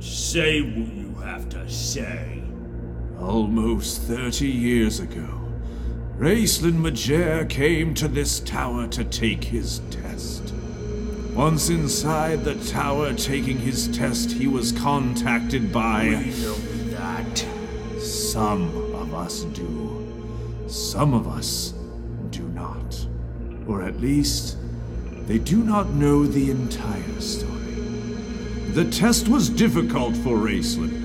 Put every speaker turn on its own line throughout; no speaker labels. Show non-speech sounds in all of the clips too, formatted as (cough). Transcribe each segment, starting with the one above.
Say what you have to say.
Almost 30 years ago, Raceland Majere came to this tower to take his test. Once inside the tower taking his test, he was contacted by
We know that.
some of us do. Some of us do not. Or at least, they do not know the entire story. The test was difficult for Raceland.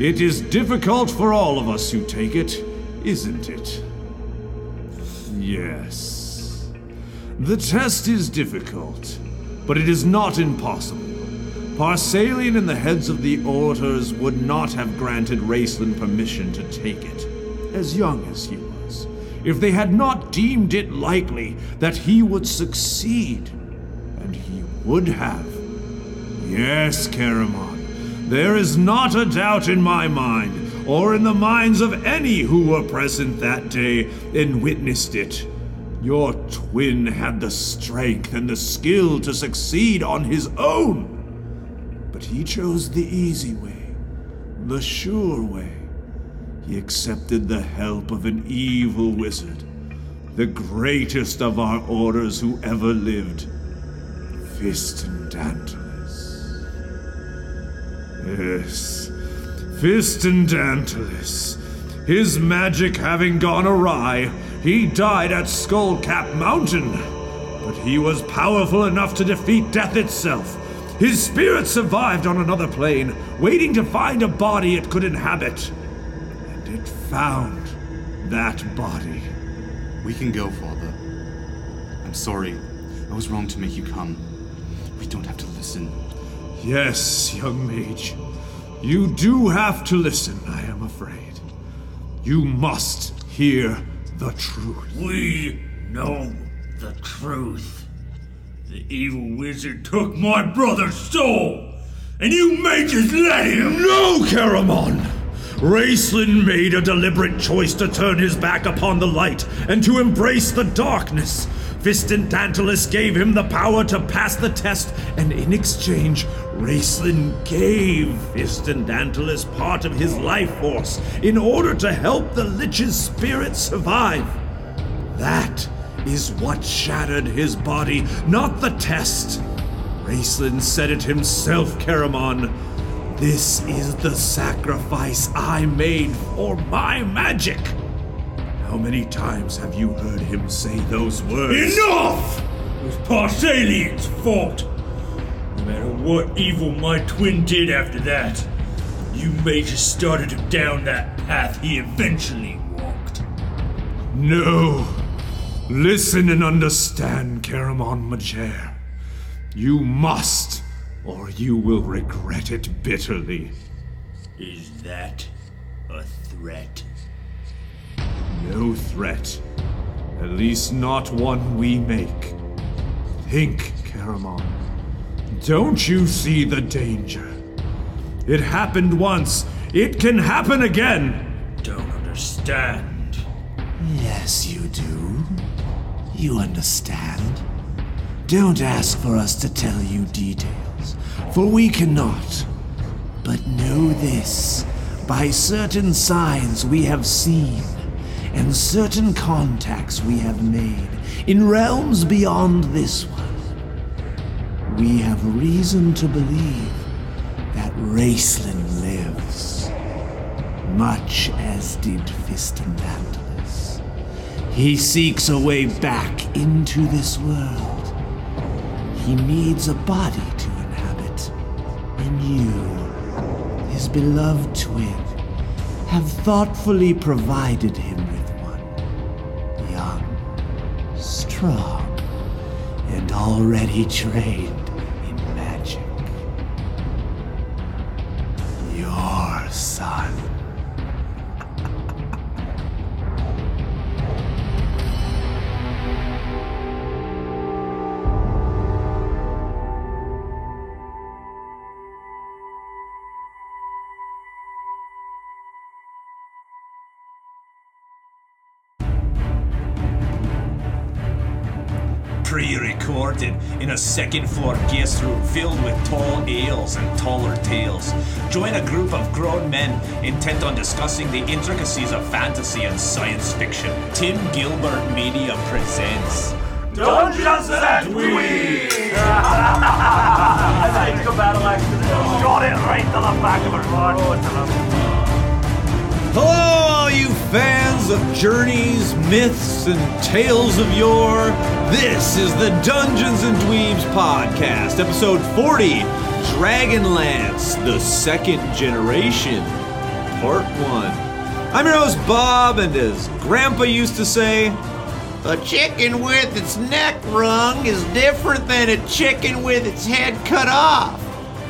It is difficult for all of us who take it, isn't it? Yes. The test is difficult, but it is not impossible. Parsalian and the heads of the orators would not have granted Raceland permission to take it, as young as he was, if they had not deemed it likely that he would succeed. And he would have. Yes, Karamon. There is not a doubt in my mind, or in the minds of any who were present that day and witnessed it. Your twin had the strength and the skill to succeed on his own. But he chose the easy way, the sure way. He accepted the help of an evil wizard, the greatest of our orders who ever lived, Fist and Dantalus. Yes, Fist and Dantalus. His magic having gone awry, he died at Skullcap Mountain. But he was powerful enough to defeat death itself. His spirit survived on another plane, waiting to find a body it could inhabit. And it found that body.
We can go, Father. I'm sorry. I was wrong to make you come. We don't have to listen.
Yes, young mage. You do have to listen, I am afraid. You must hear the truth.
We know the truth. The evil wizard took my brother's soul, and you mages let him!
No, Karamon! Raceland made a deliberate choice to turn his back upon the light and to embrace the darkness. Fist and Tantalus gave him the power to pass the test, and in exchange, Raceland gave Fist and Tantalus part of his life force in order to help the Lich's spirit survive. That is what shattered his body, not the test. Raceland said it himself, Karamon. This is the sacrifice I made for my magic. How many times have you heard him say those words?
Enough! It was Parsalian's fault. No matter what evil my twin did after that, you mages started him down that path he eventually walked.
No. Listen and understand, Karamon Majer. You must, or you will regret it bitterly.
Is that a threat?
No threat. At least not one we make. Think, Karamon. Don't you see the danger? It happened once. It can happen again.
Don't understand.
Yes, you do. You understand. Don't ask for us to tell you details, for we cannot. But know this by certain signs we have seen, and certain contacts we have made in realms beyond this one, we have reason to believe that Raceland lives, much as did Fistendantalus. He seeks a way back into this world. He needs a body to inhabit. And you, his beloved twin, have thoughtfully provided him with one. Young, strong, and already trained in magic. Your son.
pre record
comforted in a second floor guest room filled with tall ales and taller tales. Join a group of grown men intent on discussing the intricacies of fantasy and science fiction. Tim Gilbert Media presents.
Dungeons and Dweebs!
Hello, all you fans of journeys, myths, and tales of yore. This is the Dungeons and Dweebs podcast, episode 40 Dragonlance, the second generation, part one. I'm your host, Bob, and as Grandpa used to say, a chicken with its neck wrung is different than a chicken with its head cut off.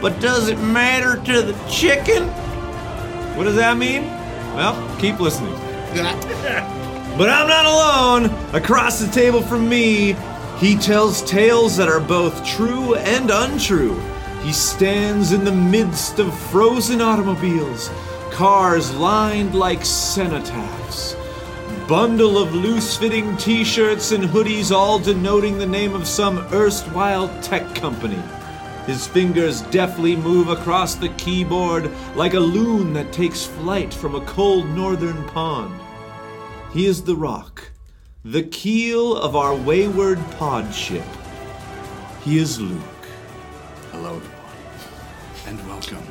But does it matter to the chicken? What does that mean? Well, keep listening. but I'm not alone. Across the table from me, he tells tales that are both true and untrue. He stands in the midst of frozen automobiles, cars lined like cenotaphs, bundle of loose-fitting t-shirts and hoodies all denoting the name of some erstwhile tech company. His fingers deftly move across the keyboard like a loon that takes flight from a cold northern pond. He is the rock, the keel of our wayward pod ship. He is Luke.
(laughs)
Hello, everyone, and welcome.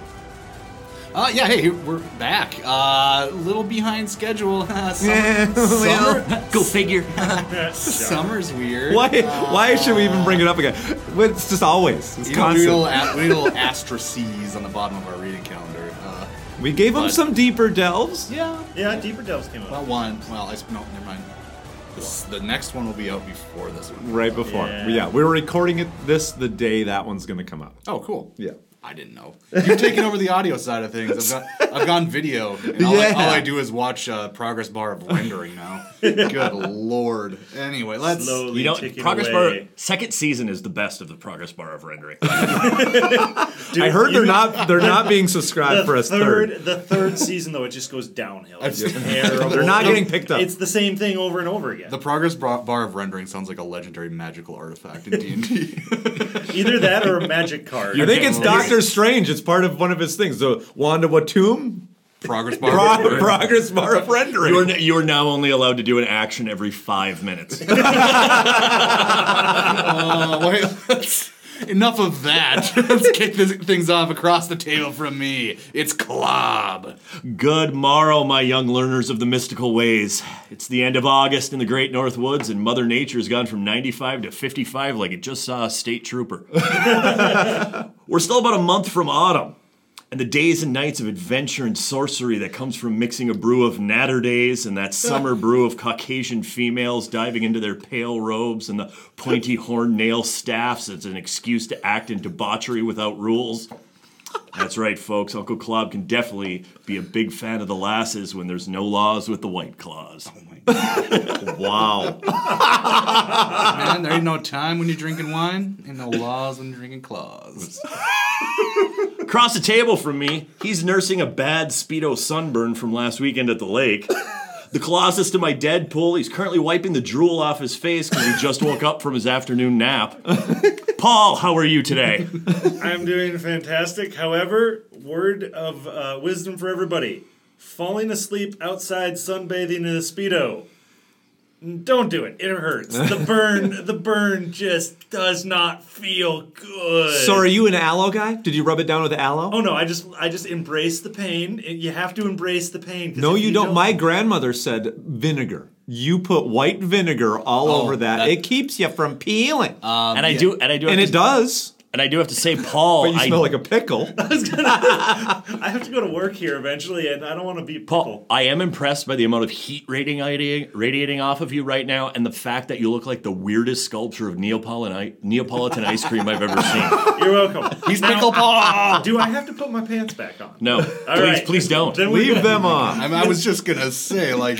Uh, yeah, hey, we're back. A uh, little behind schedule. (laughs) Summer, (laughs) summer,
Go figure.
summer's weird.
Why? why should we even bring it up again? It's just always. It's
You know, we
constant.
little, a- we little asterisks on the bottom of our reading calendar. Uh,
we gave him
but-
some deeper delves.
yeah.
Yeah, Deeper Delves came up.
Well, one. Well, I s- no, never mind. This, the next one will be out before this one.
Right before. Yeah.
Yeah.
we Uh, were recording it this the day that one's gonna come out.
Oh, cool.
Yeah.
I didn't know. You've taken over the audio side of things. I've gone, I've gone video. And all,
Yeah.
I, all I do is watch uh, progress bar of rendering now. Good lord. Anyway, let's.
Slowly
You know,
ticking
Progress
away.
Bar second season is the best of the Progress Bar of rendering.
I heard they're not they're not being subscribed for a third.
the third season though it just goes downhill. It's
I've
terrible.
They're not getting picked up.
It's the same thing over and over again.
The progress bra- bar of rendering sounds like a legendary magical artifact in (laughs) D&D.
(laughs) Either that or a magic card.
I think it's
You're-
Doctor Strange. It's part of one of his things. The Wanda Watum
progress bar of
Pro-
rendering.
(laughs) progress bar of rendering.
you, are, n- you are now only allowed to do an action every five minutes.
Oh, wait, let's- enough of that. (laughs) Let's kick this, things off across the table from me. It's Clob.
Good morrow, my young learners of the mystical ways. It's the end of August in the Great North Woods, and Mother Nature's gone from 95 to 55 like it just saw a state trooper. We're still about a month from autumn, and the days and nights of adventure and sorcery that comes from mixing a brew of natter days and that summer brew of Caucasian females diving into their pale robes and the pointy horn nail staffs as an excuse to act in debauchery without rules. That's right, folks. Uncle Clob can definitely be a big fan of the lasses when there's no laws with the white claws.
Oh
(laughs) wow.
Man, there ain't no time when you're drinking wine, and no laws when you're drinking claws.
Across the table from me, he's nursing a bad Speedo sunburn from last weekend at the lake. The Colossus to my Deadpool, he's currently wiping the drool off his face because he just woke up from his afternoon nap. Paul, how are you today?
I'm doing fantastic. However, word of uh, wisdom for everybody: falling asleep outside, sunbathing in a speedo. Don't do it. It
(laughs)
hurts. The burn, the burn just does not feel good.
So are you an aloe guy? Did you rub it down with aloe?
Oh no, I just I just embrace the pain. You have to embrace the pain. 'cause
no,
if
you, don't. My grandmother said vinegar. You put white vinegar all
Oh,
over that.
that-
It keeps you from peeling,
and I do, and I do,
and
have
it
to,
does.
and I do have to say, Paul,
But you
Oh, I,
smell like a pickle.
(laughs) I have to go to work here eventually, and I don't want to be
Paul,
pickle.
I am impressed by the amount of heat rating radiating, radiating off of you right now, and the fact that you look like the weirdest sculpture of Neapolitan, Neapolitan ice cream I've ever seen.
You're welcome.
(laughs) He's pickle
(laughs)
Paul.
Do I have to put my pants back on?
No,
All
please,
right.
please don't.
Then we-
Leave them on.
I, mean, I was just gonna say, like,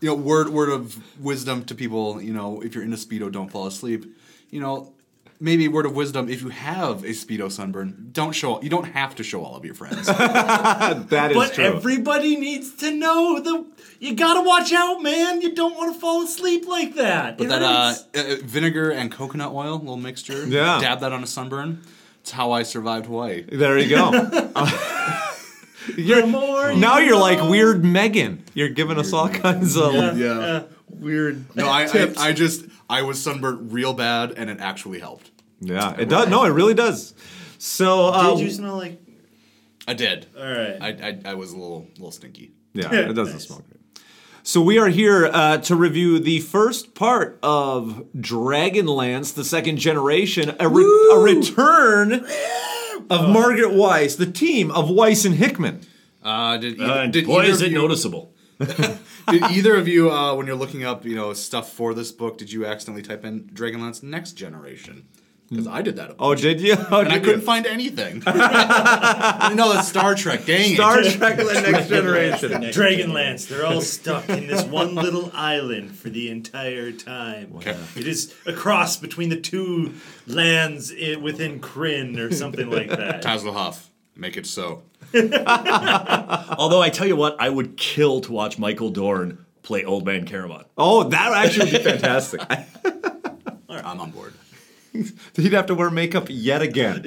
you know, word word of wisdom to people, you know, if you're in a speedo, don't fall asleep. You know, maybe word of wisdom: if you have a speedo sunburn, don't show. You don't have to show all of your friends.
That is
But
true.
everybody needs to know the. You gotta watch out, man. You don't want to fall asleep like that.
But
It
that uh,
hurts.
uh, uh, vinegar and coconut oil, little mixture.
Yeah.
Dab that on a sunburn. It's how I survived Hawaii.
there you go.
The more you
now you're like weird Megan. You're giving us all kinds of.
Yeah. Weird. No, I, I, I just I was sunburnt real bad, and it actually helped.
Yeah, it does. No, it really does. So, uh,
Did you smell like?
I did.
All right.
I, I, I was a little little stinky.
yeah, it doesn't smell great. So we are here uh, to review the first part of Dragonlance: The Second Generation, a, re- a return
(laughs)
of Margaret Weiss, the team of Weiss and Hickman.
Uh, did either,
Uh,
did
boy,
either
is
of
it
you-
noticeable.
Did either of you, uh, when you're looking up, you know, stuff for this book, did you accidentally type in Dragonlance Next Generation? Because I did that. A bunch.
Oh, did you? Oh,
and I
did you?
couldn't find
(laughs)
anything. no, that's Star Trek. Dang it.
Star Trek: The Next Generation.
Dragonlance, they're all stuck in this one little island for the entire time. It is a cross between the two lands i within Kryn or something like that.
Hasselhoff, make it so.
Although I tell you what, I would kill to watch Michael Dorn play Old Man Caramon.
Oh, that actually would be fantastic. (laughs)
I'm on board.
He'd have to wear makeup
(laughs)
yet again. (laughs)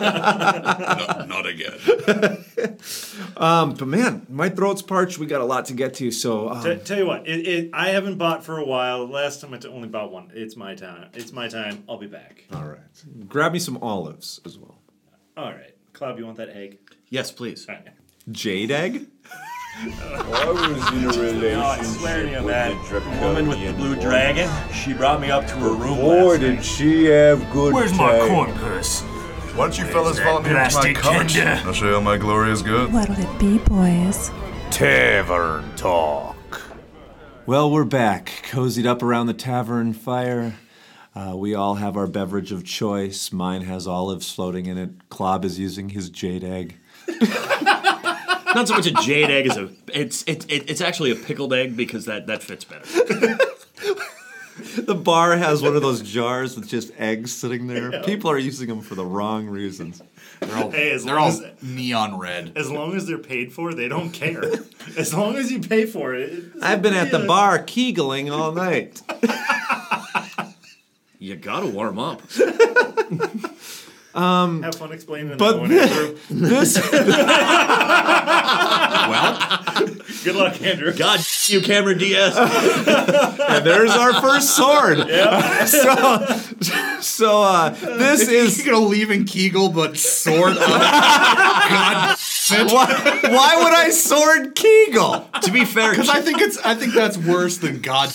Not, not again.
Um, But man, my throat's parched. We got a lot to get to, so um,
T- tell you what, it, it, I haven't bought for a while. Last time I t- only bought one. It's my time. It's my time. I'll be back.
all right. Grab me some olives as well.
All right, Cloud, you want that egg?
Yes, please.
All right.
Jade egg.
I was in a
Oh, swear to you,
relationship
man.
with a Draconian
Woman with the blue dragon, she brought me up to her room
Boy,
last night.
did she have good
Where's my
time.
corn purse?
Why don't you fellas follow me into my
plastic
cottage?
tender?
I'll show you all my glorious goods.
What'll it be, boys?
Tavern talk.
Well, we're back, cozied up around the tavern fire. Uh, we all have our beverage of choice. Mine has olives floating in it. Klob is using his jade egg.
Not so much a jade egg as a. It's it's it, it's actually a pickled egg because that that fits better.
The bar has one of those jars with just eggs sitting there. People are using them for the wrong reasons.
They're all,
Hey, as
they're
long
all
as-
neon
(laughs)
red.
As long as they're paid for, they
(laughs)
don't care. as long as you pay for it, it's-
I've been at the bar keegling all night.
You gotta warm up.
have fun explaining
But
that
(laughs)
one. Andrew.
This
Good luck, Andrew.
God, (laughs) you Cameron Diaz.
And there's our first sword. so, so uh, this is
You're gonna leave in Kegel, but sort
(laughs)
of.
why, why would I sword Kegel?
to be fair,
Because I think it's, I think that's worse than God.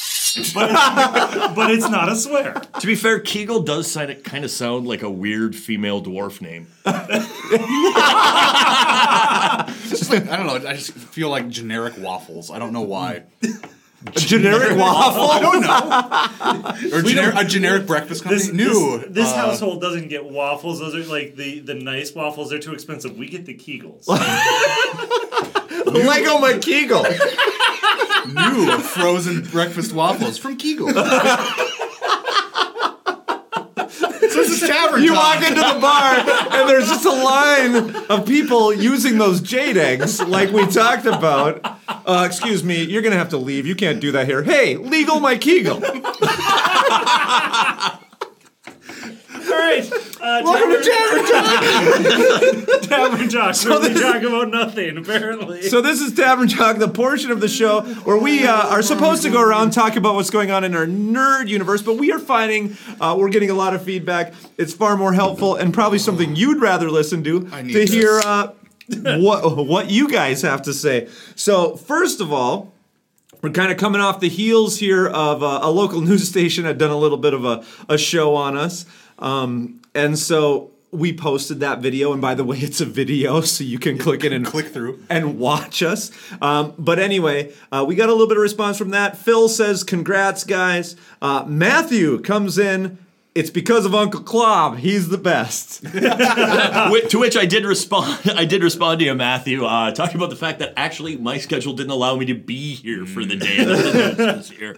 But it's not a swear.
to be fair, Kegel does sign it kind of sound like a weird female dwarf name.
Just like, I don't know. I just feel like generic waffles. I don't know why.
Generic waffle.
I don't know.
(laughs)
Or gener- a generic breakfast company.
This,
New.
this, this
Uh,
household doesn't get waffles. Those are like the, the nice waffles. They're too expensive. We get the Kegels.
Lego McKegel.
(laughs) new frozen breakfast waffles from
(laughs)
Kegel. so this is tavern.
You
talk.
walk into the bar and there's just a line of people using those jade eggs like we talked about. Uh, excuse me, you're gonna have to leave. You can't do that here. Hey, legal McKegel.
All right. Uh,
(laughs) Welcome to
tavern,
Tavern Talk.
tavern talk. where we
this-
talk about nothing, apparently.
(laughs) So this is Tavern Talk, the portion of the show where we uh, are supposed to go around talk about what's going on in our nerd universe, but we are finding uh, we're getting a lot of feedback. It's far more helpful and probably something you'd rather listen to
I need
to
this.
hear uh, what what you guys have to say. So first of all. We're kind of coming off the heels here of uh, a local (laughs) news station had done a little bit of a, a show on us. Um, and so we posted that video. And by the way, (laughs) it's a video, so you can click it and
click through.
and watch us. Um, but anyway, uh, we got a little bit of response from that. Phil says, Congrats, guys. Uh, Matthew comes in. It's because of Uncle Clob. He's the best. Ah.
Whi- to which I did respond. (laughs) I did respond to you, Matthew, uh, talking about the fact that actually my schedule didn't allow me to be here for the day this
Mm.
year.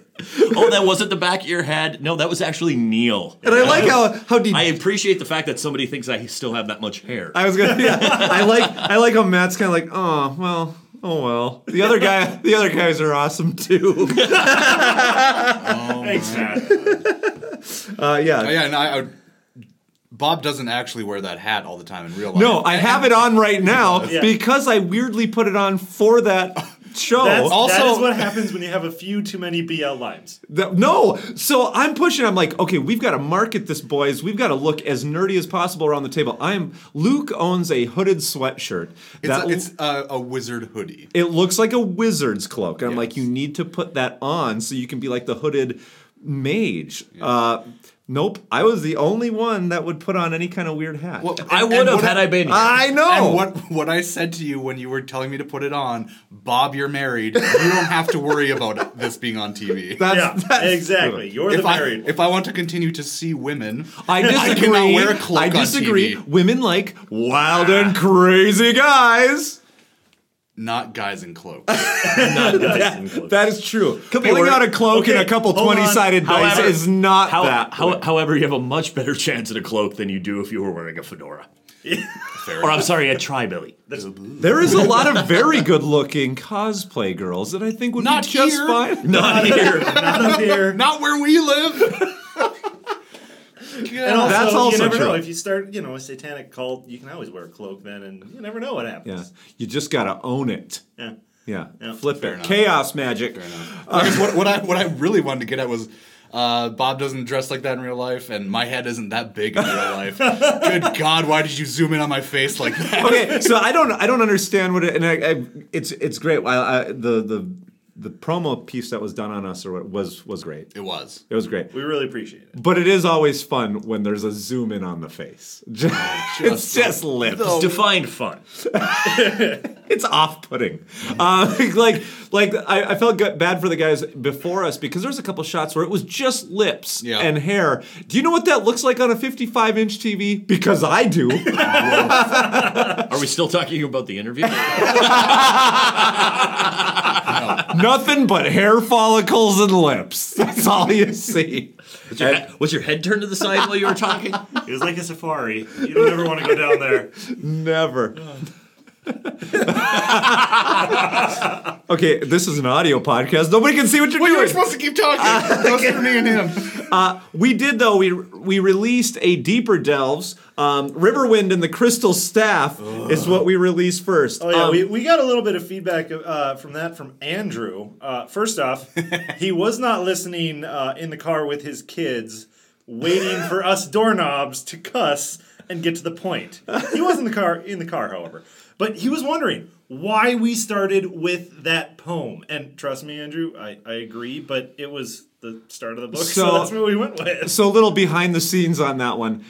Oh, that wasn't the back of your head. No, that was actually Neil.
And I like how- how deep-
I appreciate the fact that somebody thinks I still have that much hair.
I was gonna. (laughs) Yeah, I like. I like how Matt's kind of like, oh well, oh well. The other guy, the other guys are awesome
(laughs)
Oh,
too. (laughs)
Thanks, Matt.
Uh, yeah.
Oh, yeah, and I, I would- Bob doesn't actually wear that hat all the time in real life.
No, I have it on right now
Yeah.
because I weirdly put it on for that show.
That's, that is
also,
what happens when you have a few too many BL lines.
that- no. So I'm pushing. I'm like, okay, we've got to market this, boys. We've got to look as nerdy as possible around the table. I'm Luke owns a hooded sweatshirt.
It's, a, it's a, a wizard hoodie.
it looks like a wizard's cloak. And I'm like, you need to put that on so you can be like the hooded mage. Uh, nope, I was the only one that would put on any kind of weird hat.
I would have had I been here.
I know.
And what what I said to you when you were telling me to put it on, Bob, you're married. You don't have to worry about this being on
(laughs)
TV.
(laughs) that's,
Yeah,
that's-
exactly. You're
if
the
I
married.
if I want to continue to see women, (laughs)
I disagree.
cannot wear a cloak
I
on
disagree.
TV.
Women like wild and crazy guys.
not guys in cloaks.
That is true.
be
Pulling
worse.
out a cloak and a couple
hold on.
twenty-sided dice
However-
is not
How-
that.
how- however, you have a much better chance at a cloak than you do if you were wearing a fedora. or I'm sorry, a tri-billy.
there is a lot of very good-looking cosplay girls that I think would
Not
be just
here.
fine.
Not here.
Not
(laughs)
up here.
not where we (laughs) live.
And also,
That's also
you never
true.
know. If you start, you know, a satanic cult, you can always wear a cloak then, and you never know what
Yeah,
happens.
you just gotta own it.
Yeah.
Yeah,
Yeah.
flip it.
Fair
Chaos magic.
I guess what, what I what I really wanted to get at was. Uh, Bob doesn't dress like that in real life, and my head isn't that big in real life. Good God, why did you zoom in on my face like that?
okay, so I don't, I don't understand what it, and I, I it's, it's great. I, I, the, the, the promo piece that was done on us or what was, was great.
It was.
It was great.
We really appreciate it.
But it is always fun when there's a zoom in on the face. (laughs) it's just lips.
Defined fun.
It's off-putting. Uh, (laughs) like, like I, I felt good, bad for the guys before us because there's a couple shots where it was just lips
Yeah.
and hair. Do you know what that looks like on a 55-inch TV? Because I do.
Are we still talking about the interview?
Nothing but hair follicles and lips. That's all you see.
Was your, head, was your head turned to the side while you were talking?
It was like a safari. You don't ever want to go down there.
Never. (laughs) okay, this is an audio podcast. Nobody can see what you're
Well, you were
doing.
supposed to keep talking. It was for me and him.
we did though. We we released a deeper delves. Um, Riverwind and the Crystal Staff is what we released first.
Oh yeah,
Um,
we, we got a little bit of feedback uh, from that from Andrew. Uh, first
(laughs)
off, he was not listening uh, in the car with his kids, waiting for us doorknobs to cuss and get to the point. He was in the car in the car, however, but he was wondering why we started with that poem. And trust me, Andrew, I, I agree, but it was the start of the book, so,
So-
that's what we went with.
so a little behind the scenes on that one.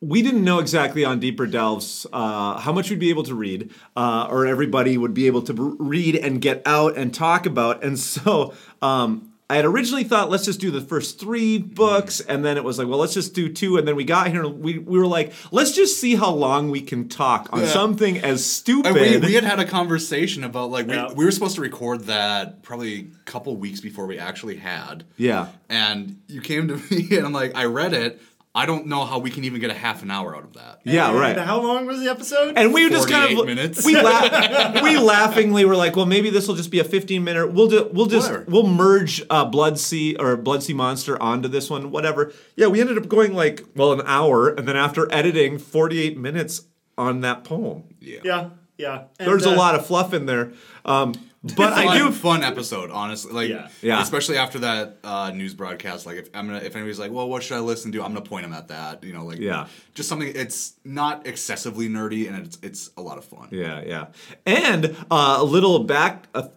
We didn't know exactly on deeper delves uh, how much we'd be able to read, uh, or everybody would be able to r- read and get out and talk about. And (laughs) so um, I had originally thought, let's just do the first three books, and then it was like, well, let's just do two. And then we got here, and we, we were like, let's just see how long we can talk on something as stupid.
And we, we had had a conversation about like we,
Yeah.
we were supposed to record that probably a couple weeks before we actually had.
Yeah.
And you came to (laughs) me and I'm like, I read it. I don't know how we can even get a half an hour out of that.
yeah,
And
right.
How long was the episode?
And we just kind
48
of
minutes. (laughs)
we la- we laughingly were like, well, maybe this will just be a 15 minute. We'll do, we'll just
Whatever.
we'll merge uh, Blood Sea or Blood Sea Monster onto this one, whatever. Yeah, we ended up going like well an hour, and then after editing 48 minutes on that poem.
yeah, yeah. And,
There's a
uh,
lot of fluff in there, um, but I
fun,
do.
fun episode, honestly. Like,
Yeah.
Yeah.
Especially after that uh, news broadcast. Like, if I'm gonna, if anybody's like, "Well, what should I listen to?" I'm gonna point them at that. You know, like,
Yeah.
just something. It's not excessively nerdy, and it's it's a lot of fun.
Yeah, yeah. And uh, a little back uh,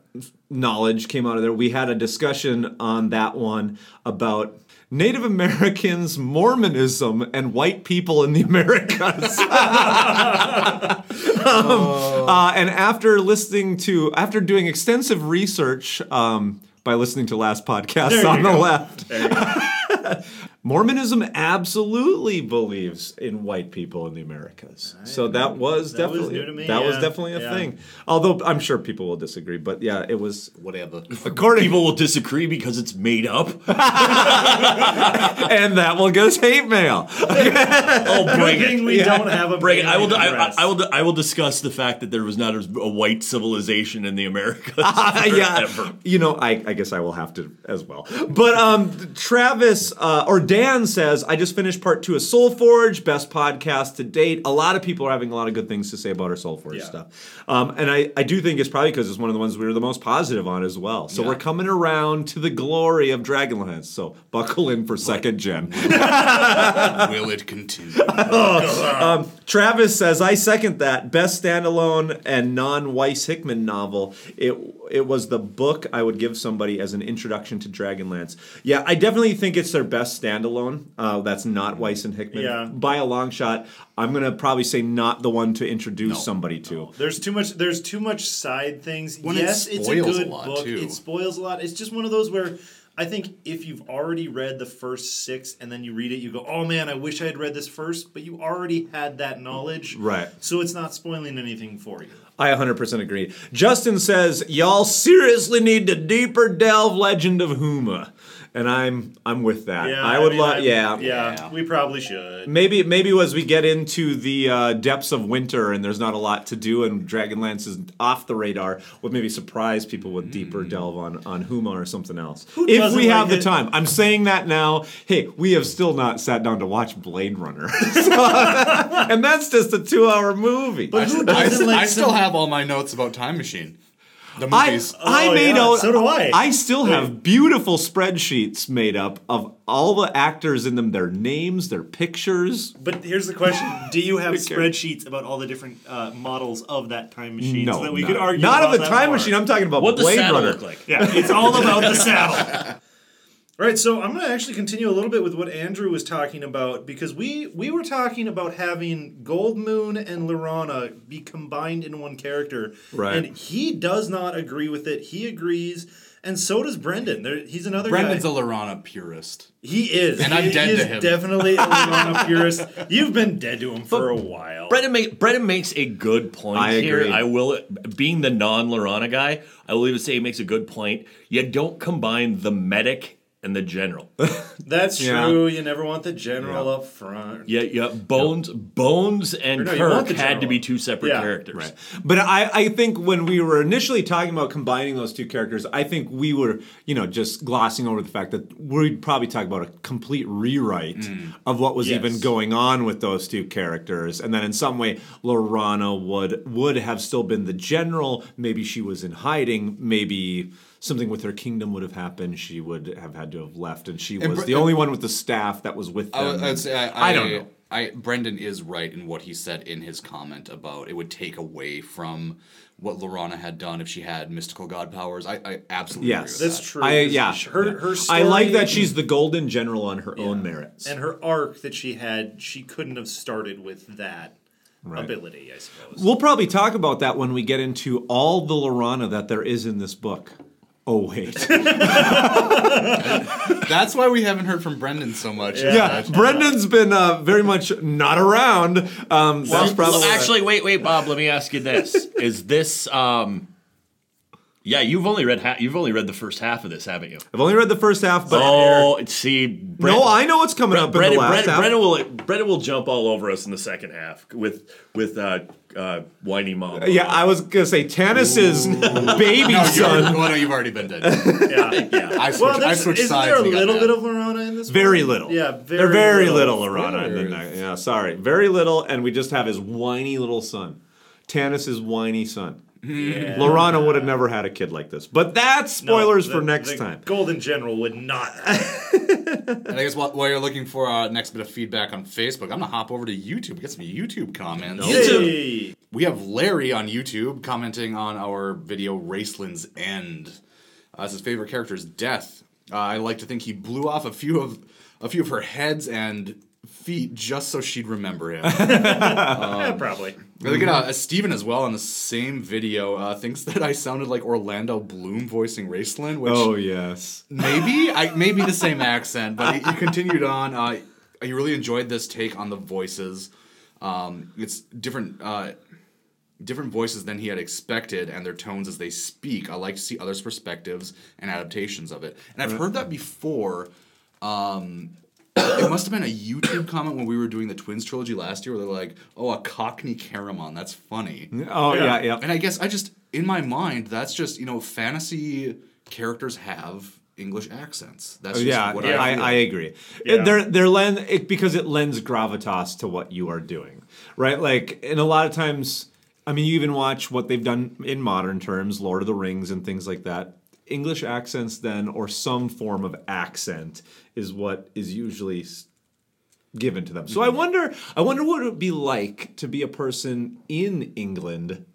knowledge came out of there. We had a discussion on that one about Native Americans, Mormonism, and white people in the (laughs) Americas. Uh, and after listening to, after doing extensive research um, by listening to last podcasts on the left, (laughs) Mormonism absolutely believes in white people in the Americas. so that was
That was
definitely
new to me,
that was
yeah,
definitely a
yeah.
thing. Although I'm sure people will disagree, but yeah, it was whatever.
According people will disagree because it's made up.
and that one goes hate mail. (laughs)
oh, bring
Good
it.
thing we
Yeah.
don't have a
Bring it. I will.
mailing
I, I,
address.
I will. I will discuss the fact that there was not a, a white civilization in the Americas.
(laughs) yeah,
forever.
you know, I, I guess I will have to as well. But um, Travis uh, or Dan says, I just finished part two of Soul Forge, best podcast to date. A lot of people are having a lot of good things to say about our Soul Forge
Yeah.
stuff, um, and I, I do think it's probably because it's one of the ones we were the most positive on as well. So we're coming around to the glory of Dragonlance. So buckle in for second gen.
Will it continue?
Travis says, I second that. Best standalone and non Weiss Hickman novel. It it was the book I would give somebody as an introduction to Dragonlance. Yeah, I definitely think it's their best standalone. Uh, that's not Weiss and Hickman.
Yeah.
By a long shot, I'm going to probably say not the one to introduce somebody to.
There's too much. There's too much side things.
When it
yes, it's a
spoils a
good
lot,
book.
too.
It spoils a lot. It's just one of those where I think if you've already read the first six and then you read it, you go, "Oh man, I wish I had read this first, But you already had that knowledge,
Right.
So it's not spoiling anything for you.
I 100% agree. Justin says, "Y'all seriously need to deeper delve Legend of Huma." And I'm I'm with that.
Yeah,
I would
mean,
love
I'm-
yeah.
yeah, We probably should.
Maybe maybe as we get into the uh, depths of winter and there's not a lot to do and Dragonlance is off the radar, we'll maybe surprise people with deeper delve on on Huma or something else. if
doesn't
we have the
like it?
time, I'm saying that now. Hey, we have still not sat down to watch Blade Runner, (laughs) So- and that's just a two-hour movie.
I,
who
I-
doesn't
I
like
still
some-
have all my notes about Time Machine. The
I,
movies.
I
Oh,
made
yeah,
out.
so do I.
still have beautiful spreadsheets made up of all the actors in them, their names, their pictures.
But here's
(laughs)
the question: Do you have
Okay.
spreadsheets about all the different uh, models of that time machine?
No,
so that we
not,
could argue
not
about
of the
that
time
more?
machine. I'm talking about
What the
Blade
saddle
Runner.
look like?
Yeah, it's all about the saddle. All right, so I'm going to actually continue a little bit with what Andrew was talking about because we we were talking about having Gold Moon and Lorana be combined in one character,
Right.
And he does not agree with it. He agrees, and so does Brendan. There, he's another
Brendan's a
guy.
Lorana purist.
he is,
and I'm
He
dead
is
to him.
Definitely
(laughs)
a Lorana purist. You've been dead to him for a while.
Brendan, make, Brendan makes a good point
I
here.
agree.
I will, being the non Lorana guy, I will even say he makes a good point. You don't combine the medic and
(laughs)
the general.
That's
Yeah.
true. You never want the general up front.
yeah, yeah. Bones, Bones, and
no, you want
Kirk
the
had to
general.
be two separate
Yeah.
characters.
Right. But I, I think when we were initially talking about combining those two characters, I think we were, you know, just glossing over the fact that we'd probably talk about a complete rewrite
Mm.
of what was even going on with those two characters. And then in some way, Lorana would would have still been the general. Maybe she was in hiding. Maybe something with her kingdom would have happened. She would have had to have left. And she was
Br-
the only one with the staff that was with
I,
them.
would- I would say
I don't know.
Oh, uh, I Brendan is right in what he said in his comment about it would take away from what Lorana had done if she had mystical god powers. I, I absolutely agree
Yes.
with
That's
that.
true.
I, yeah,
Her,
yeah.
her
I like
story-
that she's the golden general on her own merits.
and her arc that she had, she couldn't have started with that ability, I suppose.
We'll probably talk about that when we get into all the Lorana that there is in this book. Oh
(laughs)
wait,
That's why we haven't heard from Brendan so much.
yeah, Brendan's been uh, very much not around. Um, that's probably
Well, actually, wait, wait, Bob. Let me ask
(laughs)
you this: Is this? um Yeah, you've only read ha- you've only read the first half of this, haven't you?
I've only read the first half, but
Oh, see, Brent,
no, I know what's coming up in
Brendan,
the last
Brendan,
half.
Brendan will Brendan will jump all over us in the second half with with uh, uh, whiny mom.
yeah, I was gonna say Tannis's baby
No, Oh, you
son.
well, no, you've already been dead.
(laughs) Yeah.
I switched,
Well,
I
there's,
switched
isn't
sides.
there a
and got
little
mad.
bit of Lorana in this?
Very
one?
little.
Yeah, very,
They're very
little.
little, Lorana. in the
Very.
neck. yeah, sorry, very little, and we just have his whiny little son, Tannis's whiny son. Lorana would have never had a kid like this, but that's
No,
spoilers
the-
for next
the
time.
Golden General
(laughs)
would not.
And I guess while, while you're looking for our next bit of feedback on Facebook, I'm gonna hop over to YouTube. Get some YouTube comments.
Hey.
We have Larry on YouTube commenting on our video Raceland's End. Uh, it's his favorite character's death. Uh, I like to think he blew off a few of a few of her heads and
feet just so she'd remember him.
um,
yeah, probably.
They get uh, Steven as well on the same video uh, thinks that I sounded like Orlando Bloom voicing Raceland, which
Oh yes.
maybe I maybe the same accent, but he, he continued on. Uh, he really enjoyed this take on the voices. Um, it's different. Uh, Different voices than he had expected, and their tones as they speak. I like to see others' perspectives and adaptations of it. And I've heard that before. Um, it must have been a YouTube comment when we were doing the Twins trilogy last year, where they're like, "Oh, a Cockney Caramon, that's funny."
Oh yeah, yeah.
And I guess I just, in my mind, that's just, you know, fantasy characters have English accents. That's just
Oh, yeah,
what
I,
I, feel.
I agree. It, they're they're lend it because it lends gravitas to what you are doing, right? Like, and a lot of times, I mean, you even watch what they've done in modern terms, Lord of the Rings and things like that. English accents, then, or some form of accent, is what is usually s- given to them. So I
Mm-hmm.
wonder, I wonder what it would be like to be a person in England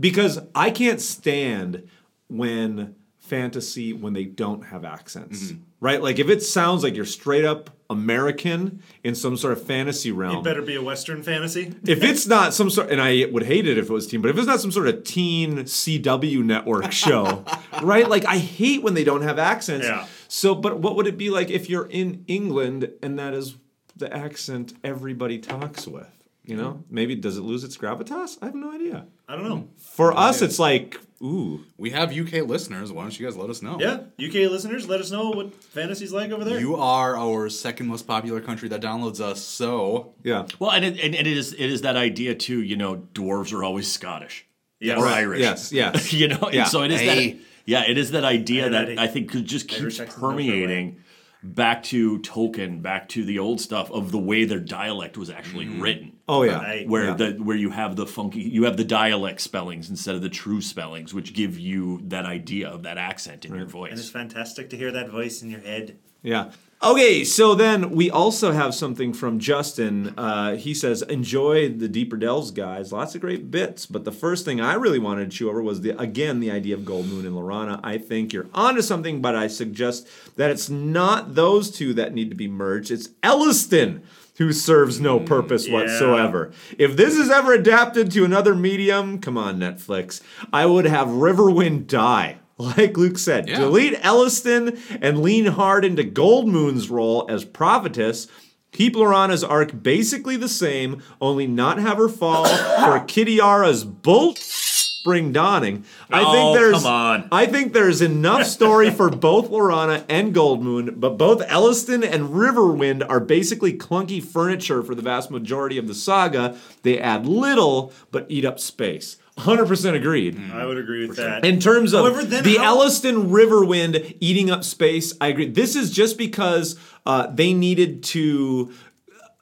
because I can't stand when fantasy when they don't have accents.
Mm-hmm.
Right? Like if it sounds like you're straight up American in some sort of fantasy realm.
It better be a Western fantasy.
if it's not some sort and I would hate it if it was teen, but if it's not some sort of teen CW network
(laughs)
show, right? Like I hate when they don't have accents.
Yeah.
So but what would it be like if you're in England and that is the accent everybody talks with? You know? Maybe does it lose its gravitas? I have no idea.
Mm-hmm. I don't know.
For us, it's like, ooh,
We have UK listeners. Why don't you guys let us know?
Yeah, UK listeners, let us know what fantasy's like over there.
You are our second most popular country that downloads us, so
yeah.
Well, and it, and it is it is that idea too. You know, dwarves are always Scottish
Yes.
or
Right.
Irish.
Yes,
(laughs)
yes.
(laughs) you know,
Yeah.
and so it is
Hey.
that. Yeah, it is that idea
Hey,
that
Daddy.
I think could just keeps
accent's no
permeating back to Tolkien, back to the old stuff of the way their dialect was actually written.
Oh yeah.
Right.
where
Yeah.
the where you have the funky you have the dialect spellings instead of the true spellings which give you that idea of that accent in your
And it's
voice
fantastic to hear that voice in your head.
Yeah. Okay, so then we also have something from Justin. Uh, he says, "Enjoyed the Deeper Delves, guys. Lots of great bits, but the first thing I really wanted to chew over was the again the idea of Gold Moon and Lorana. I think you're onto something, but I suggest that it's not those two that need to be merged. It's Elliston." Who serves no purpose whatsoever. If this is ever adapted to another medium, come on, Netflix, I would have Riverwind die. (laughs) Like Luke said,
Yeah.
delete Elliston and lean hard into Gold Moon's role as prophetess. Keep Lorana's arc basically the same, only not have her fall for Kitiara's bolt spring dawning. I
Oh,
think there's
come on.
I think there's
(laughs)
enough story for both Lorana and Gold Moon, but both Elliston and Riverwind are basically clunky furniture for the vast majority of the saga. They add little but eat up space. 100% agreed.
Hmm.
I would agree with that.
In terms of
However, then
the
how-
Elliston Riverwind eating up space, I agree. This is just because uh, they needed to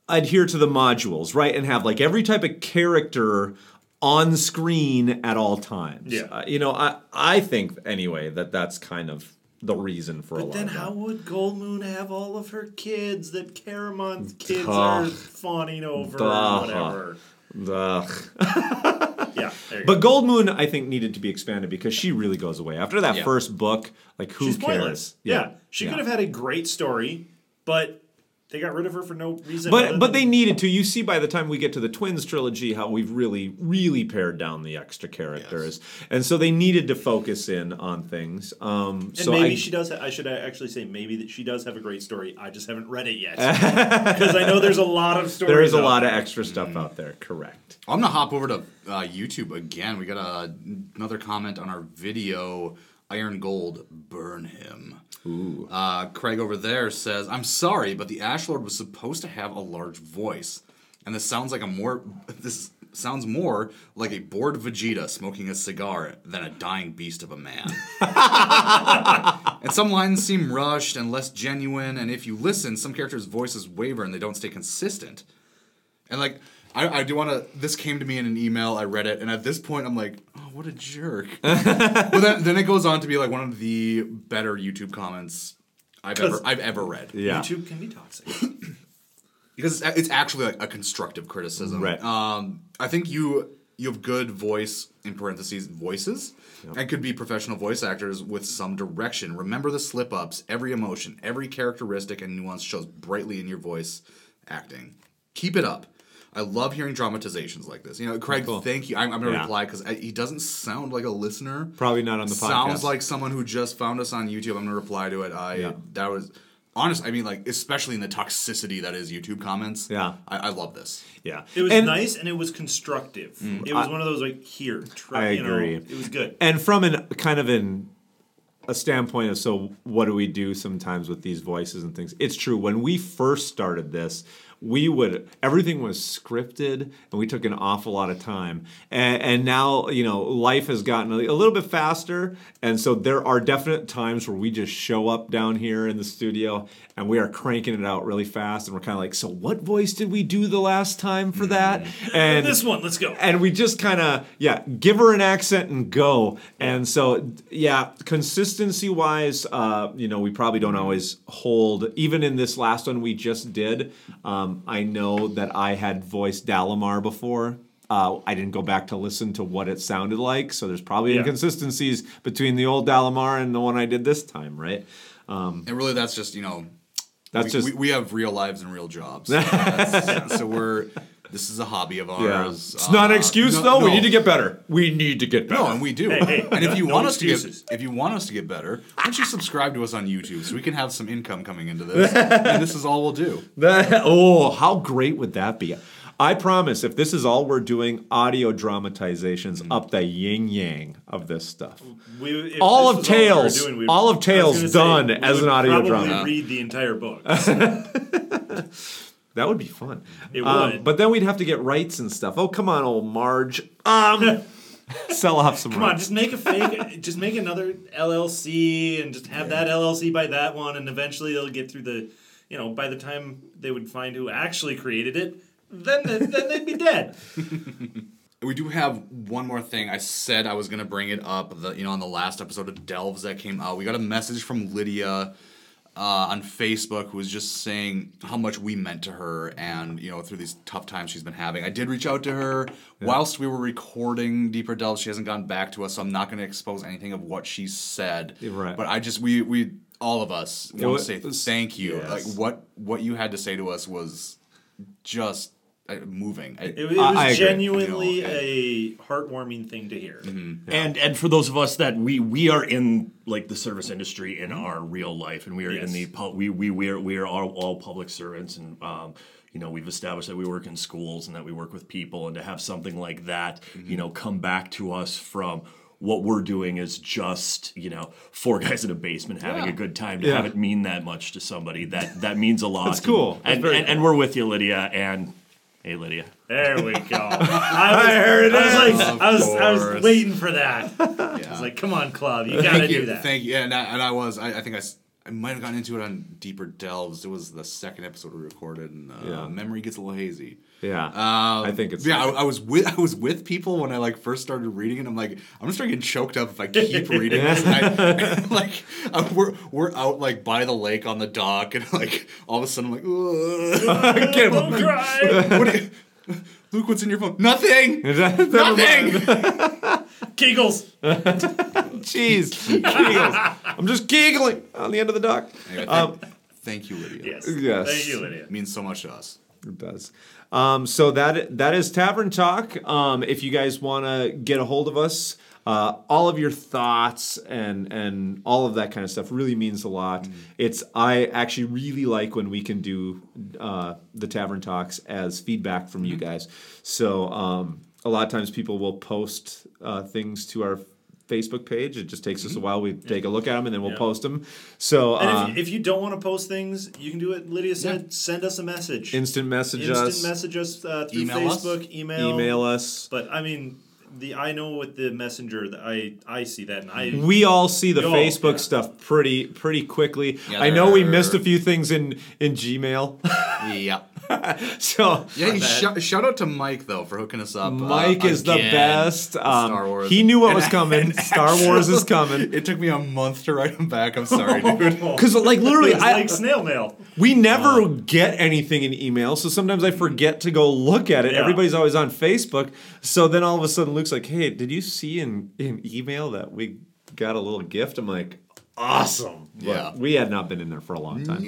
adhere to the modules, right, and have like every type of character on screen at all times.
Yeah.
Uh, you know, I I think anyway that that's kind of the reason for a
But
lot.
then
of
how
that.
would Gold Moon have all of her kids that Caramon's kids are fawning over
Duh.
or whatever?
Ugh.
Yeah, there you go.
But Gold Moon, I think, needed to be expanded because she really goes away after that
Yeah.
first book. Like, who
She's
cares?
pointless. Yeah. She
Yeah.
could have had a great story, but they got rid of her for no reason. other
But but
than-
they needed to. You see, by the time we get to the twins trilogy, how we've really really pared down the extra characters, and so they needed to focus in on things. Um,
And
so I,
maybe she does. Ha- I should actually say maybe that she does have a great story. I just haven't read
(laughs)
it yet because I know there's a lot of stories.
there is a
out
lot of extra stuff
Mm-hmm.
out there. Correct.
I'm gonna hop over to uh, YouTube again. We got uh, another comment on our video. Iron Gold, burn him. Ooh. Uh, Craig over there says, "I'm sorry, but the Ash Lord was supposed to have a large voice, and this sounds like a more (laughs) this sounds more like a bored Vegeta smoking a cigar than a dying beast of a man." And some lines seem rushed and less genuine, and if you listen, some characters' voices waver and they don't stay consistent. And like, I, I do want to. This came to me in an email. I read it, and at this point, I'm like, oh, what a
(laughs)
jerk. but then, then it goes on to be like one of the better YouTube comments I've ever I've ever read.
Yeah.
YouTube can be toxic.
because it's, it's actually like a constructive criticism.
Right.
Uh,
Um, I think you you have good voice in parentheses voices and could be professional voice actors with some direction. Remember the slip ups, every emotion, every characteristic and nuance shows brightly in your voice acting. Keep it up. I love hearing dramatizations like this. You know, Craig, thank you. I'm, I'm going to
Yeah.
reply because he doesn't sound like a listener.
Probably not on the
Sounds
podcast.
like someone who just found us on YouTube. I'm going to reply to it. I
Yeah.
that was honest. I mean, like especially in the toxicity that is YouTube comments.
Yeah.
I, I love this.
Yeah.
It was
And- Mm,
nice and it was constructive. it was
I-
one of those like here, try.
I
you know,
agree.
it was good.
And from an kind of an a standpoint of so what do we do sometimes with these voices and things? It's true. When we first started this, we would everything was scripted and we took an awful lot of time. And, and now you know life has gotten a little bit faster, and so there are definite times where we just show up down here in the studio and we are cranking it out really fast, and we're kind of like, so what voice did we do the last time for that? And
this one, let's go.
and we just kind of yeah give her an accent and go and so yeah consistency wise uh, you know we probably don't always hold even in this last one we just did um, i know that i had voiced dalamar before uh, I didn't go back to listen to what it sounded like, so there's probably
Yeah.
inconsistencies between the old Dalamar and the one I did this time, right? Um,
And really, that's just you know,
that's
we,
just
we, we have real lives and real
(laughs)
jobs. So, that's- so we're this is a hobby of
yeah.
ours.
It's not an
Uh,
excuse
no-
though. We
no.
need to get better. We need to get better.
No, and we do.
Hey, hey,
and if you
no
want us
excuses.
to get, if you want us to get better, why don't you subscribe to us on YouTube so we can have some income coming into this? and this is all we'll do.
That, oh, how great would that be? I promise, if this is all we're doing, audio dramatizations up the yin yang of this stuff.
We, if
All
this
of
was we were
Tales- all of
I was
Tales
gonna say,
done
we
as
would
an audio
probably
drama.
Read the entire book.
That would be fun.
It
Um,
would.
but then we'd have to get rights and stuff. Oh, come on, old Marge.
(laughs)
Um, sell off some
Come on,
rights.
just make a fake. (laughs) just make another LLC and just have that LLC by that one, and eventually they'll get through the. You know, by the time they would find who actually created it, then then they'd be dead.
We do have one more thing. I said I was gonna bring it up. The you know on the last episode of Delves that came out, we got a message from Lydia uh, on Facebook who was just saying how much we meant to her, and you know through these tough times she's been having. I did reach out to her whilst we were recording Deeper Delves. She hasn't gone back to us, so I'm not gonna expose anything of what she said.
right.
But I just we we all of us want
was-
to say thank you.
yes.
Like what what you had to say to us was just uh, moving. I-
It, it was
I agree.
genuinely
No,
a heartwarming thing to hear.
And and for those of us that we we are in like the service industry in our real life, and we are in
Yes.
the pub- we we we are we are all, all public servants, and um, you know we've established that we work in schools and that we work with people, and to have something like that,
Mm-hmm.
you know, come back to us from. What we're doing is just, you know, four (laughs) guys in a basement having a good time. To
Yeah.
have it mean that much to somebody that that means a lot.
That's cool. That's
And,
very
and, and we're with you, Lydia. And hey, Lydia.
There we go.
(laughs)
I was,
it
I was like,
Of
I was, I was
course.
waiting for that. I was like, come on, club, you gotta
thank you,
do that.
Thank you. Yeah, and I, and I was. I, I think I, s- I might have gotten into it on Deeper Delves. It was the second episode we recorded, and uh,
Yeah.
memory gets a little hazy.
yeah.
Um,
I think it's.
yeah. I, I was with I was with people when I like first started reading it. I'm like, I'm just gonna get choked up if I
(laughs)
keep reading this. And I, (laughs) like, I, we're we're out like by the lake on the dock, and like all of a sudden I'm like, "Ugh." (laughs)
Get him. (laughs)
Don't Oh, cry.
what do you- Luke, what's in your phone?
(laughs)
Nothing. Nothing.
Giggles.
Jeez. Giggles. I'm just giggling on the end of the dock. Um,
Anyway, thank, thank you, Lydia.
Yes.
Yes.
Thank you, Lydia.
It means so much to us.
It does. Um, so that that is Tavern Talk. Um, if you guys want to get a hold of us, uh, all of your thoughts and and all of that kind of stuff really means a lot.
Mm.
It's I actually really like when we can do uh, the Tavern Talks as feedback from
Mm-hmm.
you guys. So um, a lot of times people will post uh, things to our Facebook page. It just takes us a while. We take a look at them and then we'll post them. So uh,
Mm-hmm. And if, you, if you don't want to post things, you can do it. Lydia said, send us a message.
instant message
Instant
us,
message us uh, through
Email us?
Facebook, email.
email us.
But I mean, the I know with the messenger, that I I see that, and I
we all see the
Yo,
Facebook
yeah.
stuff pretty pretty quickly.
Yeah,
I know we
they're-
missed a few things in in Gmail, (laughs)
Yeah.
so
Yeah, you shou- shout out to Mike though for hooking us up. uh,
Mike is the
again
best.
with
Um,
Star Wars.
He knew what
And
was
(laughs)
I-
coming.
and
Star Wars is
actually, (laughs)
coming.
It took me a month to write him back. I'm sorry, dude. (laughs)
(laughs)
Because Mm-hmm. like literally,
it's
I,
like snail mail.
we never get anything in email, so sometimes I forget to go look at it.
Mm-hmm. Yeah.
Everybody's always on Facebook, so then all of a sudden, Luke's like, "Hey, did you see in in email that we got a little gift?" I'm like, "Awesome!" But
Yeah.
we had not been in there for a long time.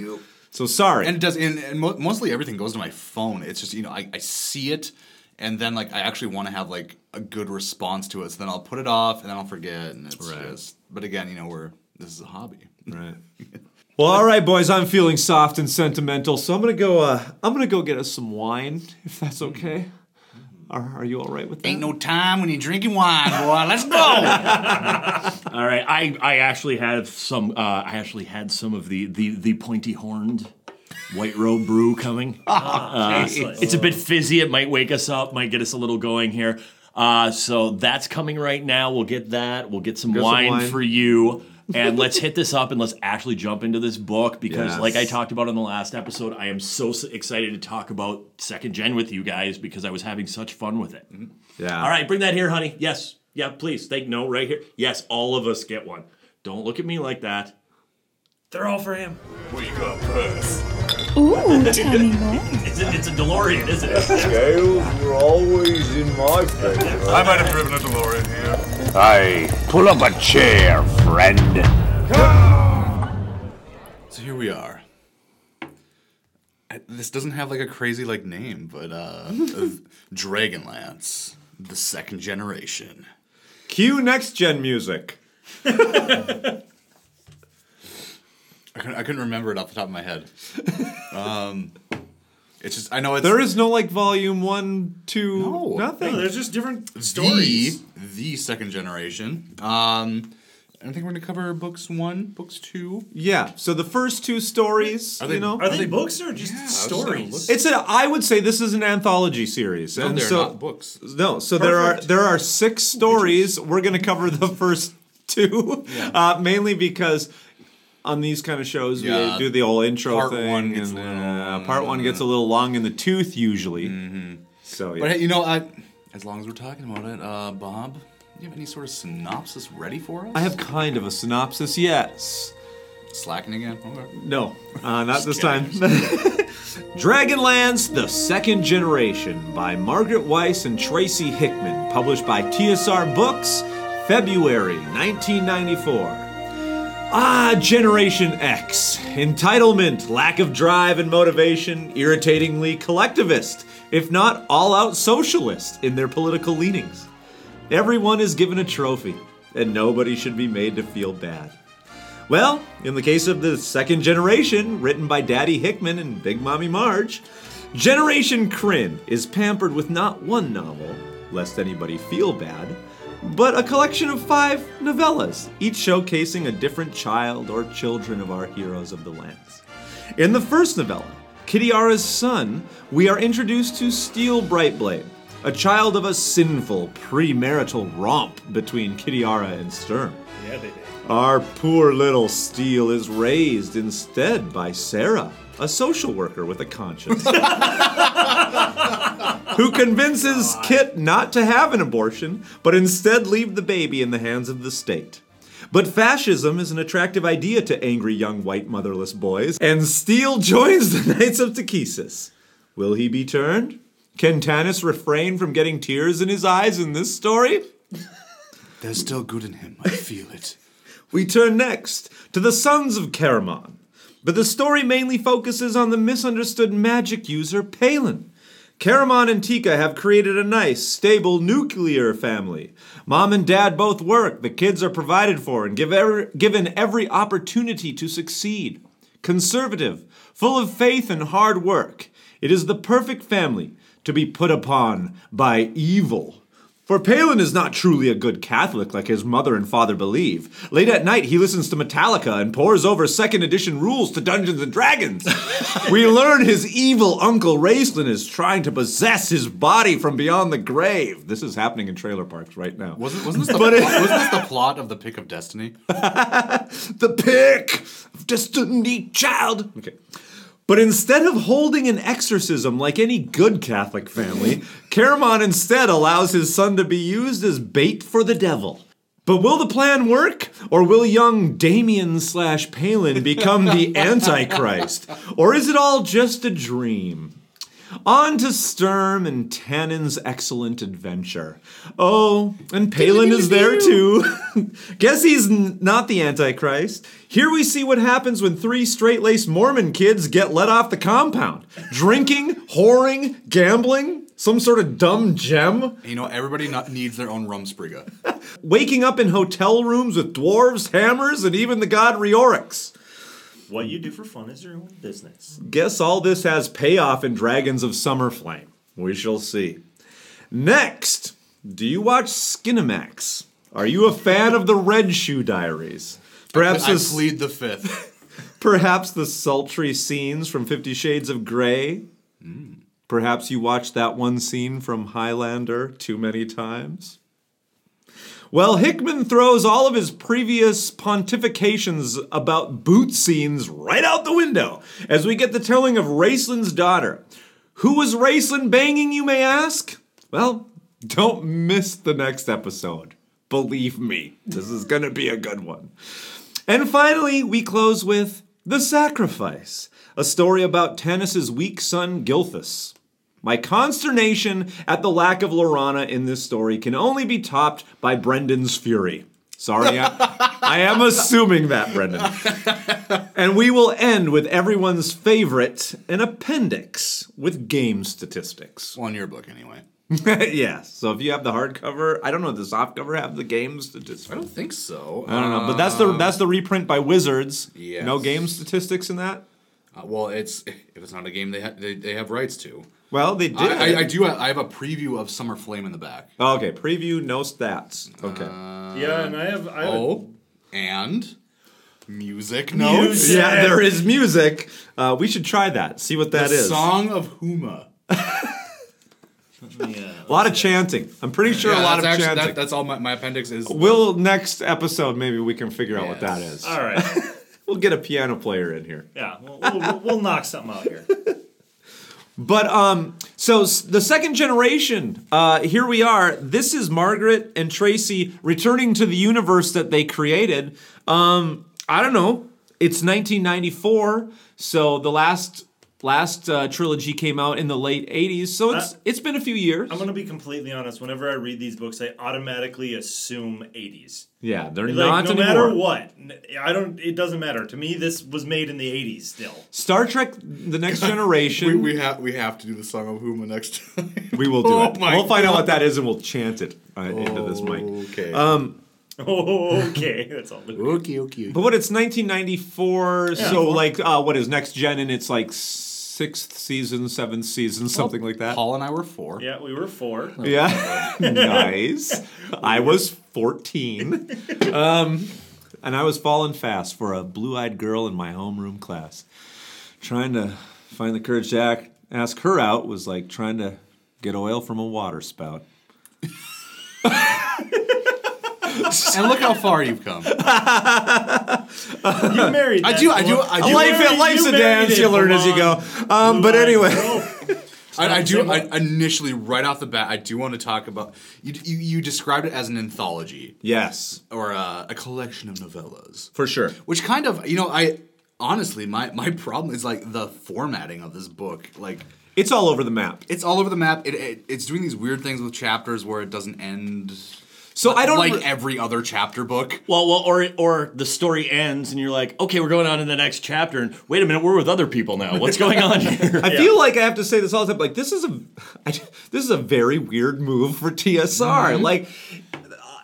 So sorry.
And it does, and, and mo- mostly everything goes to my phone. It's just you know I, I see it, and then like I actually want to have like a good response to it. So then I'll put it off, and then I'll forget, and it's
Right.
just. But again, you know, we're this is a hobby.
Right. Well, all right, boys. I'm feeling soft and sentimental, so I'm gonna go. Uh, I'm gonna go get us some wine, if that's okay. Are, are you all right with that?
Ain't no time when you're drinking wine, boy. Let's go.
All right, I, I actually had some uh, I actually had some of the the the pointy horned white robe brew coming. Uh,
tasteless.
it's a bit fizzy. It might wake us up. Might get us a little going here. Uh, so that's coming right now. We'll get that. We'll get some,
Get some
wine,
wine.
for you. And let's hit this up and let's actually jump into this book because,
Yes.
like I talked about in the last episode, I am so s- excited to talk about second gen with you guys because I was having such fun with it.
Yeah.
All right, bring that here, honey. Yes. Yeah, please. Thank no right here. Yes, all of us get one. Don't look at me like that.
They're all for him.
What you got first?
Ooh, tell me more.
It's a, it's a DeLorean, isn't it?
Scales were always in my favor.
I might have driven a DeLorean here.
Hey, pull up a chair, friend.
so here we are. I- This doesn't have like a crazy like name, but uh,
(laughs)
Dragonlance, the second generation.
Cue next gen music.
I couldn't, I couldn't remember it off the top of my
(laughs)
head. um, it's just I know it's
There is no like volume one, two,
No.
nothing.
No, there's just different
the,
stories.
the second generation. Um, I think we're gonna cover books one, books two.
yeah. So the first two stories,
they-
you know,
Are they books or just
just gonna
stories?
it's an. I would say this is an anthology series,
No,
and
they're
so
not books.
No, so there are there are six stories. We're gonna cover the first two, uh, mainly because on these kind of shows
Yeah.
we do the old intro
Part
thing.
one gets
and,
a little long. Mm-hmm.
uh, part one gets a little long in the tooth usually. So yeah.
But hey, you know, I, as long as we're talking about it, uh, Bob, do you have any sort of synopsis ready for us?
I have kind of a synopsis. Yes.
slacking again. Okay.
No, uh, not this time. (laughs) Dragonlance The Second Generation by Margaret Weiss and Tracy Hickman, published by TSR Books, February 1994. Ah, Generation X. Entitlement, lack of drive and motivation, irritatingly collectivist, if not all out socialist in their political leanings. Everyone is given a trophy, and nobody should be made to feel bad. Well, in the case of the second generation, written by Daddy Hickman and Big Mommy Marge, Generation Kryn is pampered with not one novel, lest anybody feel bad, but a collection of five novellas, each showcasing a different child or children of our heroes of the lands. In the first novella, Kitiara's son, we are introduced to Steel Brightblade, a child of a sinful premarital romp between Kitiara and Sturm. Our poor little Steele is raised instead by Sarah, a social worker with a conscience, who convinces Kit not to have an abortion, but instead leave the baby in the hands of the state. But fascism is an attractive idea to angry young white motherless boys, and Steele joins the (laughs) Knights of Tachesis. Will he be turned? Can Tanis refrain from getting tears in his eyes in this story?
There's still good in him. I feel it.
We turn next to the Sons of Karamon, but the story mainly focuses on the misunderstood magic user Palin. Karamon and Tika have created a nice, stable nuclear family. Mom and dad both work, the kids are provided for, and give every, given every opportunity to succeed. Conservative, full of faith and hard work, it is the perfect family to be put upon by evil. For Palin is not truly a good Catholic like his mother and father believe. Late at night, he listens to Metallica and pores over second edition rules to Dungeons and Dragons.
(laughs)
we learn his evil uncle Raceland is trying to possess his body from beyond the grave. This is happening in trailer parks right now.
Wasn't (laughs) wasn't
(laughs)
this the plot,
But it-
wasn't this the plot of the Pick of Destiny?
the pick of destiny child. Okay. But instead of holding an exorcism like any good Catholic (laughs) family, Caramon instead allows his son to be used as bait for the devil. But will the plan work? Or will young Damien slash (laughs) Palin become the Antichrist? Or is it all just a dream? On to Sturm and Tannen's excellent adventure. Oh, and Palin is there too. (laughs) Guess he's n- not the Antichrist. Here we see what happens when three straight laced Mormon kids get let off the compound drinking, whoring, gambling, some sort of dumb gem.
You know, everybody not needs their own Rumspringa.
Waking up in hotel rooms with dwarves, hammers, and even the god Riorix.
What you do for fun is your own business.
Guess all this has payoff in Dragons of Summer Flame. We shall see. Next, do you watch Skinamax? Are you a fan of the Red Shoe Diaries? Perhaps
I
this-
plead the fifth.
Perhaps the sultry scenes from Fifty Shades of Grey. Perhaps you watched that one scene from Highlander too many times. Well, Hickman throws all of his previous pontifications about boot scenes right out the window as we get the telling of Raceland's daughter. Who was Raceland banging, you may ask? Well, don't miss the next episode. Believe me, this is going to be a good one. And finally, we close with The Sacrifice, a story about Tannis's weak son Gilthus. My consternation at the lack of Lorana in this story can only be topped by Brendan's fury. Sorry, (laughs) I, I am assuming that, Brendan. And we will end with everyone's favorite an appendix with game statistics. (laughs)
On your book, anyway.
yeah, so if you have the hardcover, I don't know, does the softcover have the game statistics? I don't
think so.
I don't know, but that's the
Um,
that's the reprint by Wizards.
Yes.
No game statistics in that.
Uh, well, it's if it's not a game, they ha- they, they have rights to.
Well, they did.
I, I, I do. I have a preview of Summer Flame in the back.
Oh, okay, preview, no stats. Okay.
Yeah, and I have- I have-
oh, and music notes.
Yeah, there is music. Uh, we should try that. See what
The
that is.
Song of Huma.
a lot of chanting. I'm pretty sure
Yeah,
a lot
that's
of
actually-
chanting.
that- that's all my, my appendix is.
We'll next episode maybe we can figure out what that
Yes.
is. All right. we'll get a piano player in here.
Yeah, we'll, we'll, we'll knock something out here.
But um, so s- the second generation, uh, here we are. This is Margaret and Tracy returning to the universe that they created. Um, I don't know. It's 1994, so the last last uh, trilogy came out in the late 80s. So it's
Uh,
it's been a few years.
I'm gonna be completely honest. Whenever I read these books, I automatically assume 80s.
Yeah, they're
Like,
not
no
anymore.
matter what, n- I don't. It doesn't matter to me. This was made in the 80s still. (laughs)
Star Trek: The Next
(laughs)
Generation.
we, we have we have to do the Song of Huma next time.
We will do
(laughs) Oh
it.
my
We'll find out what
God.
that is and we'll chant it uh, into this mic.
Okay.
Um,
okay, that's all.
Okay, okay.
But what it's 1994,
Yeah.
so like uh, what is next gen and it's like sixth season, seventh season, something like that.
Paul and I were four.
Yeah, we were four.
(laughs) Yeah, nice. I was 14, um, and I was falling fast for a blue-eyed girl in my homeroom class. Trying to find the courage to act, ask her out was like trying to get oil from a water spout.
and look how far you've come.
you
(laughs)
married.
I
that
do. I do.
fool.
I do.
life, life's a dance. You learn as you go. Um, but anyway, (laughs)
I, I do. I, initially, right off the bat, I do want to talk about you. You, you described it as an anthology.
Yes.
Or uh, a, a collection of novellas.
For sure.
Which kind of, you know, I honestly, my my problem is like the formatting of this book. Like
it's all over the map.
It's all over the map. It, it it's doing these weird things with chapters where it doesn't end.
So I don't
like
re-
every other chapter book.
Well, well, or or the story ends and you're like, okay, we're going on to the next chapter, and wait a minute, we're with other people now. What's going on here?
(laughs) I feel like I have to say this all the time. Like this is a I, this is a very weird move for
Mm-hmm.
TSR.
Mhm.
Like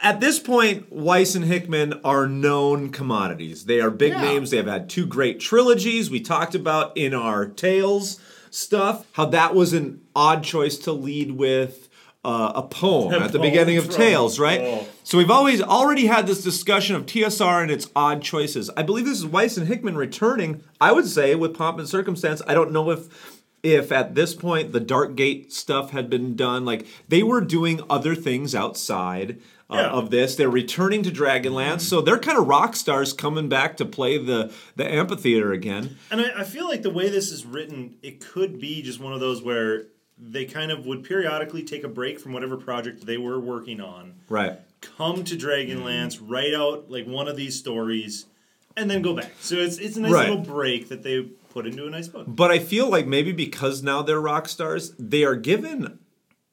at this point, Weiss and Hickman are known commodities. They are big names. They have had two great trilogies. We talked about in our tales stuff how that was an odd choice to lead with uh, a poem
A
at the
poem
beginning of
from-
tales, right?
oh.
So we've always already had this discussion of TSR and its odd choices. I believe this is Weiss and Hickman returning. I would say with pomp and circumstance. I don't know if if at this point the Dark Gate stuff had been done. Like they were doing other things outside uh,
Yeah.
of this. They're returning to Dragonlance, so they're kind of rock stars coming back to play the the amphitheater again.
And I, I feel like the way this is written, it could be just one of those where they kind of would periodically take a break from whatever project they were working on,
Right. Mm-hmm.
come to Dragonlance, write out like one of these stories, and then go back. So it's it's a nice
Right.
little break that they put into an ice boat.
But I feel like maybe because now they're rock stars, they are given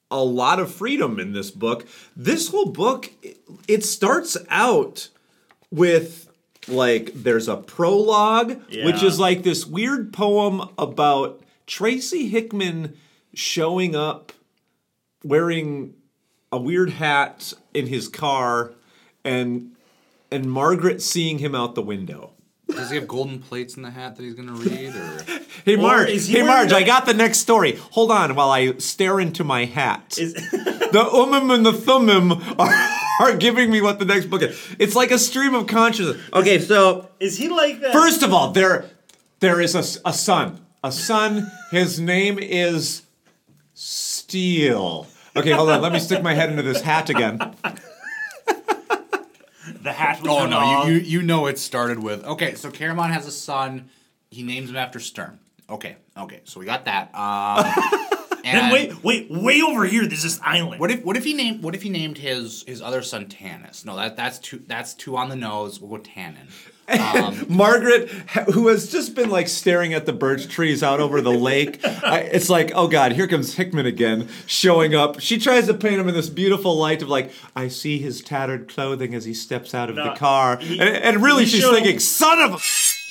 a lot of freedom in this book. This whole book, it- it starts out with like there's a prologue, which
Yeah.
is like this weird poem about Tracy Hickman showing up wearing a weird hat in his car and and Margaret seeing him out the window.
Does he have golden plates in the hat that he's gonna read? (laughs) Or
Hey Marge,
is he
hey
wearing
Marge,
the-
I got the next story. Hold on while I stare into my hat.
(laughs)
the umum and the thummim are, (laughs) are giving me what the next book is. It's like a stream of consciousness. Okay, so
Is he like that?
first of all, there there is a, s- a son. A son, his name is Steel. Okay, hold on, let me stick my head into this hat again.
the hat.
was
Oh no,
wrong.
you, you you know it started with okay. So Caramon has a son. He names him after Stern. Okay, okay. So we got that. (laughs) Um,
Then wait-
wait, way over here. There's this island. What if what if he named what if he named his his other son Tanis? No, that that's too that's too on the nose. We'll go Tannen.
Margaret, ha- who has just been like staring at the birch trees out over the lake, I, it's like, oh God, here comes Hickman again, showing up. She tries to paint him in this beautiful light of like, I see his tattered clothing as he steps out of
No,
the car,
he-
and, and really
he
she's
showed-
thinking, son of a.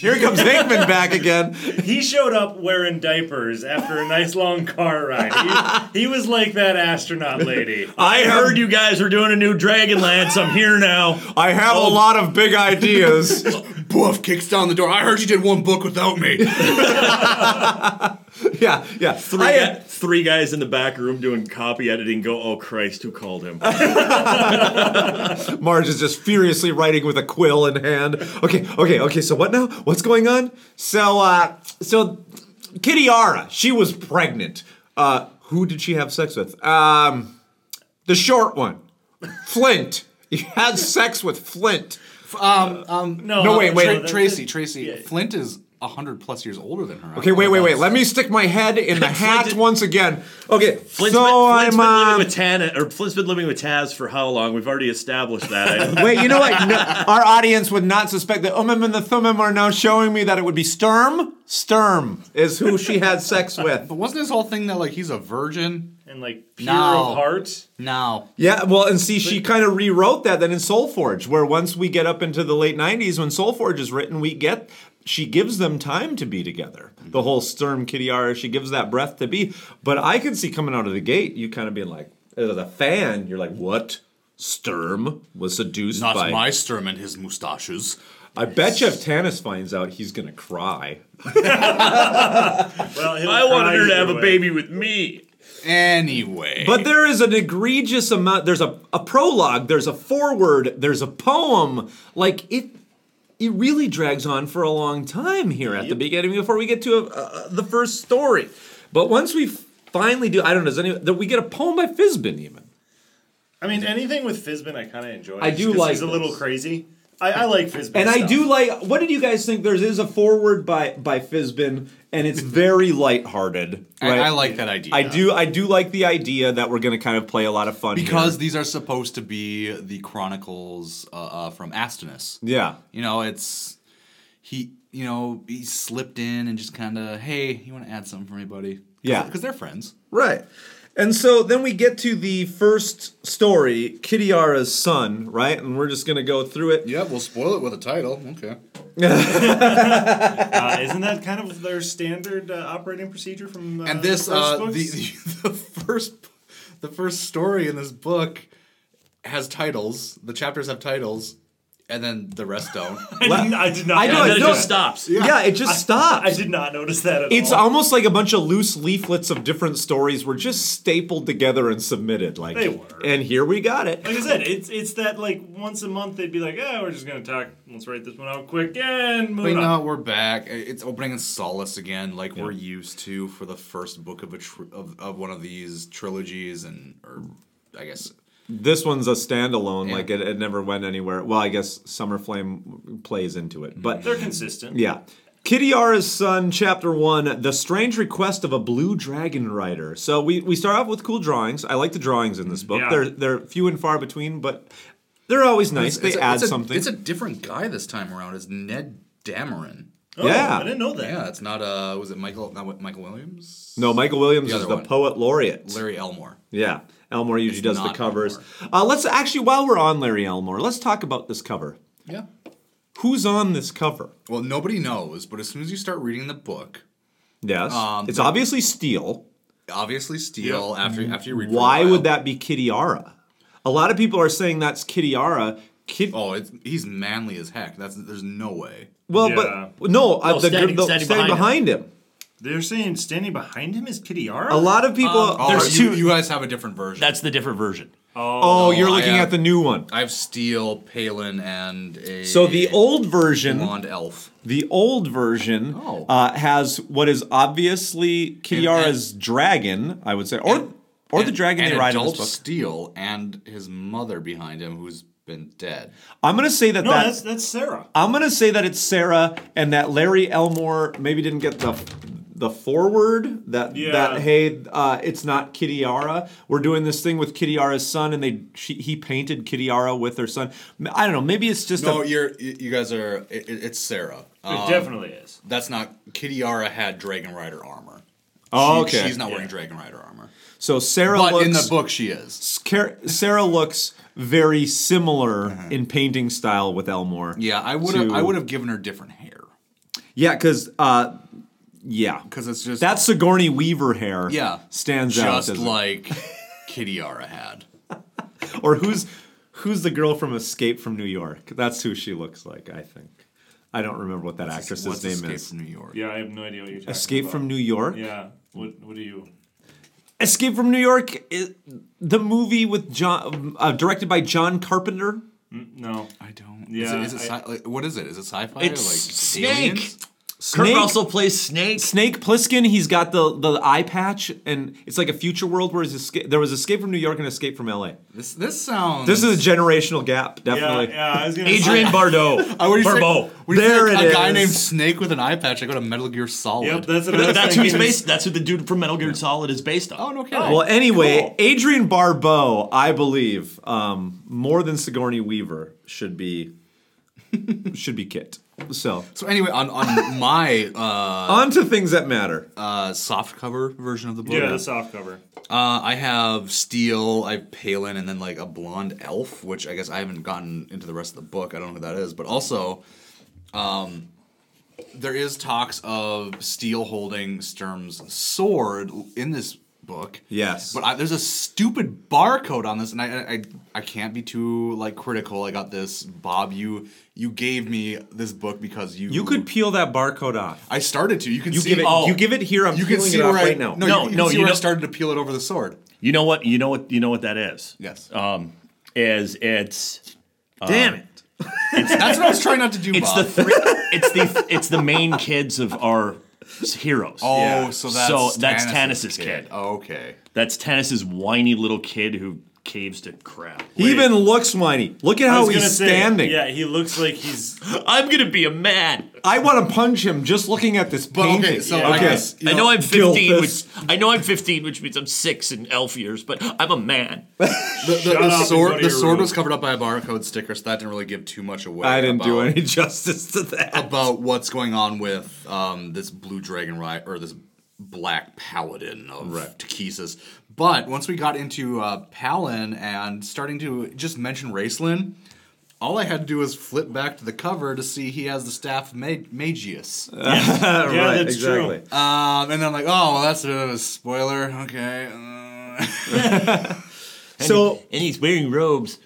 Here comes Hickman back again.
He showed up wearing diapers after a nice long car ride. He, he was like that astronaut lady.
I heard you guys were doing a new Dragonlance. I'm here now.
I have
Oh.
a lot of big ideas.
(laughs)
Boof kicks down the door. I heard you did one book without me.
yeah, yeah.
Three, gu- three guys in the back room doing copy editing go, oh Christ, who called him?
Uh, Marge is just furiously writing with a quill in hand. Okay, okay, okay. So what now? What's going on? So, uh, so Kitty Ara, she was pregnant. Uh, who did she have sex with? Um, the short one, Flint. He had sex with Flint.
Um, um,
No, No,
uh,
wait, wait.
Tra- (laughs)
no,
Tracy, Tracy. Flint is hundred plus years older than her.
Okay, wait, wait, wait. Let me stick my head
(laughs)
in the hat once again. Okay,
Flint's
so
been, Flint's
I'm.
been
Uh,
living with Tana, or Flint's been living with Taz for how long? We've already established that. I
(laughs)
don't-
Wait, you know what? No, our audience would not suspect that Umim and the Thummim are now showing me that it would be Sturm. Sturm is who she had sex with.
But wasn't this whole thing that like he's a virgin
and like
pure of
heart?
No.
Yeah, well, and see, she kind of rewrote that then in Soulforge, where once we get up into the late '90s, when Soulforge is written, we get she gives them time to be together. The whole Sturm Kittyara, she gives that breath to be. But I could see coming out of the gate, you kind of being like, as a fan, you're like, what? Sturm was seduced
Not
by
my Sturm and his mustaches.
I bet you if Tanis finds out, he's gonna cry.
I wanted her to have a baby with me.
Anyway.
But there is an egregious amount. There's a, a prologue. There's a foreword. There's a poem. Like it, it really drags on for a long time here at the beginning before we get to uh uh the first story. But once we finally do, I don't know. Does any that we get a poem by Fizbin even?
I mean, anything with Fizbin, I kind of enjoy.
I do
Just 'cause
like
He's a
this.
little crazy. I, I like Fizbin.
And I
stuff.
do like. What did you guys think? There is a foreword by by Fizbin, and (laughs) it's very lighthearted.
I-
right?
I like uh, that idea.
I do. I do like the idea that we're going to kind of play a lot of fun here.
Because these are supposed to be the chronicles uh, uh, from Astinus.
Yeah.
You know, it's he. You know, he slipped in and just kind of, hey, you want to add something for me, buddy?
Yeah.
because they're friends.
Right. And so then we get to the first story, Kittyara's son, right? And we're just going to go through it.
Yeah, we'll spoil it with a title. Okay.
Uh, isn't that kind of their standard uh, operating procedure from? Uh,
and this
first
uh, the, (laughs)
books?
the the first the first story in this book has titles. The chapters have titles, and then the rest
(laughs)
don't.
I, did, I did not. notice that.
Yeah, it just
I-
stops.
I did not notice that at
It's
all.
almost like a bunch of loose leaflets of different stories were just stapled together and submitted. Like,
They were.
and here we got it.
Like I said, it's it's that like once a month they'd be like, "Yeah, we're just gonna talk. Let's write this one out quick and move
But uh,
on."
now we're back. It's opening in solace again, like we're used to for the first book of a tr- of, of one of these trilogies, and or I guess
This one's a standalone. Like it, it never went anywhere. Well, I guess Summerflame plays into it, but
They're consistent.
Yeah. Kittyara's Son, Chapter 1, The Strange Request of a Blue Dragon Rider. So we, we start off with cool drawings. I like the drawings in this book.
Yeah.
They're they're few and far between, but they're always nice.
It's-
they
it's a-
add
it's a-
something.
It's a different guy this time around. It's Ned Dameron. Oh,
yeah.
I didn't know that. Yeah, it's not. Uh, was it Michael? Not what, Michael Williams.
No, Michael Williams
The
is
other
the
one.
poet laureate.
Larry Elmore.
Yeah, Elmore usually
It's
does the
not
covers. Uh, let's actually, while we're on Larry Elmore, let's talk about this cover.
Yeah.
Who's on this cover?
Well, nobody knows, but as soon as you start reading the book,
Yes,
Um,
it's obviously Steele.
obviously Steele. After after you read, for a
Why
while-
would that be Kitiara? A lot of people are saying that's Kitiara. Kid-
oh, it's, he's manly as heck. That's there's no way.
Well, but no, uh,
No,
the,
standing-
the,
standing
standing
behind
behind him.
They're saying standing behind him is Kitty R.
A lot of people.
there's Oh, you, two. You guys have a different version. That's
the different version.
Oh, you're looking at the new one.
I have Steele, Palin, and a
So the old version,
blonde elf.
the old version
Oh.
uh, has what is obviously Kiara's dragon, I would say, or or the dragon
and
they ride in
adult
this book.
Steele and his mother behind him, who's been dead.
I'm gonna say that
No,
that-
that's-
that's Sarah.
I'm gonna say that it's Sarah and that Larry Elmore maybe didn't get the the forward that
Yeah.
that hey uh, it's not Kitiara. We're doing this thing with Kitiara's son and they she, he painted Kitiara with her son. I don't know. Maybe it's just
no,
a,
you're you you guys are. It, it- it's Sarah. Um,
definitely is.
That's not. Kitiara had Dragon Rider armor.
Oh,
She-
okay.
She's not wearing Dragon Rider armor.
So Sarah
But
looks
in the book, she is.
Scar- Sarah looks very similar in painting style with Elmore.
Uh-huh. Yeah, I would have. I would have given her different hair.
Yeah, because uh, yeah, because
it's just
that Sigourney Weaver hair.
Yeah,
stands
just
out.
just
doesn't it?
like Kitiara had.
or who's who's the girl from Escape from New York? That's who she looks like. I think. I don't remember what that actress's
what's
name
Escape
is.
from New York.
Yeah, I have no idea what you're talking
Escape
about.
from New York?
Yeah. What What do you?
Escape from New York, is the movie with John, uh, directed by John Carpenter.
No,
I don't.
Yeah,
is it, is it
I-
sci- like, what is it? Is it sci-fi?
It's
like
Snake.
aliens?
Kurt Russell plays Snake.
Snake Plissken. He's got the the eye patch, and it's like a future world where his escape, there was Escape from New York and Escape from L.A.
This this sounds.
This is a generational gap, definitely.
Adrian Bardot. (laughs)
I would
Barbeau.
Barbeau.
There
a
it is.
guy named Snake with an eye patch. I go to Metal Gear Solid.
that's who he's based. That's who the dude from Metal Gear Solid is based on. Oh
no
well, anyway, Adrian Barbeau, I believe, um, more than Sigourney Weaver should be should be Kit. So
So anyway, on on (laughs) my uh,
on to things that matter.
Uh, soft cover version of the book.
Yeah, the soft cover.
Uh, I have Steel, I have Palin, and then like a blonde elf, which I guess I haven't gotten into the rest of the book. I don't know who that is, but also, um, there is talks of Steel holding Sturm's sword in this book.
Yes.
but I, there's a stupid barcode on this, and I, I I can't be too like critical. I got this, Bob. You you gave me this book because you
You could peel that barcode off.
I started to. You can
You
see oh,
give it- you give it here. I'm
you can
peeling
see
it off
where I,
right now.
No,
No,
you, you
no,
Can see
you
where
know-
I started to peel it over the sword.
You know what? You know what? You know what that is?
Yes.
Um, is it's.
Damn
it.
That's what I was trying not to do.
(laughs) It's
Bob.
the three, it's the it's the main kids of our s- heroes.
Oh, so that's
Tannis's
Tannis's
kid.
kid. Oh, okay.
That's Tannis's whiny little kid who caves to crap.
He even looks whiny. Look at
I
how
was gonna
he's
say,
standing.
Yeah, he looks like he's.
I'm gonna be a man.
I want to punch him just looking at this
But
painting.
okay, so I guess, I know I'm 15, which I know I'm 15, which means I'm six in elf years, but I'm a man.
The, the,
Shut up
the
and go
sword,
to
the
your
sword
room.
was covered up by a barcode sticker, so that didn't really give too much away.
I didn't do
about-
any (laughs) justice to that.
about what's going on with um, this blue dragon right or this black paladin of right. But once we got into uh, Palin and starting to just mention Raceland, all I had to do was flip back to the cover to see he has the staff of Mag- Magius.
Yeah, (laughs) Right, that's true. exactly.
Um, and then I'm like, oh, well, that's a bit of a spoiler. Okay. Uh, (laughs)
So Uh,
and he's wearing robes.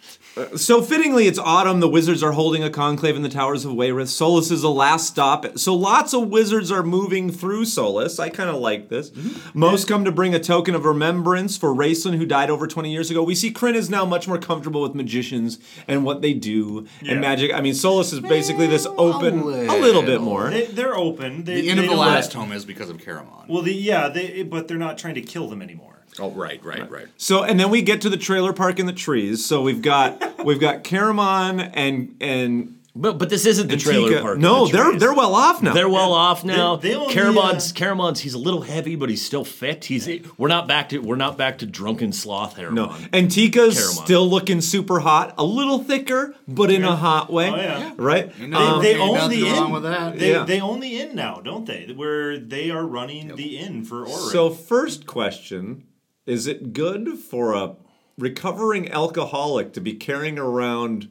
So fittingly, it's autumn. The wizards are holding a conclave in the towers of Weyrith. Solus is the last stop. So lots of wizards are moving through Solus. I kind of like this.
Mm-hmm.
Most come to bring a token of remembrance for Raceland, who died over 20 years ago. We see Kryn is now much more comfortable with magicians and what they do
Yeah.
and magic. I mean, Solus is basically this open, a little, bit more.
They, they're open. They,
the end
they
of the
don't let-
last tome is because of Caramon.
Well, the yeah, they but they're not trying to kill them anymore.
Oh, right, right, right.
So and then we get to the trailer park in the trees. So we've got we've got Caramon and and
But but this isn't the
And
trailer
Tika-
park.
no,
of the
they're-
trees.
they're well off now.
They're well
Yeah.
off now.
They- uh, they only,
Caramon's Caramon's he's a little heavy, but he's still fit. He's we're not back to we're not back to drunken sloth Haramon.
No, and Tika's
Caramon.
still looking super hot, a little thicker, but in a hot way.
Oh, yeah.
Right? Um,
they, they own the inn. They,
Yeah.
they own the inn now, don't they? Where they are running the inn for Orin.
So, first question Is it good for a recovering alcoholic to be carrying around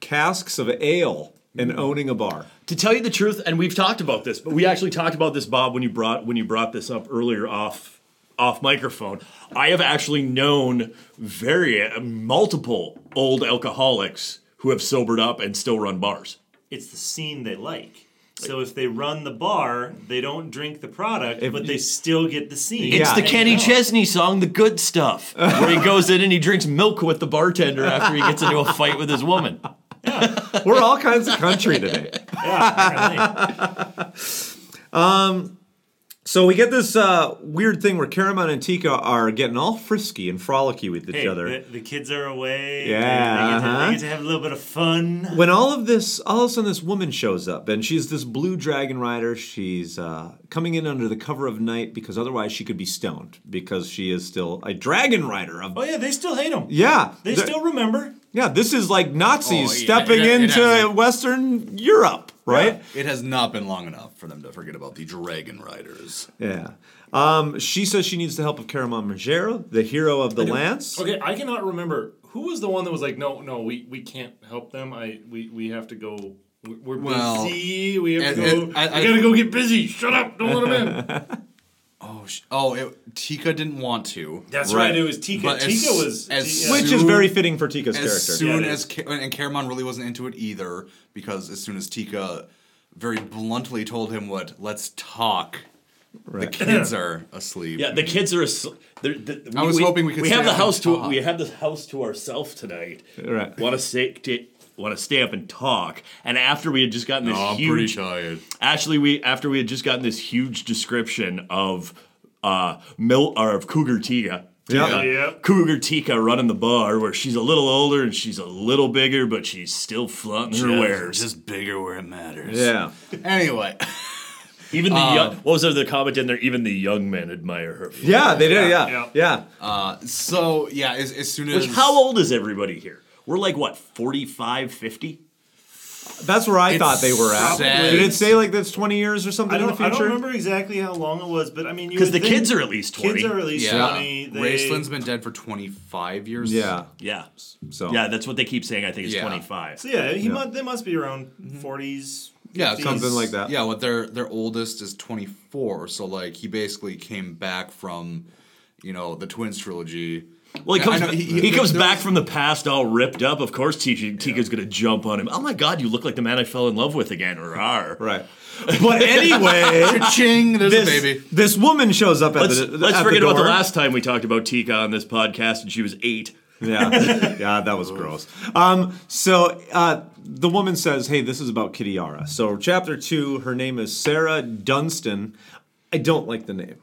casks of ale and
Mm.
owning a bar?
To tell you the truth, and we've talked about this, but we actually talked about this, Bob, when you brought when you brought this up earlier off off microphone. I have actually known very uh, multiple old alcoholics who have sobered up and still run bars.
it's the scene they like. So if they run the bar, they don't drink the product, but they still get the scene.
It's the
And
Kenny
go.
Chesney song, The Good Stuff, where he goes in and he drinks milk with the bartender after he gets into a fight with his woman.
We're all kinds of country today. (laughs) um, so we get this uh, weird thing where Caramon and Tika are getting all frisky and frolicky with each
Hey,
other.
The, the kids are away.
Yeah,
they, they get to,
uh-huh.
they get to have a little bit of fun.
when all of this, all of a sudden, this woman shows up, and she's this blue dragon rider. She's uh, coming in under the cover of night because otherwise she could be stoned because she is still a dragon rider. Of
Oh yeah, they still hate them.
yeah,
They
They're-
still remember.
yeah. This is like Nazis
Oh, yeah,
stepping
it- it
into
has-
Western Europe, right?
It has not been long enough for them to forget about the Dragon Riders.
Yeah. Um, she says she needs the help of Caramon Margera, the hero of the Lance.
Okay, I cannot remember who was the one that was like, no, no, we, we can't help them. I we, we have to go. we- We're
Well,
busy. We have to
and-
go.
and I-
I,
I-
gotta go get busy. Shut up! Don't let them in.
Oh, sh- oh, it, Tika didn't want to.
That's right, Right. it was Tika.
But as-
Tika was-
as
Which is
soon-
very fitting for Tika's
as
character.
Soon
Yeah, it
as Ka- and Caramon really wasn't into it either because as soon as Tika very bluntly told him what let's talk,
Right.
the kids are asleep.
Yeah, the kids are. Asl- they're, they
I was hoping we could
We
stay
have the
up
house
and
to.
talk.
We have the house to ourselves tonight.
Right.
Want to stay? Want to stay up and talk? And after we had just gotten this
No, I'm pretty
huge.
tired.
Actually, we after we had just gotten this huge description of uh Mil or of Cougar Tika.
Yeah.
Tika.
Yeah.
Cougar Tika running the bar where she's a little older and she's a little bigger, but she's still flaunting her
Just-
wares.
just bigger where it matters.
Yeah.
Anyway,
Even the
Um,
young, what was there the comment in there? Even the young men admire her.
Yeah, they do, yeah,
yeah.
Uh, so yeah, as, as soon as
Which, how old is everybody here? We're like what 45, 50?
That's where I
It
thought they were at.
says-
Did it say like that's 20 years or something
I
in
don't,
the
I don't
future?
remember exactly how long it was, but I mean, you
'Cause
would
the
think
kids are at least 20.
Kids are at least
Yeah.
twenty. They,
Raceland's been dead for 25 years.
Yeah.
Yeah.
So
yeah, that's what they keep saying. I think it's twenty five.
So yeah, he must. They must be around 40s
Yeah,
50s.
because- Yeah, what their their oldest is 24, so like he basically came back from, you know, the Twins trilogy.
Well, he
Yeah, I
comes,
know,
he, comes
there-
back from the past all ripped up. Of course, Tika, Tika's gonna jump on him. Oh my God, you look like the man I fell in love with again. Or (laughs)
Right.
(laughs)
But anyway,
Cha-ching, there's a
this,
baby.
This woman shows up at
Let's,
the.
let's
at
forget
the
about the
door.
last time we talked about Tika on this podcast, and she was eight.
Yeah, yeah, that was gross. Um, so uh, the woman says, "Hey, this is about Kitiara." So chapter two, her name is Sarah Dunstan. I don't like the name.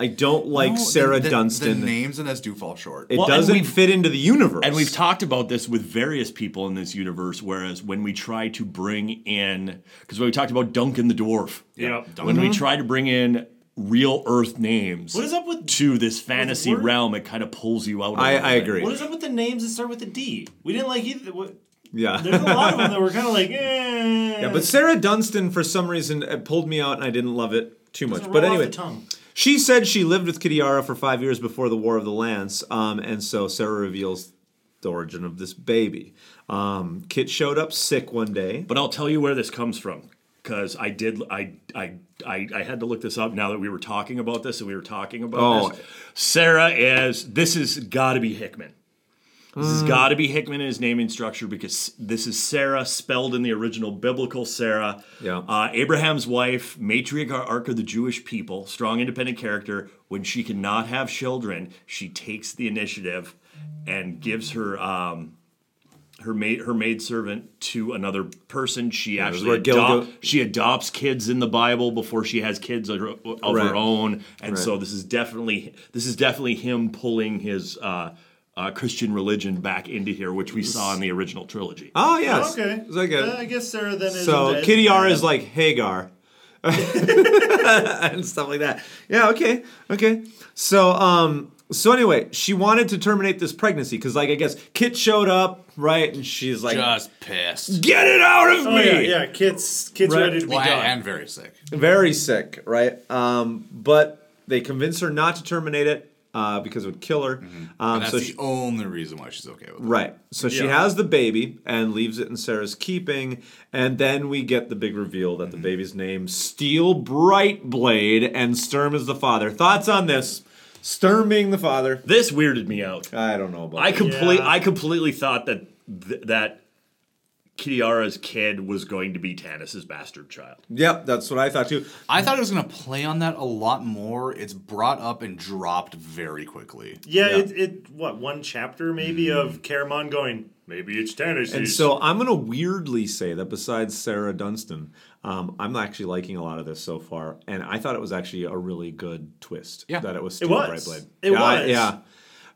I don't like
No, the-
Sarah
the-
Dunstan.
The names in this do fall short.
It doesn't
we've-
fit into the universe.
And we've talked about this with various people in this universe. Whereas when we try to bring in, because when we talked about Duncan the dwarf,
Yeah.
when we
Mhm.
try to bring in real Earth names,
What is up with-
to this fantasy realm? It kind of pulls you out. a little bit.
What is up with the names that start with a D? We didn't like either. What,
Yeah.
there's a lot of them that were kind of like, eh.
Yeah, but Sarah Dunstan, for some reason, it pulled me out, and I didn't love it too much.
Doesn't
But
roll off
anyway,
the tongue.
she said she lived with Kitiara for five years before the War of the Lance, um, and so Sarah reveals the origin of this baby. Um, Kit showed up sick one day.
But I'll tell you where this comes from because I did I, I I I had to look this up now that we were talking about this and we were talking about
Oh.
this. Sarah is this has got to be Hickman. This has
Mm.
got to be Hickman in his naming structure because this is Sarah spelled in the original biblical Sarah.
Yeah.
Uh, Abraham's wife, matriarch of the Jewish people, strong, independent character. When she cannot have children, she takes the initiative and gives her um, her maid her maid servant to another person. She
Yeah, this is
actually
where Gil go-
adop- she adopts kids in the Bible before she has kids of her, of
Right.
her own, and
Right.
so this is definitely this is definitely him pulling his uh, uh, Christian religion back into here, which we saw in the original trilogy.
Oh yes.
Okay.
It's like a-
Uh, I guess Sarah then is.
So Kittyara is like Hagar. (laughs) and stuff like that. Yeah, okay. Okay. So um so anyway, she wanted to terminate this pregnancy cuz like I guess Kit showed up, right? And she's like
Just pissed.
Get it out of
Oh,
me.
yeah, yeah, Kit's Kit's
Right.
ready to be
Well, and-
gone.
and very sick.
Very sick, right? Um but they convince her not to terminate it uh because it would kill her. Um
Mm-hmm. And that's
so
the
she,
only reason why she's okay with it.
Right. So she
Yeah.
has the baby and leaves it in Sarah's keeping, and then we get the big reveal that the baby's name Steel Brightblade and Sturm is the father. Thoughts on this? Sturm being the father.
This weirded me out.
I don't know about.
I
that.
complete. I completely thought that th- that Kitiara's kid was going to be Tannis's bastard child.
Yep, that's what I thought too.
I thought it was going to play on that a lot more. It's brought up and dropped very quickly.
yeah, It, it what one chapter maybe
Mm.
of Caramon going. Maybe it's tennis.
And so I'm going to weirdly say that besides Sarah Dunstan, um, I'm actually liking a lot of this so far, and I thought it was actually a really good twist. Yeah, that it was
It
Steel
was.
Brightblade.
It
yeah, I-
was.
yeah.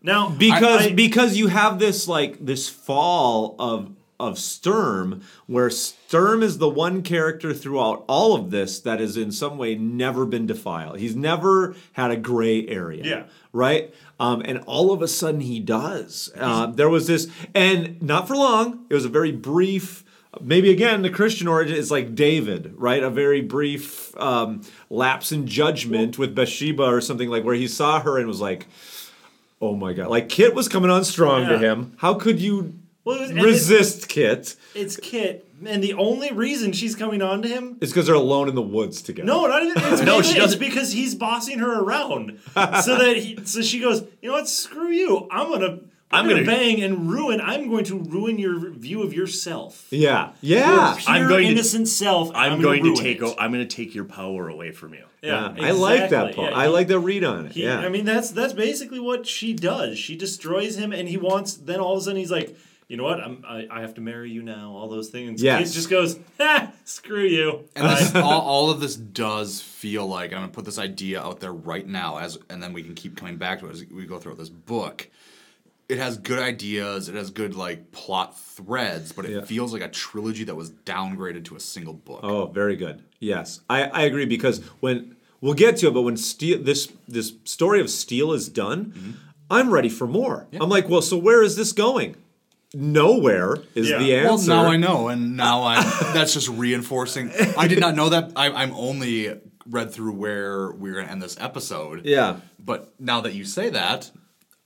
now
because
I- I-
because you have this like this fall of of Sturm, where Sturm is the one character throughout all of this that has in some way never been defiled. He's never had a gray area.
Yeah.
Right. Um, and all of a sudden he does. Uh, there was this, and not for long. It was a very brief. Maybe again, the Christian origin is like David, right? A very brief um, lapse in judgment with Bathsheba or something like where he saw her and was like, Oh my god! Like Kit was coming on strong to
Yeah.
him. How could you
Well, and it-
resist Kit?
it's Kit, and the only reason she's coming on to him (laughs)
It's because they're alone in the woods together.
No, not even. It's
No,
no,
she
she
doesn't.
because he's bossing her
(laughs)
around, so that he, so she goes. You know what? Screw you. I'm gonna. I'm, gonna, bang and ruin. I'm going to ruin your view of yourself.
Yeah, yeah.
Your pure innocent self.
I'm,
I'm
going
gonna ruin
to take.
it.
O- I'm going to take your power away from you.
Yeah,
Yeah,
I like that
exactly.
part.
Yeah,
I
he-
like that read on it.
He,
yeah,
I mean, that's that's basically what she does. She destroys him, and he wants. Then all of a sudden, he's like, you know what? I'm, I, I have to marry you now. All those things. Yeah. He
Yes.
just goes, (laughs) ha, screw you.
And
(laughs)
this,
Bye."
all, all of this does feel like, and I'm gonna put this idea out there right now, as and then we can keep coming back to it as we go through this book. It has good ideas, it has good like plot threads, but it feels like a trilogy that was downgraded to a single book.
Oh, very good. Yes, I, I agree because when we'll get to it, but when steel this this story of steel is done,
Mm-hmm.
I'm ready for more. I'm like, well, so where is this going? Nowhere is the answer.
Well, now I know, and now
(laughs)
I that's just reinforcing. I did not know that. I, I'm only read through where we're gonna end this episode.
Yeah.
But now that you say that,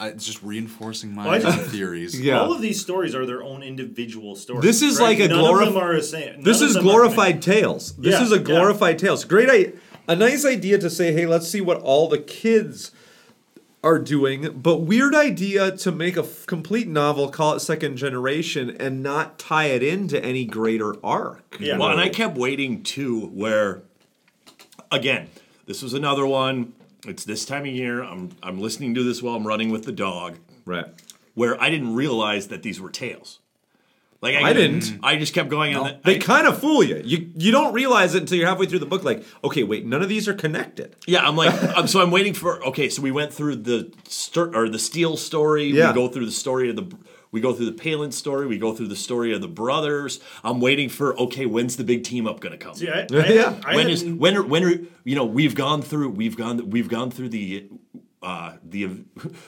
I, it's just reinforcing my
Well, I
(laughs)
just-
theories.
All of these stories are their own individual stories.
This is
right?
like a
None
glorif-
of them are the same.
This
None of
is
them are
glorified tales. This
Yeah,
is a
yeah.
glorified tales. Great, I, a nice idea to say, hey, let's see what all the kids are doing. But weird idea to make a f- complete novel, call it second generation, and not tie it into any greater arc.
Well, and I kept waiting too, where again, this was another one. It's this time of year. I'm I'm listening to this while I'm running with the dog.
Right.
Where I didn't realize that these were tails. Like
I didn't.
I just kept going on. The,
They kind of fool you. You you don't realize it until you're halfway through the book. Like, okay, wait, none of these are connected.
Yeah, I'm like, I'm, so I'm waiting for. Okay, so we went through the stir or the steel story.
Yeah.
We go through the story of the. We go through the Palin story. We go through the story of the brothers. I'm waiting for. Okay, when's the big team up going to come?
(laughs)
See, I- I
When
Yeah. hadn't- I
is
hadn't-
when are when are you know we've gone through we've gone we've gone through the. Uh, the (laughs)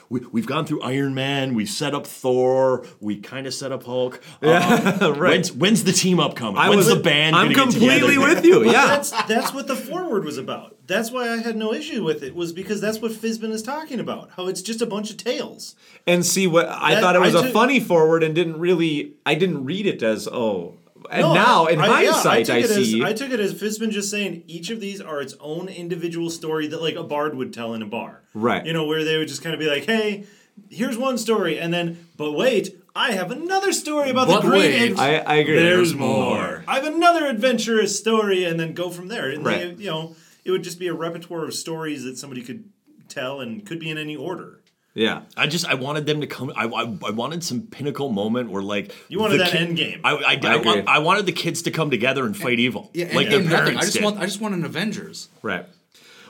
we, we've gone through Iron Man. We've set up Thor. We kind of set up Hulk. Um,
Yeah, (laughs) right.
When's, when's the team up coming?
I
when's
was-
the band?
I'm
gonna get
completely
together?
with you.
But (laughs)
Yeah.
that's that's what the forward was about. That's why I had no issue with it was because that's what Fizbin is talking about. How it's just a bunch of tales.
And see what I
That-
thought it was
I
a
took-
funny forward, and didn't really. I didn't read it as oh. And
No,
now, in
yeah,
hindsight,
took
I,
it as-
see.
I took it as Fizbin just saying each of these are its own individual story that like a bard would tell in a bar.
Right.
You know, where they would just kind of be like, "Hey, here's one story," and then, "But wait, I have another story about
But
the great."
wait,
ad-
I- I agree. There's more.
I have another adventurous story, and then go from there. And
Right.
they- you know, it would just be a repertoire of stories that somebody could tell and could be in any order.
Yeah,
I just I wanted them to come. I I, I wanted some pinnacle moment where like
You wanted
the
that end game.
I I, I,
agree.
want- I wanted the kids to come together and fight evil.
Yeah, and,
like
and
their
nothing.
parents
I just
did.
want I just want an Avengers.
Right.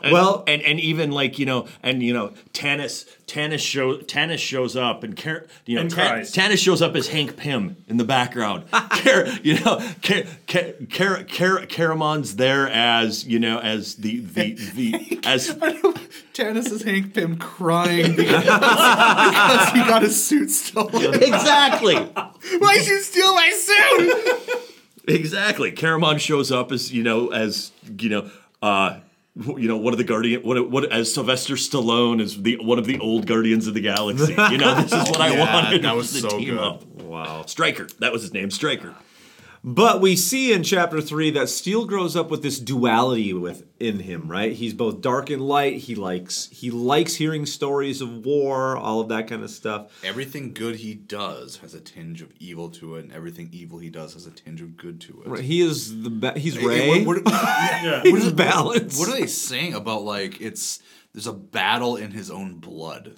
And-
Well-
and and even like you know, and you know, Tannis Tannis show Tannis shows up and Car- you know
And
Tan-
cries.
Tannis shows up as Hank Pym in the background. Car- you know, Car- Car- Car- Car- Caramon's there as you know as the the the as
Tannis is Hank Pym crying because, (laughs) because he got his suit stolen. (laughs)
Exactly.
Why'd you steal my suit?
Exactly. Caramon shows up as you know, as you know, uh, wh- you know, one of the guardian, what, what as Sylvester Stallone is the one of the old Guardians of the Galaxy. You know, this is what
(laughs)
I
Yeah,
wanted.
that was
the
so
team
good.
up. Wow. Striker. That was his name. Striker.
But we see in chapter three that Steel grows up with this duality within him, right? He's both dark and light. He likes he likes hearing stories of war, all of that kind of stuff.
Everything good he does has a tinge of evil to it, and everything evil he does has a tinge of good to it.
Right, He is the ba- he's
Hey,
Ray.
what-
(laughs)
what-
(laughs) He's
what are-
balanced.
What are they saying about like it's there's a battle in his own blood?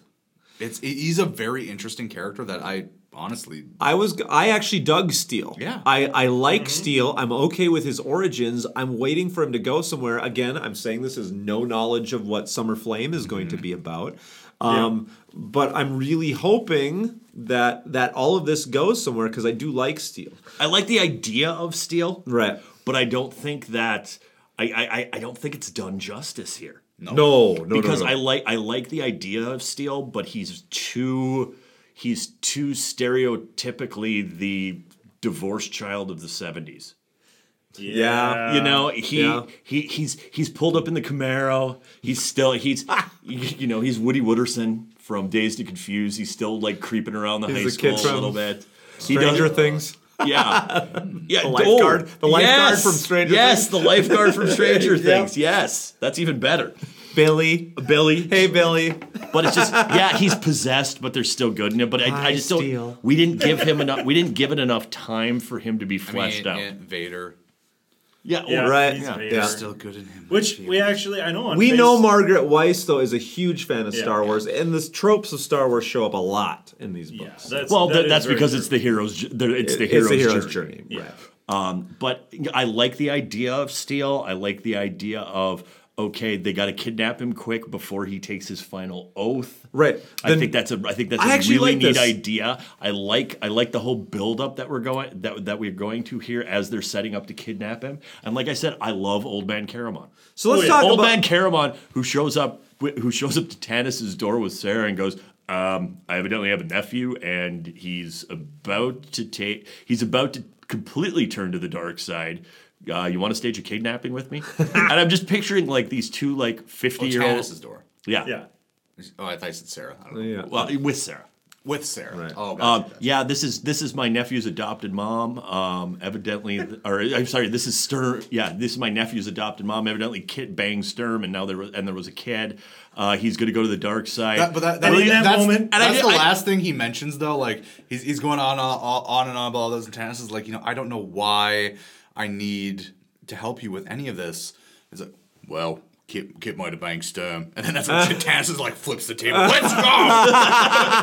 It's he's a very interesting character that I honestly
I was I actually dug Steel.
Yeah.
I, I like Steel. I'm okay with his origins. I'm waiting for him to go somewhere. Again, I'm saying this is no knowledge of what Summer Flame is going to be about. Um, but I'm really hoping that that all of this goes somewhere because I do like Steel.
I like the idea of Steel,
Right.
but I don't think that I I, I- I don't think it's done justice here.
No. No, no, no,
because
no.
I like I like the idea of Steel, but he's too he's too stereotypically the divorced child of the seventies. Uh,
Yeah.
you know he
Yeah.
he he's he's pulled up in the Camaro. He's still
(laughs)
he's you know he's Woody Wooderson from Dazed and Confused. He's still like creeping around the
He's
high
the
school
kid
a
from
little bit.
Stranger Things.
Yeah.
(laughs)
Yeah.
The lifeguard- the lifeguard
yes,
from Stranger Things.
yes, the lifeguard
(laughs)
from Stranger
Yep.
Things. Yes. That's even better.
Billy.
Billy.
Hey Billy.
But it's just yeah, he's possessed, but there's still good in him. But I, I
Hi,
just don't
Steel.
we didn't give him enough we didn't give it enough time for him to be
I
fleshed
mean,
out.
Aunt Vader.
yeah,
Yeah,
or-
right.
he's
Yeah.
Vader.
Yeah.
Still good in him.
Which we actually, I know on
We
Face-
know Margaret Weiss though is a huge fan of
Yeah.
Star Wars, and the tropes of Star Wars show up a lot in these books.
That's,
well,
that
th-
is
that's
very
because
true.
it's the hero's. ju- the- It's the
It's
hero's,
the hero's
journey.
journey,
Yeah. right.
Um, but I like the idea of Steel. I like the idea of okay, they got to kidnap him quick before he takes his final oath.
Right.
I
Then-
think that's a. I think that's
I
a
actually
really
like
neat
this.
idea. I like. I like the whole build up that we're going that that we're going to here as they're setting up to kidnap him. And like I said, I love Old Man Caramon.
So let's
Oh, yeah.
talk
Old
about
man Caramon, who shows up, wi- who shows up to Tannis's door with Sarah and goes, um, "I evidently have a nephew, and he's about to take. He's about to completely turn to the dark side." Uh, you want to stage a kidnapping with me? and I'm just picturing like these two like 50
Oh,
year
Tannis's
olds.
door.
Yeah.
Yeah.
Oh, I thought you said Sarah. I don't know.
Yeah.
Well, with Sarah.
With Sarah.
Right.
Oh, gotcha,
Um,
gotcha.
yeah, this is this is my nephew's adopted mom. Um, evidently, or I'm sorry, this is Sturm. Yeah, this is my nephew's adopted mom. Evidently, Kit banged Sturm, and now there was, and there was a kid. Uh, he's going to go to the dark side.
That- but that, that,
And in that
that's,
moment-
that's
and I-
the
I-
last thing he mentions though. Like he's, he's going on uh, on and on about all those antennas. Is like you know I don't know why I need to help you with any of this. It's like well. Kip, Kip might have banged Sturm. And then that's when Tannis is like flips the table. Let's go!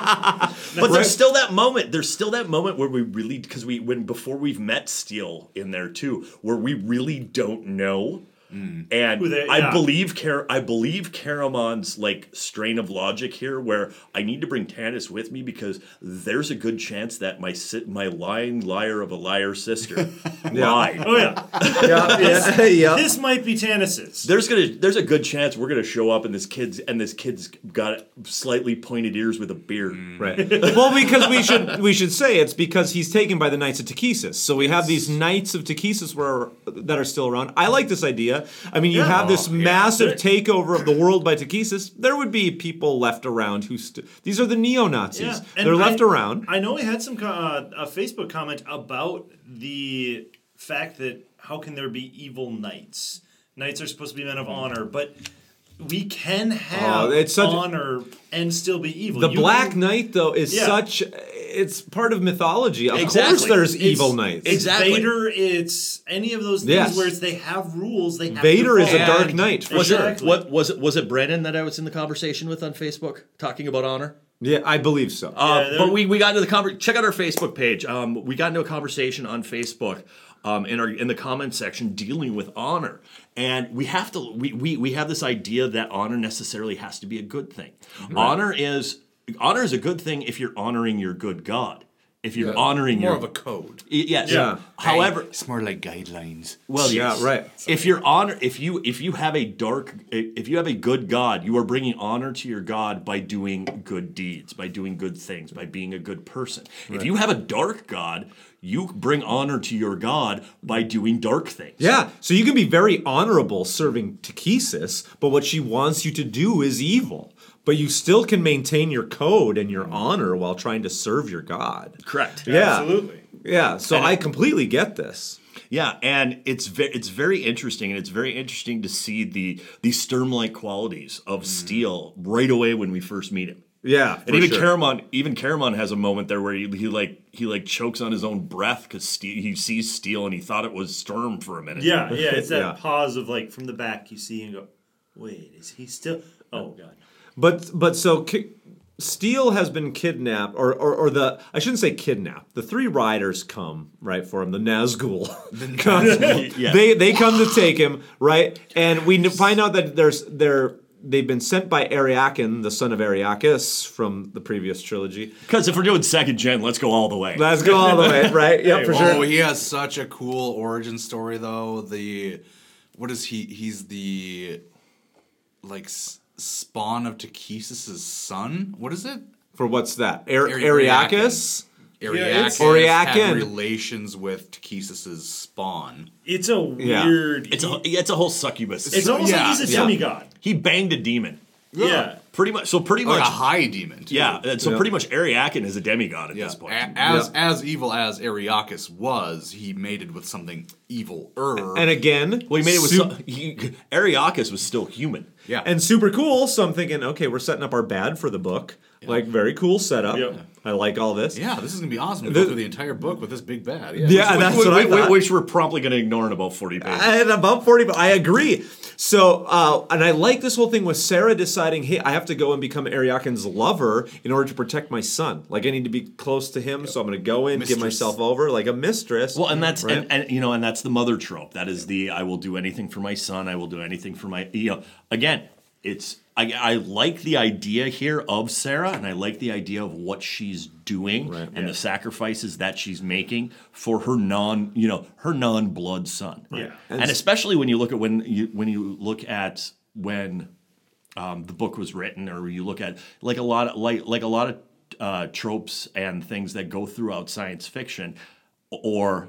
but there's still that moment. There's still that moment where we really because we when before we've met Steel in there too, where we really don't know. And
Mm. Who they-
I
yeah.
believe Car- I believe Karamon's like strain of logic here, where I need to bring Tannis with me because there's a good chance that my si- my lying liar of a
(laughs)
liar sister lied.
Oh yeah,
(laughs) yeah, yeah, yeah.
this might be Tannis's.
There's gonna there's a good chance we're gonna show up and this kid's and this kid's got slightly pointed ears with a beard.
Mm.
Right. (laughs) well, because we should we should say it's because he's taken by the Knights of Tekesis. So we have these Knights of Tekesis where that are still around. I like this idea. I mean, you have this massive takeover of the world by Tekesis. There would be people left around who st- these are the neo Nazis.
and
They're left
I-
around.
I know we had some co- uh, a Facebook comment about the fact that how can there be evil knights? Knights are supposed to be men of honor, but we can have
Hmm. Oh, it's such-
honor and still be evil.
the
You
Black
can-
Knight though is
Yeah.
such it's part of mythology. Of course,
Exactly.
there's
It's-
evil knights.
It's
Exactly.
Vader. It's any of those things
Yes.
where it's they have rules. They have to
Vader is a
follow.
dark knight. For
Was
sure.
it what was it was it Brennan that I was in the conversation with on Facebook talking about honor?
Yeah, I believe so.
Uh,
Yeah, there-
but we we got into the conver- check out our Facebook page. Um, we got into a conversation on Facebook um, and are in the comment section dealing with honor. And we have to we we, we have this idea that honor necessarily has to be a good thing. Honor is honor is a good thing if you're honoring your good God. If you're
Yeah,
honoring
more
your,
of a code.
Y- Yes.
Yeah.
However,
Hey, it's more like guidelines.
Well, yes. If you're honor, if you if you have a dark, if you have a good God, you are bringing honor to your God by doing good deeds, by doing good things, by being a good person. If
Right.
you have a dark God, you bring honor to your God by doing dark things.
Yeah, so you can be very honorable serving Takesis, but what she wants you to do is evil. But you still can maintain your code and your honor while trying to serve your god.
Correct.
Yeah. Absolutely. Yeah, so I completely get this.
Yeah, and it's ve- it's very interesting, and it's very interesting to see the the Sturm-like qualities of
Mm.
Steel right away when we first meet him.
Yeah,
and
for
even
sure.
Caramon, even Caramon has a moment there where he, he like he like chokes on his own breath because he sees Steel and he thought it was Sturm for a minute.
Yeah, yeah.
(laughs)
It's that pause of like from the back you see and go, wait, is he still? Oh god.
But but so ki- Steele has been kidnapped, or, or or the I shouldn't say kidnapped. The three riders come right for him. The Nazgul, (laughs)
Nazgul, (laughs) yeah.
they they come to take him right, and we n- find out that there's they're they've been sent by Ariakan, the son of Ariakis from the previous trilogy.
Because if we're doing second gen, let's go all the way.
Let's go all the
(laughs)
way, right? Yeah,
Hey,
for
oh,
sure.
he has such a cool origin story though. The what is he? He's the like s- spawn of Takesis's son. What is it?
For what's that? Ar-
Ari-
Ariakis?
Ariakis
Ariakan.
had relations with Takesis's spawn.
It's a
Yeah.
weird.
It's a it's a whole succubus.
It's almost like he's a
dummy
demigod. god.
He banged a demon.
Yeah. Yeah.
pretty much. So pretty
Oh, Like
much
a high demon, too.
Yeah, and so
Yeah.
pretty much Ariakan is a demigod at this point.
A- as as evil as Ariakis was, he mated with something evil. Er,
And again,
well, he made it with
sup-
some, he, Ariakis was still human.
Yeah.
And super cool. So I'm thinking, okay, we're setting up our bad for the book. Like, very cool setup. I like all this.
Yeah, this is gonna be awesome. We
The-
go through the entire book with this big bad. Yeah,
Yeah, that's what I thought.
Which we're probably going to ignore in about forty pages.
And about 40, but I agree. So, uh, and I like this whole thing with Sarah deciding, hey, I have to go and become Ariakan's lover in order to protect my son. Like, I need to be close to him, so I'm going to go in, give myself over like a mistress.
Well, and that's
right?
and, and you know, and that's the mother trope. That is the I will do anything for my son. I will do anything for my you know. Again, it's I, I like the idea here of Sarah, and I like the idea of what she's doing and the sacrifices that she's making for her non you know her non blood son.
Yeah.
and,
And-
especially when you look at when you when you look at when um, the book was written, or you look at like a lot of, like like a lot of uh, tropes and things that go throughout science fiction or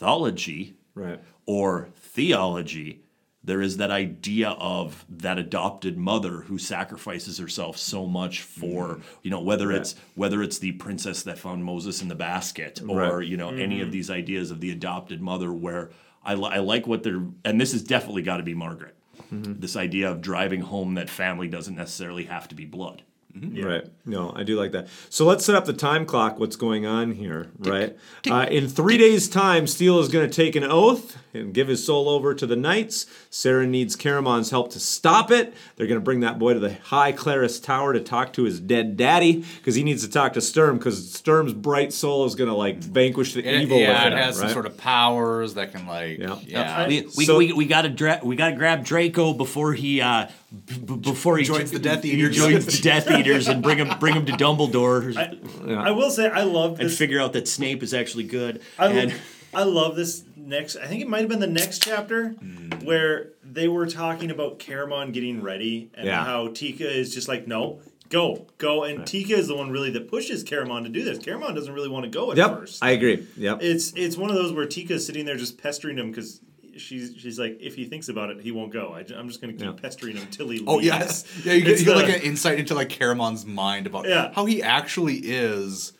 mythology
right.
or theology. There is that idea of that adopted mother who sacrifices herself so much for you know whether
Mm-hmm. Right.
it's whether it's the princess that found Moses in the basket or
Right.
you know any of
Mhm.
these ideas of the adopted mother where I, li- I like what they're and this has definitely got to be Margaret
Mhm.
this idea of driving home that family doesn't necessarily have to be blood.
Right. No, I do like that. So let's set up the time clock. What's going on here, right? Uh, in three days' time, Steele is going to take an oath and give his soul over to the knights. Sarah needs Karamon's help to stop it. They're going to bring that boy to the High Claris Tower to talk to his dead daddy because he needs to talk to Sturm because Sturm's bright soul is going to like vanquish the
It-
evil.
yeah,
within
it has some
right?
sort of powers that can like yeah.
we, we,
So-
we, we gotta dra- we gotta grab Draco before he uh, b- b- before he
Joins the Death
he
Eaters.
joins the
(laughs)
Death Eaters and bring him bring him to Dumbledore.
I- I will say I love
and
this-
figure out that Snape is actually good.
I, lo-
and
I love this next. I think it might have been the next chapter
Mm.
where they were talking about Caramon getting ready and
Yeah.
how Tika is just like, no, go, go. And Tika is the one really that pushes Caramon to do this. Caramon doesn't really want to go at
Yep,
first.
I agree. Yep.
It's it's one of those where Tika's sitting there just pestering him because she's she's like, if he thinks about it, he won't go. I, am just going to keep pestering him till he leaves.
Oh yes, yeah. You get,
It's
you get
the-
like an insight into like Karamon's mind about
Yeah.
how he actually is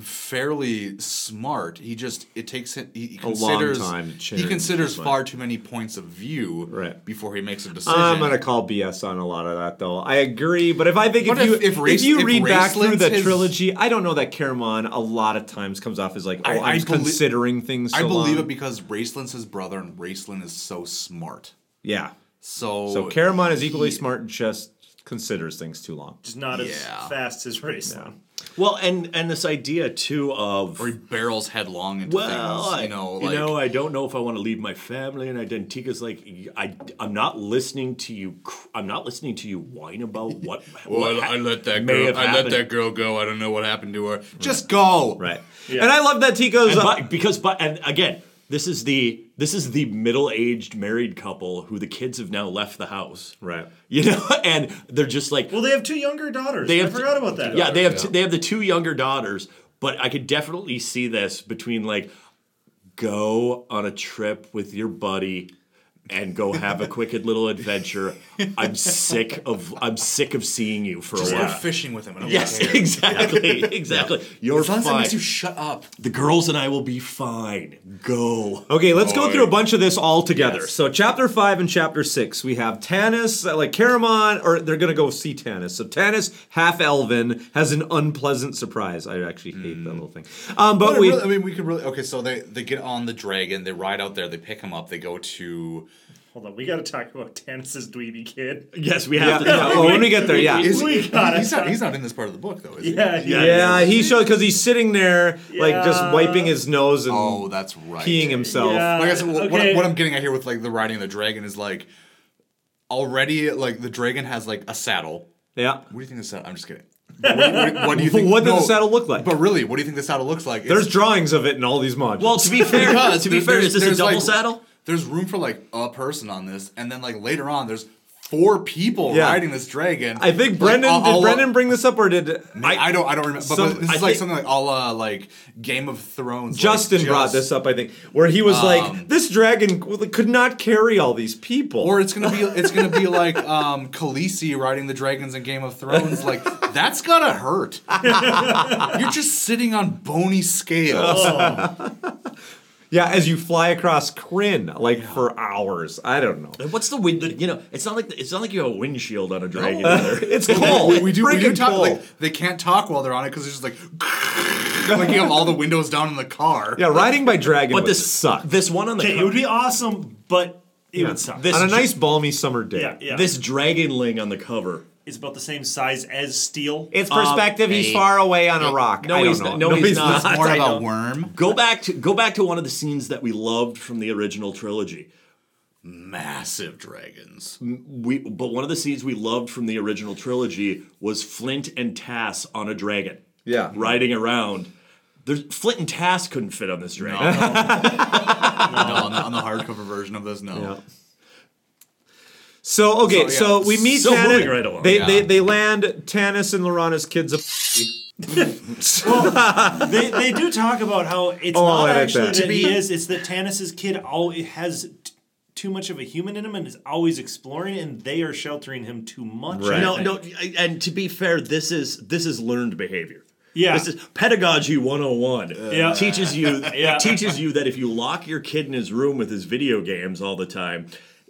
fairly smart. He just it takes him. He, he
A long
considers
time to change
he considers
his mind.
far too many points of view before he makes a decision.
I'm gonna call BS on a lot of that, though. I agree, but if I think if,
But
you
if- if
if,
race-
you
if
read back through the
Raceland's his-
trilogy, I don't know that Caramon a lot of times comes off as like,
I-
oh, I, am
I belie-
considering things. So
I believe
long.
it because Raceland's his brother, and Raceland is so smart.
Yeah.
So
So Caramon is equally
he-
smart and just considers things too long.
Just not as fast as race.
Well, and and this idea too of
or he barrels headlong into
well,
things. You know,
I,
like
you know, I don't know if I want to leave my family, and I then Tika's like, I, I'm not listening to you. cr- I'm not listening to you whine about what. what
Well, I, I let that
may
girl.
have
I let
happened.
that girl go. I don't know what happened to her. Just go.
Right.
And I love that Tico's
And by- because but and again, this is the this is the middle-aged married couple who the kids have now left the house.
Right.
You know, (laughs) and they're just like
Well, they have two younger daughters.
they
I
have
forgot about that.
Yeah, they have t- they have the two younger daughters, but I could definitely see this between like go on a trip with your buddy and go have a quick little adventure.
(laughs)
I'm sick of I'm sick of seeing you for
Just
a
go
while.
fishing with him. I don't (laughs)
Yes,
care.
exactly, exactly. You're
as long as that
fine.
makes you shut up.
The girls and I will be fine. Go.
Okay, let's go
Boy.
through a bunch of this all together. So, chapter five and chapter six, we have Tanis, uh, like Caramon, or they're gonna go see Tanis. So, Tanis, half elven, has an unpleasant surprise. I actually hate
Hmm.
that little thing. Um, but
it
we,
really- I mean, we could really. Okay, so they they get on the dragon. They ride out there. They pick him up. They go to.
Hold on, we got to talk about Tanis's dweeby kid.
Yes, we
have (laughs) Yeah, to- yeah, oh, when we get there, yeah.
Is-
we got
he's not,
it.
he's not in this part of the book though, is
(laughs) Yeah,
he?
yeah, he showed because he's sitting there, like just
Yeah.
wiping his nose and
Oh, that's right.
peeing himself.
Like I said, wh- what, I-
okay.
what I'm getting at here with like the riding of the dragon is like already like the dragon has like a saddle.
Yeah.
What do you think the saddle? I'm just kidding. What, do you- what- what do you (laughs) think?
What does
no,
the saddle look like?
But really, what do you think the saddle looks like?
There's drawings of it in all these modules.
Well, to be fair,
Because
to be
there-
fair,
there's-
is this a
there's,
double
like,
saddle?
There's room for like a person on this, and then like later on, there's four people
Yeah.
riding this dragon.
I think
Like,
Brendan
I'll-
did
I'll-
Brendan bring this up or did
I, I don't I don't remember. But,
Some-
but this
I
is like
think-
something like all uh, like Game of Thrones. like,
Justin brought
just-
this up, I think, where he was
Um,
like, "This dragon w- could not carry all these people."
Or it's gonna be it's gonna be like um Khaleesi riding the dragons in Game of Thrones. Like that's gotta
(laughs)
hurt. You're just sitting on bony scales.
Oh, yeah, as you fly across Kryn like for hours. I don't know.
What's the wind? You know, it's not like it's not like you have a windshield on a dragon.
(laughs)
either.
it's cold.
We, we do, we do
Freaking
talk
cold.
like they can't talk while they're on it because it's just like (laughs) like you have all the windows down in the car.
yeah, riding by dragon
But
would
this
suck.
This one on the
Okay,
co-
it would
be awesome, but it
Yeah.
would suck.
This
on a
dra-
nice balmy summer day.
Yeah, yeah.
this dragonling on the cover.
It's about the same size as steel.
It's
Um,
perspective. he's
hey.
far away on a rock.
No,
I don't
he's
know.
not. No, he's not.
It's more
I
of a
don't-
worm.
Go back to go back to one of the scenes that we loved from the original trilogy.
Massive dragons.
We but one of the scenes we loved from the original trilogy was Flint and Tass on a dragon.
Yeah.
Riding around. There's, Flint and Tass couldn't fit on this dragon.
No, on, the, on the hardcover version of this, no.
So okay,
So, yeah.
so, we meet
So
Tannis.
moving right along.
They,
Yeah.
they they land Tannis and Lorana's kids. A-
Um, they, they do talk about how it's
Oh, I'll
not
edit
actually
that.
that,
To
he is. It's that Tanis's kid all has t- too much of a human in him and is always exploring, and they are sheltering him too much. I
No,
think.
no, I- and to be fair, this is this is learned behavior.
Yeah.
This is pedagogy 101.
Yeah.
Teaches you
(laughs) Yeah.
teaches you that if you lock your kid in his room with his video games all the time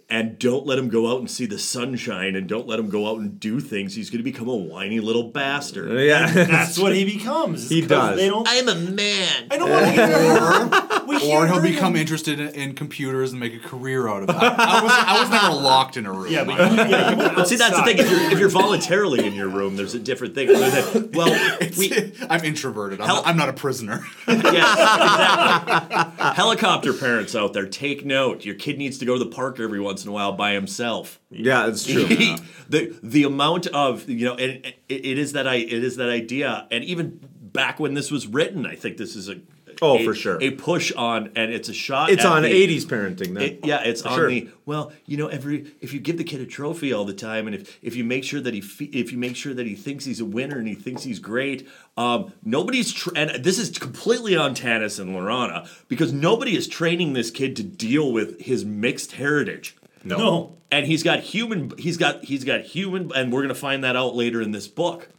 and don't let him go out and see the sunshine and don't let him go out and do things, he's going to become a whiny little bastard.
(laughs) yeah, (laughs)
that's what he becomes.
He
'cause
does.
They don't.
I'm a man.
I
(laughs)
don't want to hear. we
Or
hear
he'll
him.
become interested in, in computers and make a career out of it. I, I was, I was never locked in a room.
Yeah, but you- yeah, you went
But see, that's the
outside.
thing. If you're, if you're voluntarily in your room, there's a different thing. Other than,
(laughs)
well, we,
(laughs) I'm introverted. I'm,
Hell-
I'm not a prisoner.
Yes,
(laughs)
exactly. Helicopter parents out there, take note. Your kid needs to go to the park every once in a while by himself.
yeah, it's true.
(laughs) the the amount of you know, and it, it is that I it is that idea, and even back when this was written, I think this is a
Oh,
a-
for sure.
a push on, and it's a shot.
It's
at
on
the-
'80s parenting. Then.
it- yeah, it's
For
on
sure.
the well. You know, every if you give the kid a trophy all the time, and if if you make sure that he fe- if you make sure that he thinks he's a winner and he thinks he's great, um, nobody's tr and this is completely on Tanis and Lorana because nobody is training this kid to deal with his mixed heritage.
No.
and he's got human. He's got he's got human, and we're gonna find that out later in this book.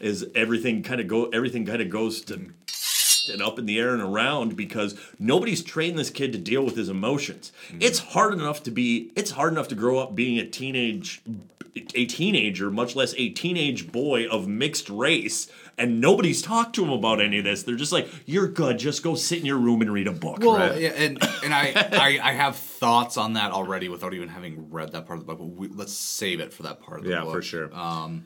Is everything kind of go? Everything kind of goes to and up in the air and around because nobody's trained this kid to deal with his emotions. It's hard enough to be it's hard enough to grow up being a teenage a teenager, much less a teenage boy of mixed race, and nobody's talked to him about any of this. They're just like, "You're good. Just go sit in your room and read a book."
Well, yeah, and and I, I I have thoughts on that already without even having read that part of the book. But we, let's save it for that part of the
Yeah,
book.
for sure.
Um,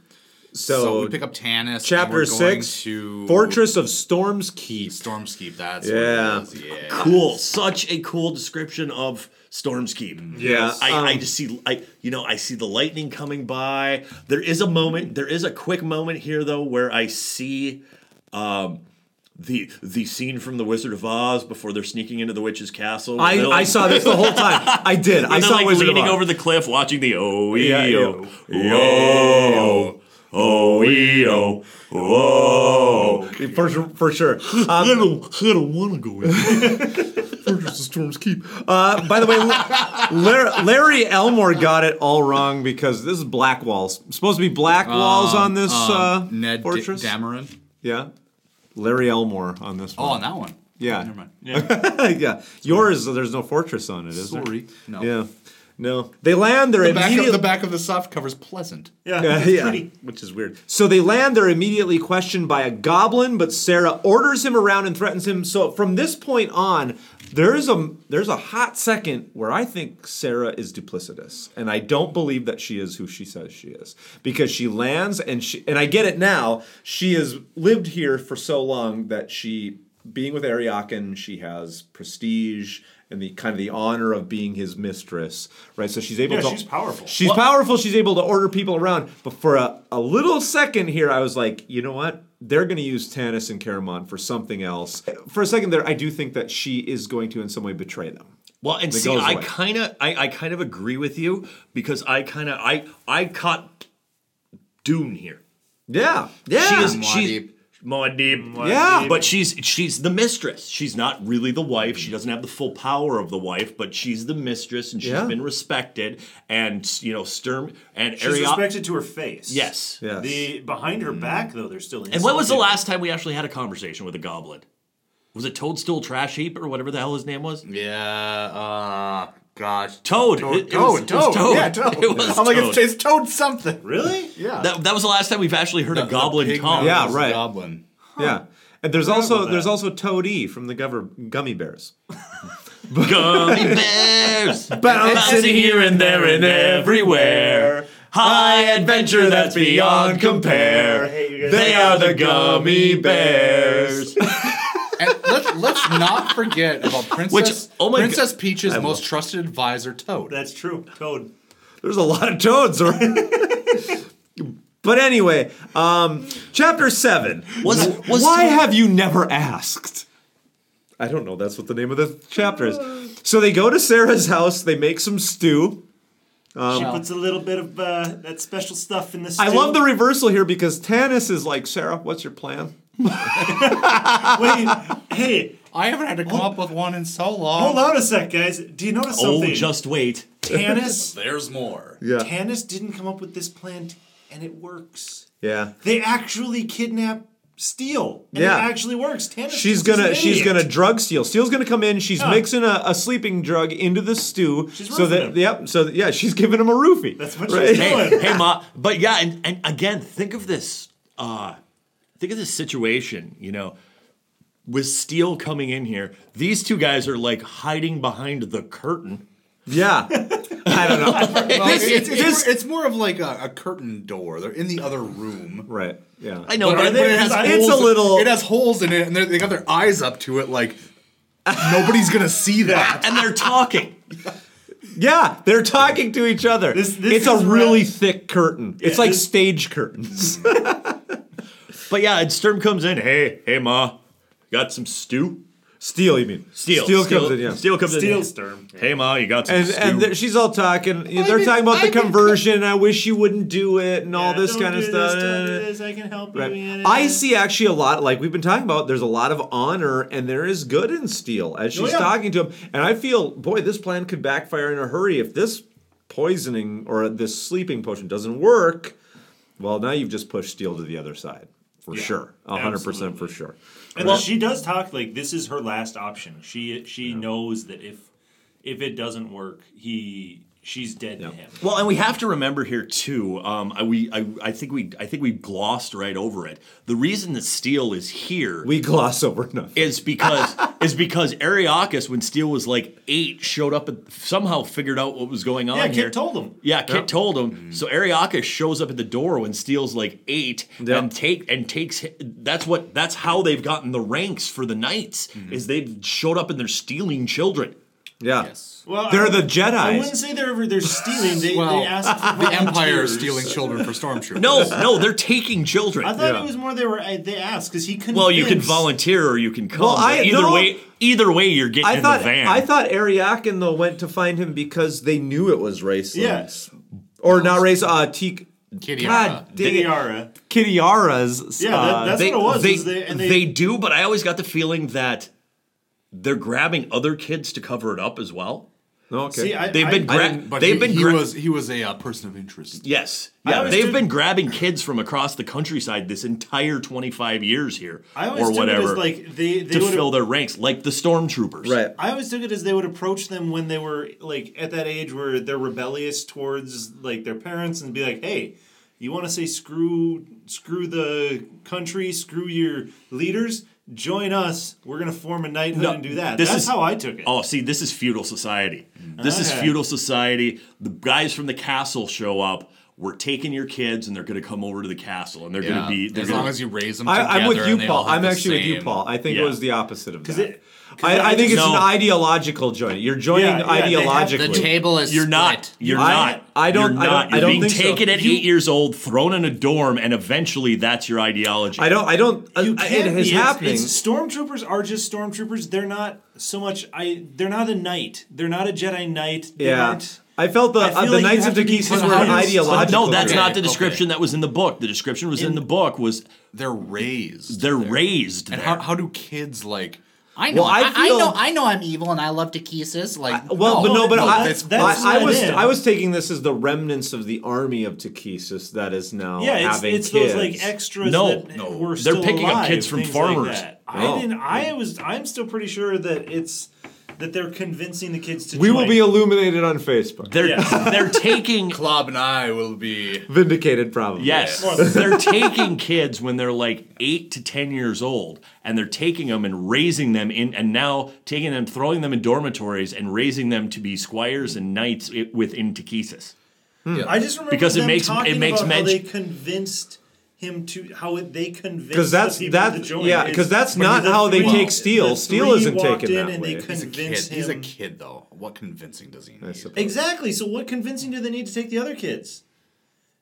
So,
we pick up Tanis. and
Chapter
we're going
six,
to
Fortress of Storm's Keep.
Storm's Keep. That's
yeah.
what it is. yeah.
Cool. Such a cool description of Storm's Keep.
Yeah,
I, I
um,
just see I you know, I see the lightning coming by. There is a moment, there is a quick moment here though where I see um the the scene from the Wizard of Oz before they're sneaking into the witch's castle.
I,
They're
I
like-
saw this the whole time.
(laughs)
I did. I
They're
saw
like
Wizard of
leaning
Oz.
over the cliff watching the oh
Yeah,
yo yo oh yo oh
for sure. For
(laughs)
sure. Um,
I don't, I don't want to go
(laughs)
in.
Fortress of Storm's Keep. Uh, by
(laughs)
the way, Larry, Larry Elmore got it all wrong because this is black walls. Supposed to be black walls
Um,
on this
um,
uh,
Ned
fortress.
D- Dameron.
yeah, Larry Elmore on this
Oh,
one.
on that one.
yeah,
Never mind.
(laughs) yeah. Yours, there's no fortress on it, is
Sorry.
there?
No.
Yeah, no. They land. They're
The back,
immediately
of, the back of the soft cover's pleasant.
Yeah,
it's
Uh, yeah.
pretty.
Which is weird.
So they land, they're immediately questioned by a goblin, but Sarah orders him around and threatens him. So from this point on, there's a there's a hot second where I think Sarah is duplicitous, and I don't believe that she is who she says she is because she lands and she and I get it now. She has lived here for so long that she being with Ariakan, she has prestige and the kind of the honor of being his mistress, right? So she's able
Yeah,
to
she's powerful.
She's powerful. She's able to order people around. But for a, a little second here, I was like, you know what? They're going to use Tanis and Karamon for something else. For a second there, I do think that she is going to in some way betray them.
Well, and
That
see,
goes
I
away.
kind of, I, I kind of agree with you because I kind of, I, I caught Dune here.
Yeah, yeah,
she is, she's Muad'Dib.
Yeah.
Ah, but she's, she's the mistress. She's not really the wife. She doesn't have the full power of the wife, but she's the mistress, and she's
Yeah.
been respected. And you know, Sturm and
She's
Ariok-
respected to her face.
Yes. Mm.
Yes.
The behind her back though, there's still.
And when was the
insulting.
last time we actually had a conversation with a goblin? Was it Toadstool Trash Heap or whatever the hell his name was?
Yeah. Uh, gosh.
Toad.
Toad.
It- it
toad,
was- it was
toad.
Toad.
Yeah, toad.
(laughs) It was
I'm like, it's,
Toad.
it's toad something.
Really?
Yeah.
That, that was the last time we've actually heard a goblin
pig
talk.
mouth
Yeah,
is a
right.
Goblin.
yeah. And there's also there's also Toadie from the gover- Gummy Bears.
Gummy bears
Bouncing
here and there and everywhere. High adventure that's beyond compare.
Hey, you guys.
They are the gummy bears.
And let's, let's not forget (laughs) about Princess,
oh my
Princess Peach's most trusted advisor, Toad.
That's true. Toad.
There's a lot of toads around. but anyway, um, chapter seven.
Was- was
Why
Toad-
have you never asked? I don't know. That's what the name of the chapter is. So they go to Sarah's house. They make some stew.
she puts a little bit of uh, that special stuff in this.
I love the reversal here because Tanis is like, Sarah, what's your plan?
Wait, hey,
I haven't had to come up with one in so long.
hold on a sec, guys. Do you notice
Oh,
something?
just wait.
Tanis.
There's more.
(laughs) Yeah.
Tanis didn't come up with this plan, and it works.
yeah.
They actually kidnap Steele, and
Yeah.
it actually works. Tanis.
She's
thinks he's
gonna
an
she's
idiot.
gonna drug Steel. Steel's gonna come in. She's mixing a, a sleeping drug into the stew.
She's
so
roofing
that
him.
yep. So that- yeah, she's giving him a roofie.
That's what she's doing.
hey, hey, ma. (laughs) But yeah, and, and again, think of this. Uh, think of this situation. You know, with Steele coming in here, these two guys are like hiding behind the curtain.
(laughs) Yeah. I don't know.
Well, it's, it's, it's, more, it's more of like a, a curtain door. They're in the other room.
Right. Yeah.
I know, but,
But it has
it's
holes-
a little-
It has holes in it, and they're- they got their eyes up to it, like nobody's gonna see that.
and they're talking.
Yeah, they're talking to each other.
This- this
it's a
is
really
rad.
thick curtain. it's like stage curtains.
But yeah, and Sturm comes in. Hey, hey, ma, got some stew?
(laughs) Steel, you mean?
Steel.
Steel comes in. Yeah.
Steel comes in.
Steele Sturm.
Hey, ma, you got some
And,
stew?
and they're- she's all talking. They're
been-
talking about
I've
the
been
conversion. I wish you wouldn't do it and all
Yeah,
this
don't
kind of
do
stuff.
This, don't do this. I can help you.
Right.
in
I
it.
see actually a lot, like we've been talking about, there's a lot of honor and there is good in Steel as
Oh,
she's
yeah.
talking to him. And I feel, boy, this plan could backfire in a hurry. If this poisoning or this sleeping potion doesn't work, well, now you've just pushed Steel to the other side. For sure. a 100% for sure.
And she does talk like this is her last option. She she knows that if if it doesn't work, he she's dead to him.
Well, and we have to remember here too. Um, I, we, I, I think we, I think we glossed right over it. The reason that Steele is here is
We gloss over nothing.
(laughs)
because is because Ariakis, when Steele was like eight, showed up and somehow figured out what was going on
Yeah, Kit
here.
told Mm. him.
Yeah, Kit
Yep.
told him. So Ariakis shows up at the door when Steele's like eight and take and takes. hi- That's what. That's how they've gotten the ranks for the knights
Mm-hmm.
is they've showed up and they're stealing children.
Yeah.
Well,
They're
I-
the Jedis.
I wouldn't say they're ever,
(laughs)
they're stealing. They, they asked for
the Empire is
volunteers.
stealing children for stormtroopers.
No, no, they're taking children.
I thought it was more they were I- they asked because he couldn't.
Well, you can volunteer or you can come.
Well, I-
but either
no.
way, either way, you're getting
I
in
thought
the van.
I thought Ariakin though went to find him because they knew it was race.
Yes.
Or not race uh Teak God dang it.
Didiara.
Kitiara's
Yeah, that-
uh,
that's
they,
what it was,
They,
is they- and
they,
they-
do, but I always got the feeling that they're grabbing other kids to cover it up as well.
Okay.
See, I-
they've been
I- I
gra-
didn't-
But
they've
he,
been
he
gra-
was he was a uh, person of interest.
yes
I
yeah
always
they've
did-
been grabbing kids from across the countryside this entire 25 years here
I always
or
took it
whatever
as like they they
to
would
fill their ranks like the stormtroopers
Right.
I always took it as they would approach them when they were like at that age where they're rebellious towards like their parents and be like, "Hey, you want to say screw screw the country, screw your leaders, join us. We're going to form a knighthood and do that."
this
That's
is-
how I took it.
Oh, see, this is feudal society. This is
Okay.
feudal society. The guys from the castle show up. We're taking your kids, and they're going to come over to the castle, and they're going
Yeah,
to be. They're
as
gonna,
long as you raise them.
I, I'm with
together
you,
and they all
Paul.
have
I'm
the
actually with you,
same-
Paul. I think
Yeah.
it was the opposite of that.
it- 'cause
I, I
I
think
just-
it's an
No.
ideological joint. You're joining
Yeah, yeah, they have to-
ideologically.
is
you're not.
split.
You're
I-
not.
I don't-
You're
I don't-
not.
I
You're
don't
being
think so.
taken at
You-
eight years old, thrown in a dorm, and eventually that's your ideology.
I don't. I don't.
you
I, it
can't
is
be. It's-
happening.
It's, stormtroopers are just stormtroopers. They're not so much. I. They're not a knight. They're not a Jedi knight. They
yeah.
aren't-
I felt the
I
uh,
feel
the
like you
Knights of
have to be
Dakisis
put
were
on-
But
ideological.
no, that's
Okay,
not the
okay.
description that was in the book. The description was in, the book was
They're raised.
they're raised.
and
there.
how, how do kids like? I
know- Well, I I- I feel- know-
I know I'm evil and I love to kiss us. Like
Well, but no, but I,
that's,
that's
I, I
not
was
it.
I was taking this as the remnants of the army of Takesis that is now
Yeah, it's,
having
it's
kids.
those like extras.
No,
that
no.
were
They're
still
picking up
alive,
kids from
things
farmers.
Like that. I didn't. I was. I'm still pretty sure that it's that they're convincing the kids to.
we will
join.
be illuminated on Facebook.
they're
Yes.
(laughs)
they're taking
Club and I will be.
Vindicated, probably.
Yes. they're taking kids when they're like eight to 10 years old and they're taking them and raising them in, and now taking them, throwing them in dormitories and raising them to be squires and knights i- within Takesis.
I just remember
Because it
them
makes- it
talking
makes
about
men-
how they convinced him to how it, they convinced
Because that's
the people
that
to join.
yeah.
It's-
Because that's
when
not
the
how they
three-
take steel.
the
Steel
three
isn't
walked
taken
in
that
and
way.
They
He's a kid.
convinced
He's a
him-
kid though. What convincing does he need?
suppose.
Exactly. So what convincing do they need to take the other kids?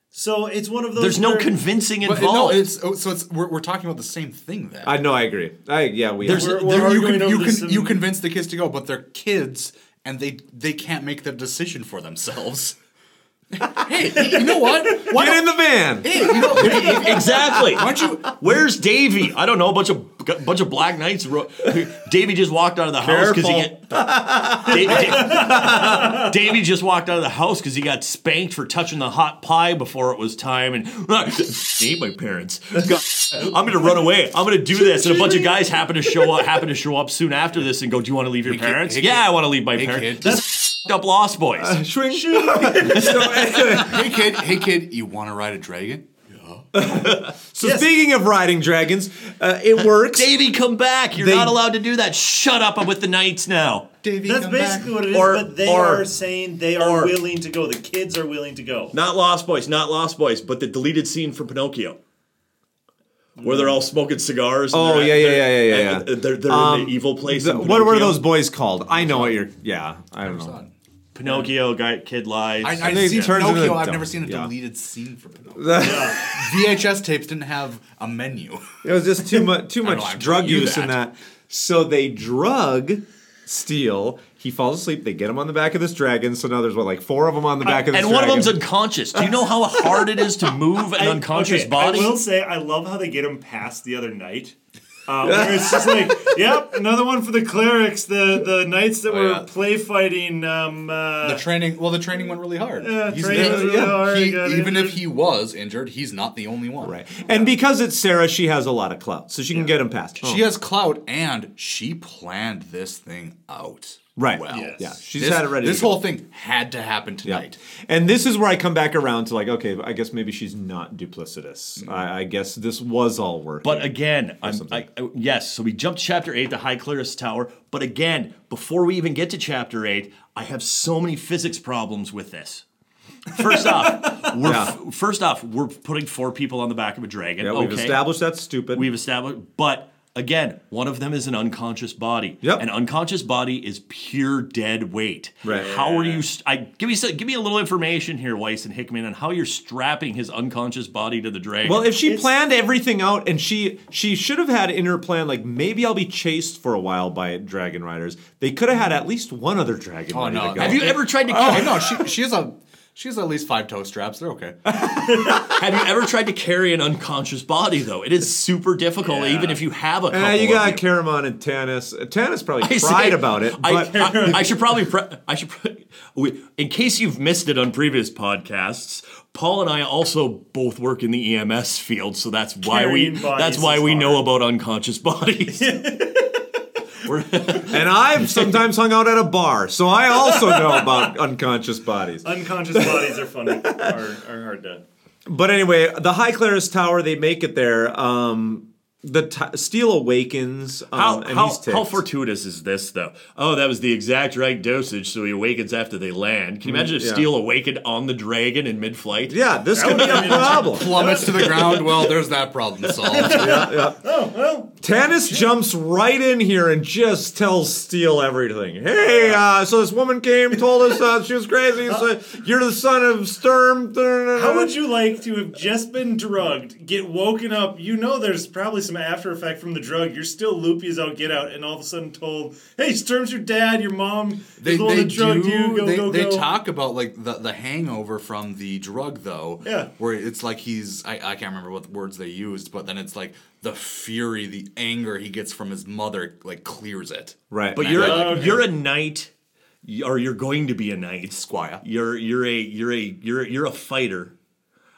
So it's one of those.
There's no
where-
convincing
But no,
involved.
it's oh, so it's we're, we're talking about the same thing then.
I know. I agree. I yeah. We
There's,
are.
We're- we're
there- you
arguing
can,
over
you,
this
can, you
and-
convince the kids to go, but they're kids and they they can't make the decision for themselves. hey, you know what? Why
get in
don't-
the van.
Hey, you (laughs) know, hey,
exactly.
why don't you?
Where's Davy? I don't know. A bunch of a bunch of black knights. Ro- Davy just walked out of the house because he
Careful.
get. Davy, Da- Davy just walked out of the house because he got spanked for touching the hot pie before it was time, and (laughs) I hate my parents. God, I'm gonna run away. I'm gonna do this, and a bunch of guys happen to show up. Happen to show up soon after this, and go, "Do you want to leave your
kid,
parents?"
hey,
yeah,
kid.
I want to leave my
Hey,
parents.
kid. Uh,
That's up Lost Boys.
Shrink. (laughs) So, anyway,
Hey kid, hey kid, you want to ride a dragon?
(laughs) so speaking of riding dragons, uh, it works.
Davy, come back. You're
They-
not allowed to do that. Shut up. I'm with the knights now.
That's basically what it is.
Or-
but they
or-
are saying they are
or-
willing to go. The kids are willing to go.
Not Lost Boys, not Lost Boys, but the deleted scene from Pinocchio. Where they're all smoking cigars. and
Mm. Oh,
they're-
yeah, yeah,
they're-
yeah, yeah, yeah,
and uh, They're, they're in the evil place.
The-
in
what were
Pinocchio.
those boys called? I know what you're. Yeah, I don't know.
Pinocchio guy, kid lies.
I, I've
They
seen
turns into
Pinocchio.
a
I've
dumb-
never seen a
yeah.
deleted scene for Pinocchio. VHS tapes didn't have a menu.
It was just too much
(laughs)
too
don't
much
know, I
drug
believe
use in that. So they drug Steele. He falls asleep. They get him on the back of this dragon. So now there's what like four of them on the back of this
and one of
dragon.
them's unconscious. Do you know how hard it is to
(laughs)
move an
I-
unconscious
okay,
body?
I will say I love how they get him past the other night. (laughs) Uh, where it's just like, yep, another one for the clerics, the the knights that
Oh,
were
yeah.
play fighting. Um, uh,
The training, well, the training went really hard.
Yeah,
He's not-
training was really hard,
he-
got
even
injured.
if he was injured, he's not the only one.
right. And because it's Sarah, she has a Oh, lot of clout, so she can get him past.
She has clout, and she planned this thing out.
Right.
well.
Yes. Yeah. She's
This-
had it ready
This
to go.
whole thing had to happen tonight.
And this is where I come back around to like, okay, I guess maybe she's not duplicitous. I, I guess this was all work.
Mm. But again, I'm, I, I- yes, so we jumped to chapter 8, the High Clearest Tower. But again, before we even get to chapter 8, I have so many physics problems with this.
(laughs)
First off, we're
Yeah.
f- first off, we're putting four people on the back of a dragon.
Yeah, we've
uh, okay.
established that's stupid.
We've established, but again, one of them is an unconscious body. Yep. An unconscious body is pure dead weight.
Right.
How are you? St- I give me some, give me a little information here, Weiss and Hickman, on how you're strapping his unconscious body to the dragon.
Well, if she planned everything out and she she should have had in her plan like maybe I'll be chased for a while by dragon riders. They could have
Mm.
had at least one other dragon.
Oh
ready
no!
to go.
Have you ever tried to?
Oh.
Carry, no, she she has a she has at least five toe straps. They're
(laughs)
okay.
Have you ever tried to carry an unconscious body though? It is super difficult, even if you have a. Couple
Eh, you
of
got Karamon and Tanis. Uh, Tanis probably
(laughs) I
cried
say-
about it.
I,
But
I- I should probably. Pre- I should. Pre- we, in case you've missed it on previous podcasts, Paul and I also both work in the EMS field, so that's why
Carrying
we.
bodies
That's why
is
we know about
(laughs)
unconscious bodies.
and I've sometimes hung out at a bar, so I also know about unconscious bodies.
Unconscious bodies are funny.
(laughs)
Are, are hard to.
But anyway, the High Claris Tower, they make it there. Um, the t- steel awakens, um,
How,
and
how,
he's ticked.
how fortuitous is this though? Oh, that was the exact right dosage, so he awakens after they land. Can you
Mm,
imagine if
yeah.
Steel awakened on the dragon in mid-flight?
Yeah, this could be a problem.
Plummets (laughs) to the ground. Well, there's that problem solved.
yeah, yeah.
Oh well.
Tannis jumps right in here and just tells Steele everything. Hey, uh, so this woman came, told us uh, she was crazy. So you're the son of Sturm.
How would you like to have just been drugged, get woken up? You know, there's probably some after effect from the drug. You're still loopy as all get out, and all of a sudden told, "Hey, Sturm's your dad, your mom,
They,
is the one
they
that drugged
do.
you. Go
they,
go
they
go."
talk about like the, the hangover from the drug though.
Yeah.
Where it's like he's I, I can't remember what words they used, but then it's like the fury, the anger he gets from his mother like clears it.
Right.
But you're a, you're a knight, y- or you're going to be a knight,
squire.
You're you're a you're a you're you're a fighter.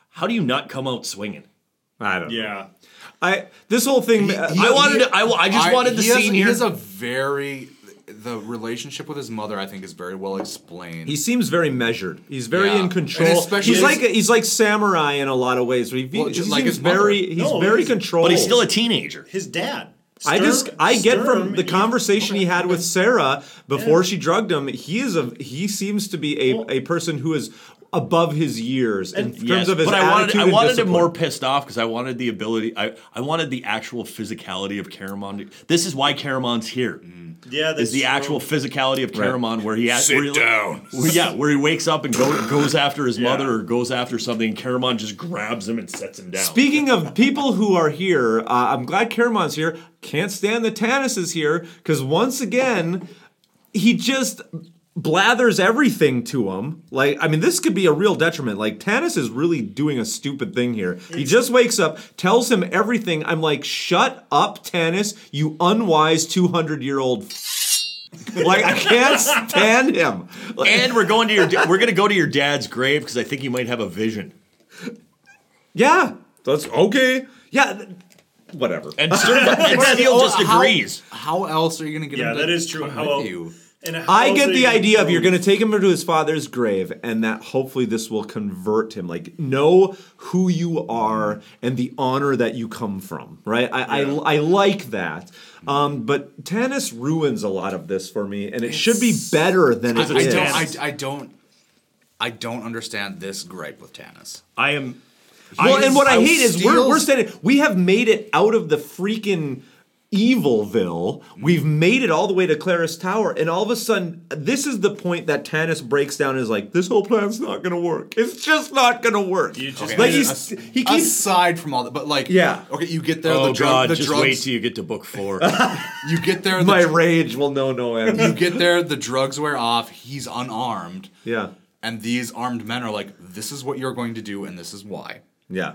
How do you not come out swinging?
I don't.
Yeah.
I this whole thing.
I wanted. to, I, wa- I just wanted the
he has-
scene
he
here.
has a very the relationship with his mother. I think is very well explained.
He seems very measured. He's very
Yeah.
in control.
And especially
he's
his-
like he's like samurai in a lot of ways. He,
Well,
he
just
seems
like his mother.
very he's
No,
very
he's-
controlled.
but he's still a
teenager.
His dad.
I just
Sturm-
I get
Sturm
from the conversation he had with Sarah before she drugged him. He is a he seems to be a, a person who is above his years in terms
Yes,
of his
but I wanted,
attitude.
I
and
wanted him
discipline.
more pissed off because I wanted the ability. I, I wanted the actual physicality of Caramon. to- This is why Caramon's here.
Yeah,
is the actual physicality of
Right.
Caramon where he has
Sit
where he-
down.
where- yeah, where he wakes up and go, goes after his mother or goes after something. and Caramon just grabs him and sets him down.
Speaking of people who are here, uh, I'm glad Caramon's here. Can't stand the Tanis is here because once again, he just blathers everything to him. Like, I mean, this could be a real detriment. Like, Tanis is really doing a stupid thing here. He just wakes up, tells him everything. I'm like, shut up, Tanis, you unwise 200 year old. like, I can't stand him.
and we're going to your da- we're going to go to your dad's grave because I think you might have a vision.
Yeah, that's okay. Yeah, th- whatever.
(laughs) And Sturm- and Steele just agrees.
How, else are you going to get?
Yeah,
him to
that is true.
come
How
with you?
And how
I
else
get
are you
the
gonna
idea of
prove-
you're going to take him to his father's grave, and that hopefully this will convert him. Like, know who you are and the honor that you come from, right? I, I, I like that. Um, but tennis ruins a lot of this for me, and it should be better than
I,
it
I
is.
don't. I, I don't. I don't understand this gripe with Tanis.
I am.
well, and what I, hate is we're,
Steele's-
we're saying we have made it out of the freaking evilville. We've made it all the way to Claris Tower, and all of a sudden, this is the point that Tanis breaks down and is like, "This whole plan's not gonna work. It's just not gonna work." You
Okay,
like
and
he's
as-
he keeps
aside from all that, but like
Yeah.
okay, you get there.
oh
the drug,
God!
the
just
drugs,
wait till you get to book four.
you get there. The,
(laughs) my (laughs) rage will know no end.
(laughs) you get there. The drugs wear off. He's unarmed,
yeah,
and these armed men are like, "This is what you're going to do, and this is why."
yeah.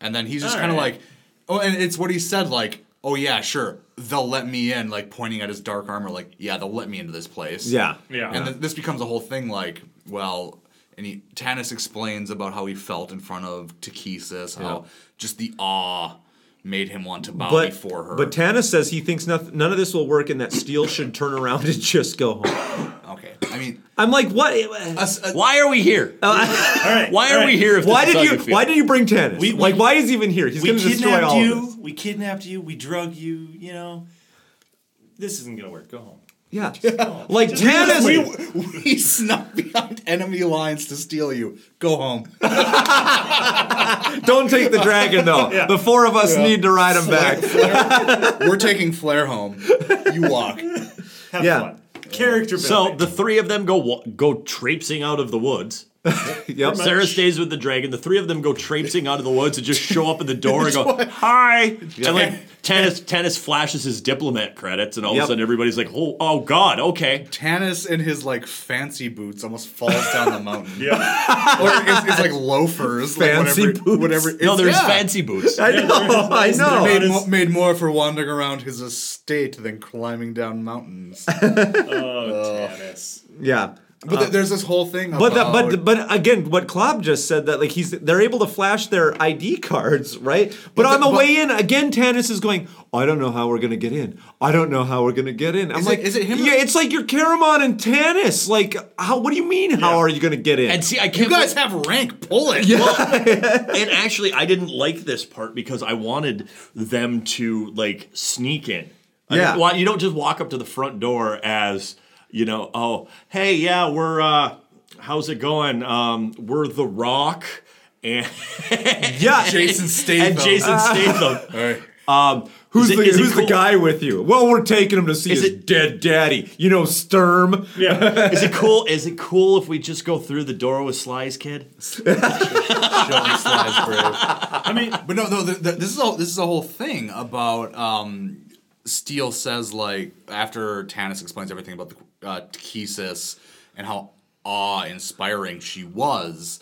And then he's just
All
kind of
right.
like, "Oh," and it's what he said, like, "Oh yeah, sure, they'll let me in," like pointing at his dark armor, like, "Yeah, they'll let me into this place."
Yeah. Yeah.
And th- this becomes a whole thing, like, well. And he, Tanis explains about how he felt in front of Takesis, how just the awe made him want to bow
but,
before her.
But Tana says he thinks noth- none of this will work and that Steele should turn around and just go home.
okay, I mean,
I'm like, what?
why are
(laughs)
we here? why are we here? If
why
this is
did
how
you?
feel?
Why did you bring Tannis?
We- we-
like, why is he even here? He's
we
going to destroy
kidnapped
all
you.
of this.
We kidnapped you. We drug you. You know, this isn't gonna work. Go home.
(laughs) Yeah, like (laughs) Tannis.
we, (laughs) we snuck behind enemy lines to steal you. Go home.
Don't take the dragon though.
Yeah.
The four of us
Yeah.
need to ride him back.
We're taking Flair home. You walk.
Have
Yeah.
fun. Character building.
(laughs) So the three of them go wa- go traipsing out of the woods.
Yep.
Sarah stays with the dragon. The three of them go traipsing out of the woods and just show up at the door and go, "Hi!" And like tennis, tennis flashes his diplomat credits, and all of
Yep.
a sudden everybody's like, "Oh, oh God, okay."
Tannis in his like fancy boots almost falls down the mountain. yeah, or it's, it's like loafers,
Fancy
like whatever,
boots?
Whatever.
No,
it's-
there's
(laughs)
fancy boots. I know, I know.
Made, mo- made more for wandering around his estate than climbing down
(laughs)
mountains.
Oh, Tannis.
Yeah.
But th- there's this whole thing.
But the,
about,
but but again, what Klopp just said that like he's they're able to flash their ID cards, right? But, on the
but-
way in, again, Tannis is going. I don't know how we're gonna get in. I don't know how we're gonna get in. I'm
Is it-
like,
is it him or-
Yeah, it's like you're Caramon and Tannis. Like, how? What do you mean? How are you gonna get in?
And see, I can't.
you guys have rank. Pull it.
(laughs) and actually, I didn't like this part because I wanted them to like sneak in. I
Yeah.
didn't want- you don't just walk up to the front door as you know. Oh, hey, yeah, we're. uh How's it going? Um, we're the Rock and
yeah,
Jason Statham.
and Jason Statham.
All right.
Um,
Who's
is it-
the,
is it
who's the
cool-
guy with you? Well, we're taking him to see
Is
his
it-
dead daddy. You know, Sturm.
Yeah. is it cool? Is it cool if we just go through the door with Sly's kid?
I mean, but no, no. th th this is all. This is a whole thing about. um Steele says like after Tanis explains everything about the uh, Tekesis and how awe-inspiring she was,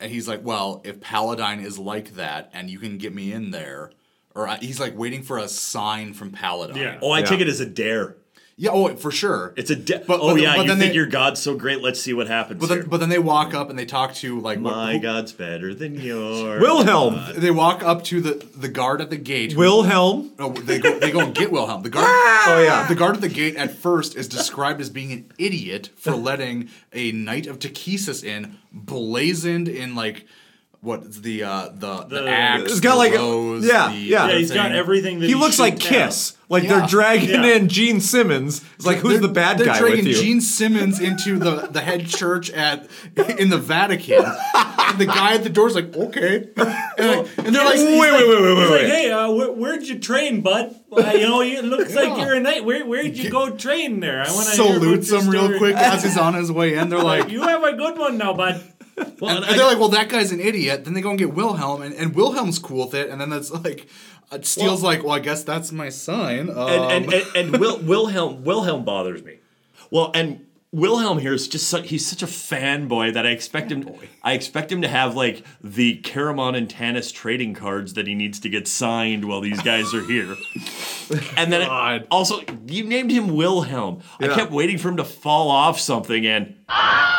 and he's like, "Well, if Paladine is like that, and you can get me in there." Or uh, he's like waiting for a sign from Paladine.
Yeah.
Oh, I
Yeah.
take it as a dare.
Yeah, oh, for sure.
It's a dare.
But-
oh
but-
yeah,
but
you
then
think
they-
your God's so great? Let's see what happens.
But
here.
then, but then they walk up and they talk to like wh-
My
who-
God's better than yours.
Wilhelm.
They walk up to the, the guard at the gate.
(laughs) Wilhelm.
No, they go, they go and get Wilhelm. The guard.
Oh, yeah.
The guard at the gate at first is described as being an idiot for letting a knight of Takesis in, blazoned in like what the uh, the the,
The-
axe.
It's got
the
like a-
rose,
yeah,
the
yeah.
Yeah,
other
he's got
thing.
everything that
He looks
should
like
have.
Kiss. Like
Yeah.
they're dragging
Yeah.
in Gene Simmons. It's like who's
They're-
the bad
they're
guy
dragging
with you?
Gene Simmons into the, the head church at in the Vatican. and the guy at the door's like, okay. And, like- and they're like,
He's
wait,
like-
wait, wait, wait,
he's
wait,
like,
wait.
hey, uh, where, where'd you train, bud? Uh, you know, it looks like
Yeah.
you're a knight. Where, where'd you go train there? I want to
salutes him real quick as he's on his way in. They're like,
you have a good one now, bud.
and, and they're like, well, that guy's an idiot. Then they go and get Wilhelm, and, and Wilhelm's cool with it. And then that's like, uh, Steele's like, well, I guess that's my sign. Um, (laughs)
and and, and, and (laughs) Wil, Wilhelm Wilhelm bothers me. Well, and Wilhelm here is just such, he's such a fanboy that I expect him I expect him to have like the Caramon and Tanis trading cards that he needs to get signed while these guys are (laughs) here. and then also you named him Wilhelm. I
Yeah.
kept waiting for him to fall off something and
(laughs)
(laughs)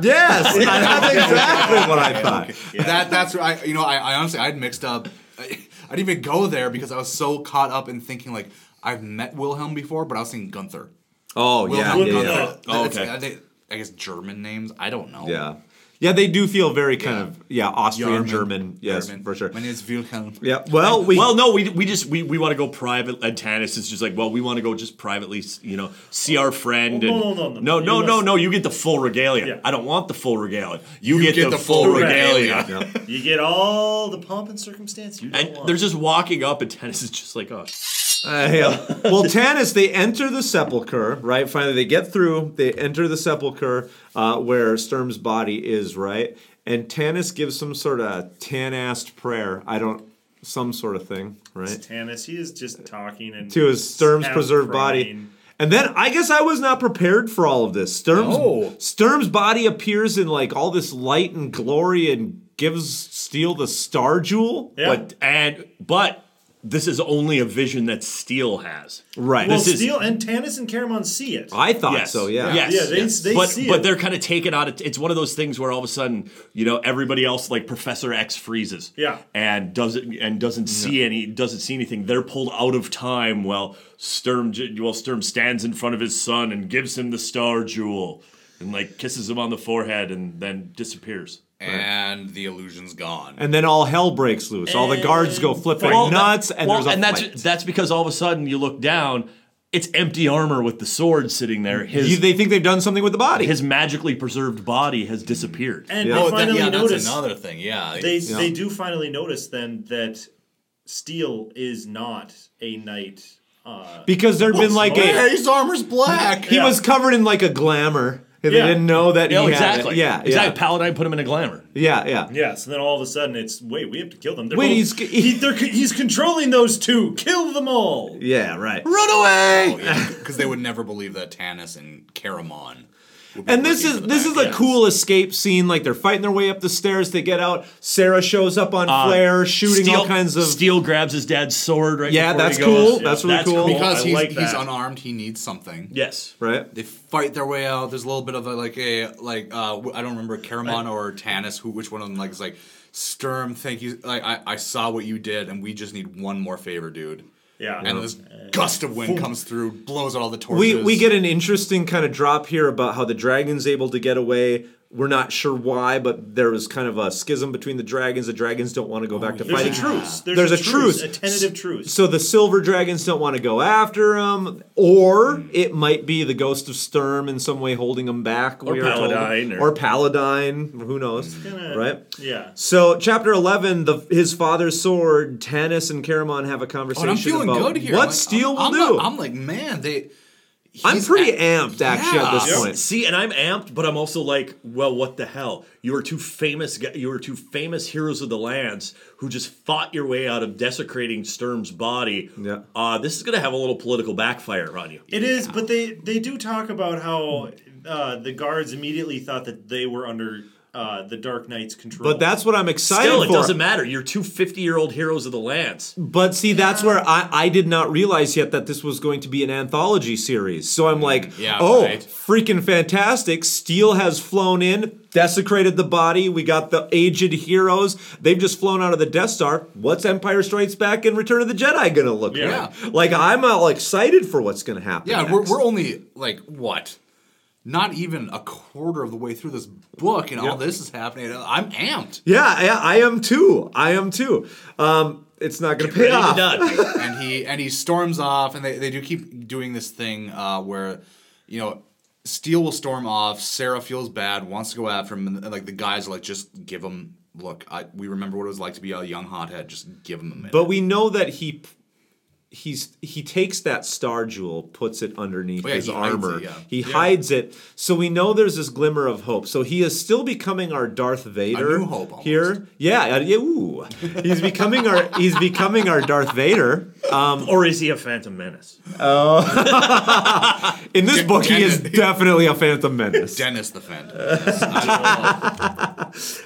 Yes, that's exactly what I thought.
that that's where I you know I, I honestly I'd mixed up. I, I didn't even go there because I was so caught up in thinking like I've met Wilhelm before, but I was thinking Gunther.
Oh yeah,
Wilhelm
yeah, yeah.
Gunther.
Oh,
It's-
okay.
I, think- I guess German names. I don't know.
yeah, yeah. They do feel very kind
Yeah.
of yeah Austrian
Yarman,
German. Yes,
German.
for sure.
My name is Wilhelm.
Yeah. Well, we
well, no, Oh, we, we just we, we want to go private. And Tanis is just like, well, we want to go just privately, s- you know, see our friend.
Well,
and,
Oh, no, no, no,
no,
you
no, no,
must-
no, You get the full regalia.
Yeah.
I don't want the full regalia. You, get, the, full, regalia.
regalia.
You get all the pomp and circumstance you don't
And
want.
they're just walking up, and Tanis is just like, oh,
Uh, yeah. Well, Tanis, they enter the sepulcher, right? Finally, they get through. They enter the sepulcher uh, where Sturm's body is, right? And Tanis gives some sort of tanast prayer. I don't, some sort of thing, right?
Tannis, he is just talking and
To his Sturm's
half
preserved body.
crying.
And then I guess I was not prepared for all of this. Sturm's,
No.
Sturm's body appears in like all this light and glory and gives Steel the star jewel.
Yeah.
but and but this is only a vision that Steel has.
Right.
This
well,
is-
Steel and Tannis and Caramon see it.
I thought so, yeah.
Yes.
Yeah, they-
yes.
they
but,
see
but
it.
they're kind of taken out. Of, it's one of those things where all of a sudden, you know, everybody else like Professor X freezes.
Yeah.
And doesn't and doesn't see any doesn't see anything. They're pulled out of time while Sturm j- while Sturm stands in front of his son and gives him the star jewel and like kisses him on the forehead and then disappears.
and the illusion's gone.
And then all hell breaks loose. All the guards go flipping
Eh, Well, that-
nuts, and
well,
there's a
and that's
fight.
that's because all of a sudden you look down, it's empty armor with the sword sitting there. His,
You- they think they've done something with the body.
His magically preserved body has disappeared.
And they finally
Oh, yeah,
notice
that's another thing. Yeah,
They
It's-
they do finally notice then that Steel is not a knight. Uh,
because there'd been
Oh,
like
Hey,
a
his armor's black.
he was covered in like a glamour, and
Yeah.
they didn't know that
Oh,
he
exactly.
had it. Yeah,
exactly. Paladine put him in a glamour.
yeah, yeah, yeah.
yeah, so then all of a sudden it's wait, we have to kill them. They're
Wait,
both-
he's-
he, they're, co- he's controlling those two. Kill them all.
Yeah, right.
Run away! Because Oh, they would never believe that Tanis and Karamon. would be
And this
working
is
for the
this is
bad
a
guys.
cool escape scene. Like they're fighting their way up the stairs. They get out. Sarah shows up on flare, shooting all kinds of.
Uh, Steel grabs his dad's sword right.
Yeah,
before he
that's
goes.
cool. That's really cool.
because
Oh, I
he's,
like
he's
that.
unarmed. He needs something.
Yes.
Right.
They fight their way out. There's a little bit of a, like a like uh, w- I don't remember Karamon or Tanis who which one of them like is like Sturm. Thank you. Like I, I saw what you did, and we just need one more favor, dude.
Yeah.
And this gust of wind comes through, blows out all the torches.
We we get an interesting kind of drop here about how the dragon's able to get away. We're not sure why, but there was kind of a schism between the dragons. The dragons don't want to go back to
Oh, There's
fighting.
a truce. There's,
There's
a,
a
truce,
truce.
A tentative truce.
So the silver dragons don't want to go after him, or it might be the ghost of Sturm in some way holding him back. Or
Paladine,
Or,
or-
Paladine. Who knows? right?
yeah.
So, chapter 11, the, his father's sword, Tanis and Karamon have
Oh,
a conversation
and I'm feeling
about
good here.
what
I'm like,
Steel
I'm,
will
I'm
do.
Not, I'm like, man, they.
I'm
he's
pretty
act-
amped, actually, at this
Yeah.
point.
See, and I'm amped, but I'm also like, well, what the hell? You are two famous, gu- you are two famous heroes of the lands who just fought your way out of desecrating Sturm's body.
Yeah.
Uh, this is gonna have a little political backfire on you.
It is, but they they do talk about how uh, the guards immediately thought that they were under uh, the Dark Knight's control.
But that's what I'm excited
Still, it
for.
doesn't matter. You're two 50 year old heroes of the lands.
But see, that's where I, I did not realize yet that this was going to be an anthology series. So I'm like,
yeah,
oh,
right.
freaking fantastic. Steel has flown in, desecrated the body. We got the aged heroes. They've just flown out of the Death Star. What's Empire Strikes Back and Return of the Jedi going to look
Yeah.
like? Like, I'm all excited for what's going to happen.
Yeah,
next.
we're, we're only like what, not even a quarter of the way through this book, and all this is happening. I'm amped, (laughs)
yeah, yeah, I am too. I am too. Um, it's not going to pay
Ready to
off.
nut.
and he and he storms off, and they, they do keep doing this thing uh, where, you know, Steel will storm off. Sarah feels bad, wants to go after him, and, and, like the guys are like, just give him. Look, I, we remember what it was like to be a young hothead. Just give him a minute.
But we know that he he's he takes that star jewel, puts it underneath
Oh, yeah,
his
he hides
armor.
it, yeah.
He hides it. So we know there's this glimmer of hope. So he is still becoming our Darth Vader
new hope, almost.
here. Yeah, uh, yeah, ooh. He's becoming our he's becoming our Darth Vader. Um,
Or is he a Phantom Menace?
in this book he is
Dennis.
definitely a Phantom Menace.
Dennis the Fend.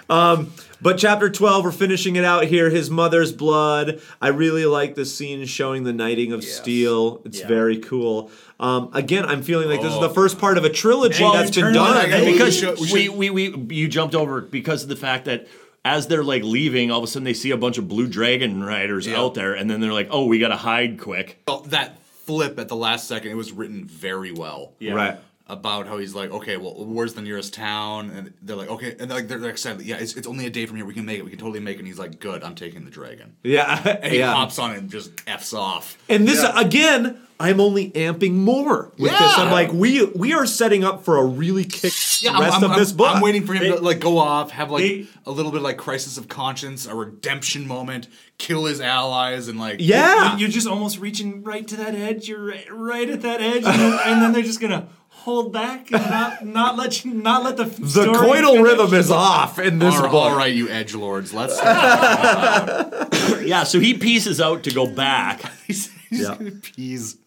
But chapter 12, we're finishing it out here. His mother's blood. I really like this scene showing the knighting of steel. It's very cool. Um, again, I'm feeling like this is the first part of a trilogy that's been done.
And because
should- we
we, we, we, you jumped over it because of the fact that as they're like leaving, all of a sudden they see a bunch of blue dragon riders out there, and then they're like, "Oh, we gotta hide quick."
Oh, that flip at the last second, it was written very well. Yeah.
Right.
About how he's like, okay, well, where's the nearest town? And they're like, okay, and they're like, they're, they're excited. Yeah, it's, it's only a day from here. We can make it. We can totally make it. And he's like, good, I'm taking the dragon.
Yeah. (laughs)
And he
yeah.
hops on it and just f's off.
And this again, I'm only amping more with this. I'm
Yeah.
like, we we are setting up for a really kick
Yeah,
rest
I'm, I'm,
of this
I'm-
book.
I'm waiting for him to like go off, have like
they-
a little bit of like crisis of conscience, a redemption moment, kill his allies, and like
Yeah.
You're just almost reaching right to that edge. You're ri- right at that edge, and then, and then they're just gonna hold back and not, not let you, not let the f-
The
story
coital
finish.
rhythm is off in this
All right,
book.
all right, you edge lords, let's.
(laughs)
Uh, (laughs)
Yeah, so he pieces out to go back.
he's he's gonna peas.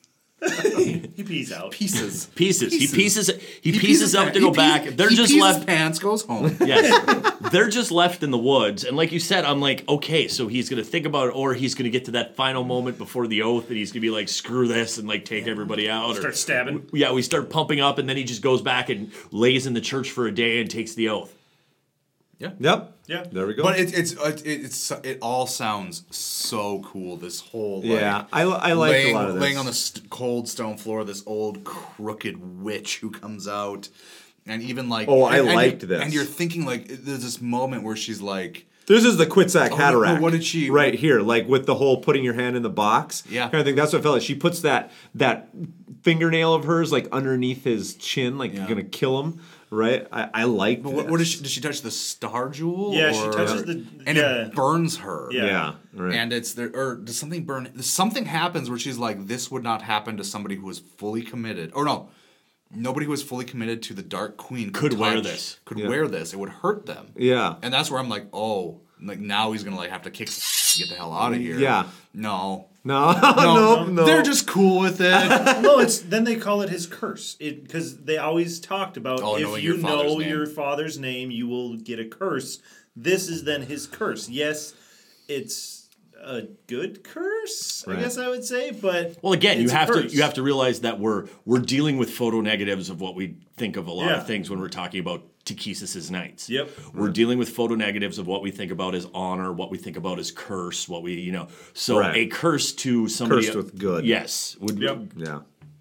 (laughs) he pees out.
Pieces.
Pieces. He pieces. He, pieces, up to go back. They're just left.
Pants goes home.
Yes. They're just left in the woods, and like you said, I'm like, okay, so he's gonna think about it, or he's gonna get to that final moment before the oath, and he's gonna be like, screw this, and like take everybody out. Or,
Start stabbing.
yeah, we start pumping up, and then he just goes back and lays in the church for a day and takes the oath.
Yep.
Yeah.
There we
(laughs)
go.
But it, it's it, it's it all sounds so cool. This whole like,
Yeah, I- I liked a
laying,
lot of
laying
this.
on the st- cold stone floor. This old crooked witch who comes out, and even like
Oh, I
and- and
liked
you-
this.
And you're thinking like there's this moment where she's like,
This is the Quitsack
Oh,
Hatterack.
no, what did she-
Right here, like with the whole putting your hand in the box.
Yeah.
Kind of thing. That's what I felt like. She puts that that fingernail of hers like underneath his chin, like you're gonna kill him. Right? I, I like
but what, what does she? Does she touch the star jewel?
Yeah, she
or-
touches the-
and
yeah.
it burns her.
Yeah.
Yeah. Right.
And it's there, or does something burn? Something happens where she's like, "This would not happen to somebody who is fully committed." Or no, nobody who is fully committed to the Dark Queen
Could wear
touch-
this.
Could
Yeah.
wear this. It would hurt them.
yeah.
And that's where I'm like, oh, like now he's gonna like have to kick, some get the (laughs) hell out of here.
Yeah.
No.
No, (laughs) no, no.
They're just cool with
(laughs)
it.
no, it's then they call it his curse because they always talked about
Oh,
if
knowing
you
your father's
know
name.
your father's name, you will get a curse. This is then his curse. Yes, it's a good curse, I
Right.
guess I would say, but
Well, again,
it's
you
a
have to
curse.
you have to realize that we're we're dealing with photo negatives of what we think of a lot
Yeah.
of things when we're talking about Takesis's knights.
Yep.
we're dealing with photo negatives of what we think about as honor, what we think about as curse, what we you know. So
Right.
a curse to somebody
Cursed with good.
yes, would
Yeah.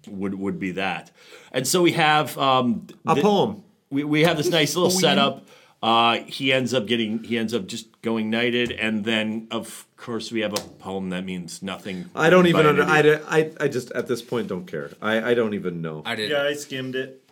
would would be that. And so we have um,
A
thi-
poem.
we, we have this nice little setup. Uh, he ends up getting he ends up just going knighted, and then of course we have a poem that means nothing.
I don't
by
even
an
under
idiot.
I, don't- I I just at this point don't care. I, I don't even know.
I didn't.
Yeah, I skimmed it.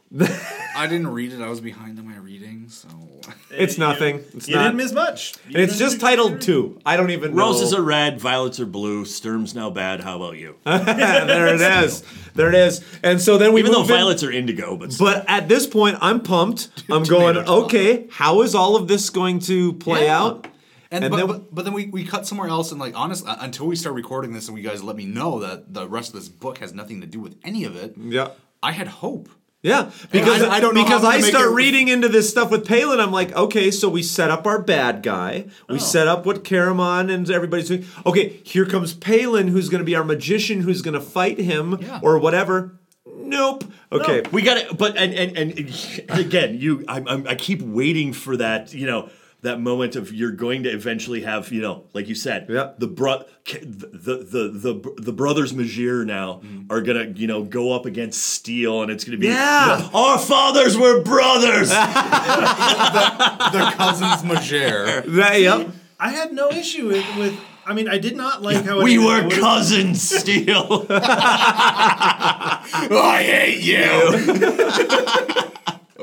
I didn't read it. I was behind on my reading, so (laughs)
it's nothing. It's
You
not
didn't miss much. You
and it's
didn't
just
miss-
titled two. I don't even know.
Roses
(laughs)
are red, violets are blue. Sturm's now bad. How about you?
there it is. There it is. And so then we
Even though
move in-
violets are indigo, but, still.
But at this point, I'm pumped. I'm going,
tomato.
okay, how is all of this going to play
Yeah.
out?
And,
And
but,
then-
but, but then we, we cut somewhere else and like honestly uh, until we start recording this and you guys let me know that the rest of this book has nothing to do with any of it.
Yeah.
I had
(laughs)
hope.
Yeah, because
I- I don't know how
because
I'm
I
gonna make
start
it-
reading into this stuff with Palin. I'm like, okay, so we set up our bad guy.
Oh.
We set up what Karamon and everybody's doing. Okay, here comes Palin, who's going to be our magician, who's going to fight him
Yeah.
or whatever. Nope. Okay,
we got it. But and and (laughs) and again, you, I, I'm, I keep waiting for that. You know. That moment of you're going to eventually have you know, like you said,
Yeah.
the bro, k- the the the the, the brothers Magier now are gonna you know go up against Steel and it's gonna be you
Yeah.
know, our fathers were
(laughs)
brothers.
The cousins Majer.
that, yep.
I had no issue with. with I mean, I did not like how it
we
ended. I
were
would've-
cousins,
(laughs)
Steel. (laughs)
I hate you.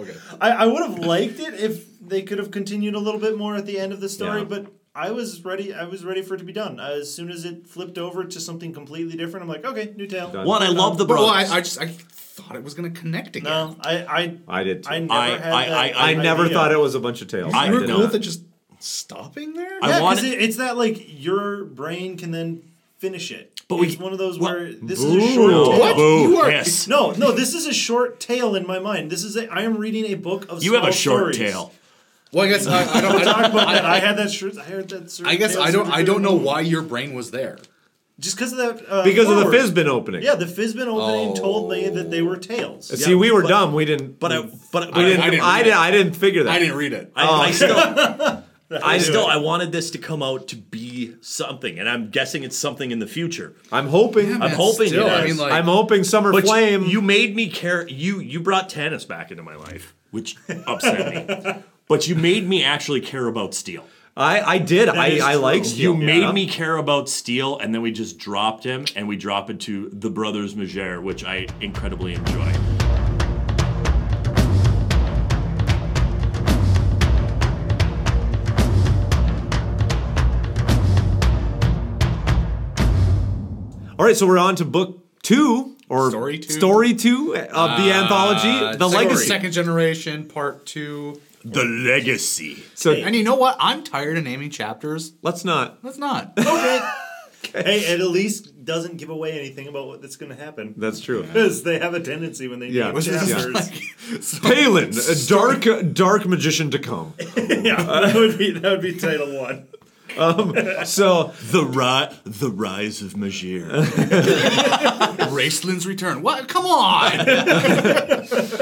okay.
I, I would have liked it if they could have continued a little bit more at the end of the story,
Yeah.
but I was ready. I was ready for it to be done. As soon as it flipped over to something completely different, I'm like, okay, new tale.
One, I love the
(laughs) But
brothers.
well, I, I just I thought it was gonna connect again.
No, I, I,
I did too.
I never
I-
had
I-
that
I-
I never
idea.
thought it was a bunch of tales.
I
You were
did
cool
not.
with it just stopping there?
I
Yeah, 'cause
wanted-
it, it's that like your brain can then finish it. But
But we-
it's one of those
what?
where this is a short
Ooh.
tale.
What? Boo.
You are-
Yes.
No, no, this is a short tale in my mind. This is a, I am reading a book of
You have a
small
short
stories.
tail.
Well, I guess I, I don't. I,
Talk
(laughs)
don't
about that. I,
I,
had that shirt. I had that. Shirt
I guess
tail
I don't.
shirt
I don't know
shirt.
why your brain was there.
Just because of that. Uh,
because of the
forward.
Fizbin opening.
Yeah, the Fizbin
Oh.
opening told me that they were tails.
See, we were dumb. We didn't. But I,
But
I
we didn't. I
I-
didn't.
didn't
I,
read
did,
it.
not figure that.
I didn't read it.
I, I still, I
do
still,
it.
I wanted this to come out to be something, and I'm guessing it's something in the future.
I'm hoping.
I'm hoping
still,
it
I
is.
mean, like-
I'm hoping Summer
but
Flame.
you made me care. You you brought tennis back into my life, which upset me. But you made me actually care about steel.
I, I did. I,
is
I
true.
like
You
Steel.
made me care about steel, and then we just dropped him, and we drop into the brothers Majer, which I incredibly enjoy.
All right, so we're on to book two or
Story two.
story two of the anthology, The
second,
Legacy.
second generation, part two.
The legacy.
So
And you know what? I'm tired of naming chapters.
let's not.
That's not.
Hey, it at least doesn't give away anything about what that's going to happen.
That's true.
Because they have a tendency when they
Yeah.
need
Which is
chapters.
Palin, a dark dark magician to come.
yeah, (laughs) that would be that would be title one.
Um, so
the ri- the rise of Magir.
Raceland's return. What? Come
(laughs)
on.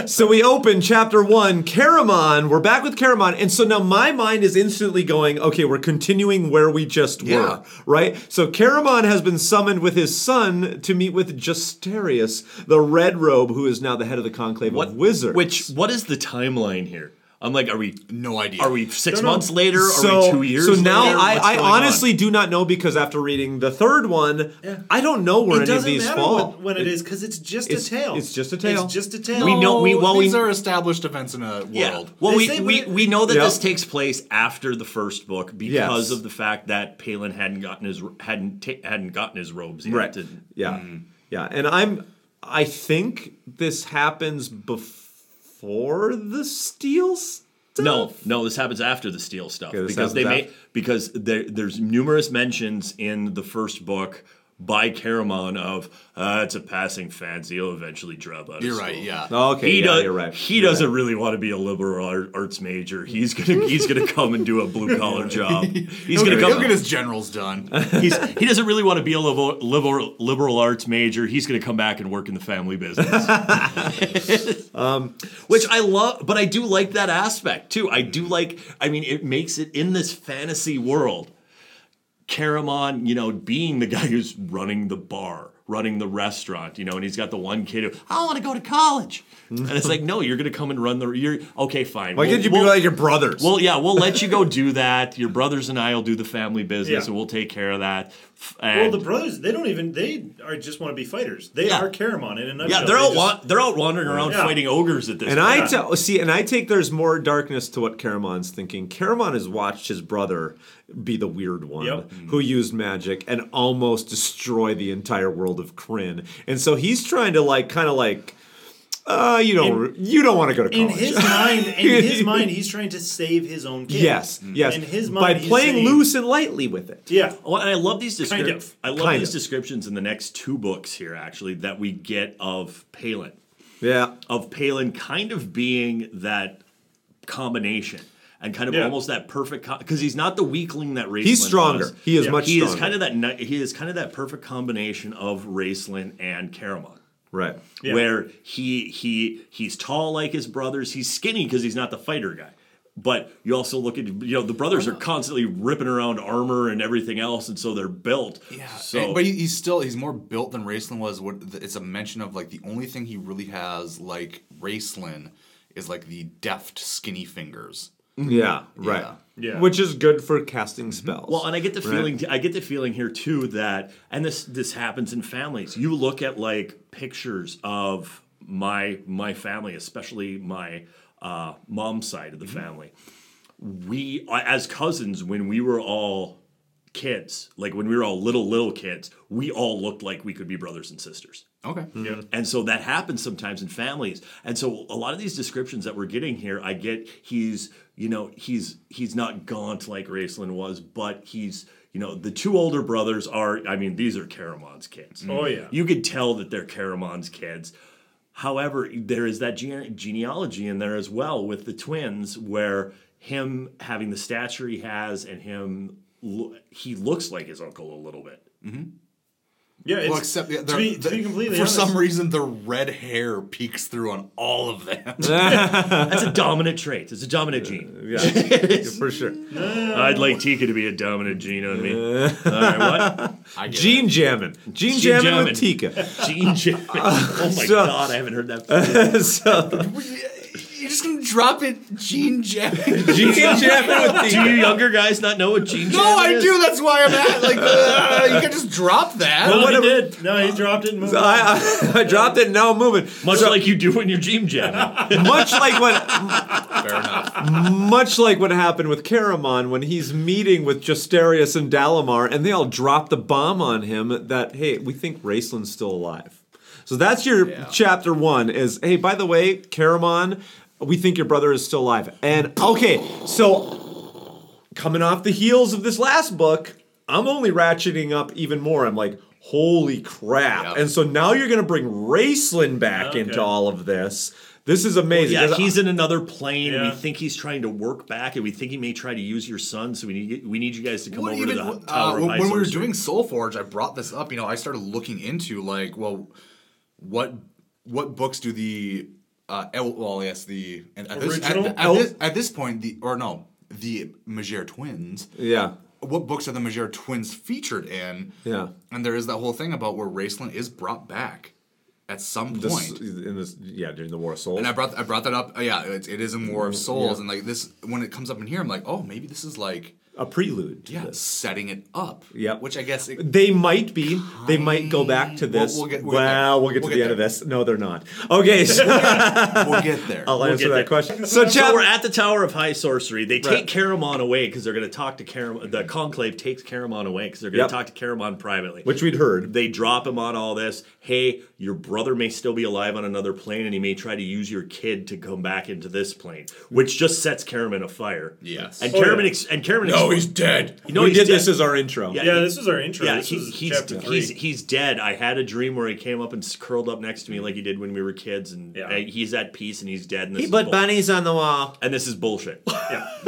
so we open chapter one, Karamon. We're back with Karamon. And so now my mind is instantly going, okay, we're continuing where we just
Yeah.
were, right? So Karamon has been summoned with his son to meet with Justarius, the red robe who is now the head of the Conclave of Wizards.
Which what is the timeline here? I'm like, are we
no idea?
Are we six
No, no.
months later? are we
So-
two years?
So now
later? What's
I, I
going on?
honestly do not know because after reading the third one, I don't know where
it
any of
doesn't
these
matter
fall.
When, when it is because it's just
it's-
a tale.
it's just a tale.
It's just a tale.
We know- we- well,
Oh, these
we-
are established events in a world.
Yeah. Well,
They
we,
say
we,
what-
we know that
Yep.
this takes place after the first book because
Yes.
of the fact that Palin hadn't gotten his hadn't ta- hadn't gotten his robes yet.
Right.
to-
Yeah. Yeah. And I'm I think this happens before the steel stuff.
No, no, this happens after the steel stuff
Okay, this
because they
happens
made because there, there's numerous mentions in the first book by Caramon of uh, it's a passing fancy. He'll eventually drop out. of
You're right,
school."
yeah.
Oh, okay,
He
yeah,
does.
you're right,
He
you're
doesn't really want to be a liberal ar- arts major. He's gonna he's gonna come and do a blue
(laughs)
collar job. He's
He'll
gonna
get-
come.
He'll get his generals
(laughs)
done.
He's, he doesn't really want to be a liberal, liberal, liberal arts major. He's going to come back and work in the
(laughs)
family business. Um, Which I love, but I do like that aspect too. I do like, I mean, it makes it in this fantasy world, Karamon, you know, being the guy who's running the bar, running the restaurant, you know, and he's got the one kid who, I want to go to college. And it's like, no, you're going to come and run the, you're, okay, fine.
Why
We'll-
can't you be
we'll-
like your brothers?
well, yeah, we'll let you go do that. Your brothers and I will do the family business,
Yeah.
and we'll take care of that. F-
Well,
And
the brothers they don't even they are just want to be fighters. They
Yeah.
are Caramon in a nutshell.
yeah, they're
They
out.
just-
wa- they're out wandering around
Yeah.
fighting ogres at this.
and
point.
I tell see, and I take there's more darkness to what Karamon's thinking. Karamon has watched his brother be the weird one
Yep.
who used magic and almost destroy the entire world of Kryn. And so he's trying to like kind of like uh, you don't you don't want to go to
In
college. (laughs)
his mind, in his mind, he's trying to save his own kid.
yes, yes.
Mm-hmm.
In Mm. his
By
mind, he's
playing
saying-
loose and lightly with it.
Yeah,
Oh, and I love these descriptions.
Kind of.
I love
Kind
these
of.
descriptions in the next two books here, actually, that we get of Palin,
Yeah.
of Palin kind of being that combination and kind of
Yeah.
almost that perfect because he's not the weakling that Raceland.
He's stronger.
was.
He is much
He
stronger.
is kind of that. ni- He is kind of that perfect combination of Raceland and Caramon.
right.
where he he he's tall like his brothers. He's skinny because he's not the fighter guy. But you also look at you know the brothers are constantly ripping around armor and everything else, and so they're built.
Yeah,
So
and- but he, he's still he's more built than Raceland was. What th- it's a mention of like the only thing he really has like Raceland is like the deft skinny fingers.
Mm. Yeah, Mm-hmm. right.
Yeah. Yeah.
Which is good for casting spells.
well, and I get the feeling I get the feeling here too that and this this happens in families. You look at like pictures of my my family, especially my uh, mom's side of the family. we uh, as cousins when we were all kids like when we were all little little kids we all looked like we could be brothers and sisters
Okay.
Hmm.
Yeah.
and so that happens sometimes in families and so a lot of these descriptions that we're getting here i get he's you know he's he's not gaunt like raceland was but he's you know the two older brothers are i mean these are caramon's kids
Oh, yeah.
you could tell that they're caramon's kids However, there is that gene- genealogy in there as well with the twins, where him having the stature he has and him lo- he looks like his uncle a little bit.
Mm-hmm. yeah. It's,
Well, except yeah,
to,
they're-
be, to
the-
be completely
for
honest,
some reason the red hair peeks through on all of them.
That's a dominant trait. It's a dominant gene. (laughs)
yeah, for sure.
I'd like Tika to be a dominant gene on me. All right, what?
(laughs) I get
Gene jamming. Gene, jamming,
jamming.
with Tika.
Gene jamming. Oh my
So-
god, I haven't heard that.
so,
it. You're just gonna drop it, Gene Jamming.
Gene jamming with
Do
Tika.
you younger guys not know what gene
no,
jamming
Oh, I
is?
do. That's why I'm at like uh, you can just drop that.
Well,
Whatever.
he did.
no, he dropped it. And moved on.
I, I, I dropped it. Now I'm moving.
Much like you do when you're gene
(laughs)
jamming.
much like what,
Fair enough.
much like what happened with Karamon when he's meeting with Justarius and Dalamar, and they all drop the bomb on him that hey, we think Raceland's still alive. So that's your
Yeah.
chapter one. Is hey, by the way, Karamon, we think your brother is still alive. And okay, so coming off the heels of this last book, I'm only ratcheting up even more. I'm like, holy crap. And so now you're going to bring Raceland back
Okay.
into all of this. This is amazing.
yeah,
'Cause I-
he's in another plane, and
Yeah.
we think he's trying to work back, and we think he may try to use your son. So we need we need you guys to come
Well,
over
even,
to the
uh,
Tower of
when, when we were
Isolde.
doing Soul Forge, I brought this up. You know, I started looking into like, well, what what books do the uh, El, well, yes, the and at this, at,
Original?
at this, at this point the or no the Majere twins.
Yeah.
What books are the Majere twins featured in?
Yeah.
And there is that whole thing about where Raceland is brought back at some point.
This- in this, yeah, during the War of Souls.
And I brought I brought that up. Uh, yeah, it, it is in War of
Mm,
Souls,
yeah.
and like this when it comes up in here, I'm like, oh, maybe this is like
a prelude.
yeah, setting it up.
Yeah.
which I guess
(laughs)
it,
They might be. They might go back to this.
we'll get- we'll get
well,
there.
we'll get to
We'll
the
get
end of this. No, they're not. Okay, so
we'll get there.
I'll
We'll
answer
get
that
there.
question.
So,
So, chap-
we're at the Tower of High Sorcery. They take
Right.
Caramon away because they're going to talk to Caramon. The Conclave takes Caramon away because they're going
Yep.
to talk to Caramon privately.
Which we'd heard.
They drop him on all this. Hey, your brother may still be alive on another plane, and he may try to use your kid to come back into this plane, which just sets Caramon afire.
Yes.
And
Oh,
Caramon.
yeah.
Ex- and Caramon.
No, he's dead.
You know
we
he's
did
dead.
this as our intro.
he-
Yeah,
Yeah, he- he's, he's he's dead. I had a dream where he came up and s- curled up next to me like he did when we were kids, and uh, he's at peace and he's dead. And this
He
is
put
bull-
bunnies on the wall.
and this is bullshit. (laughs)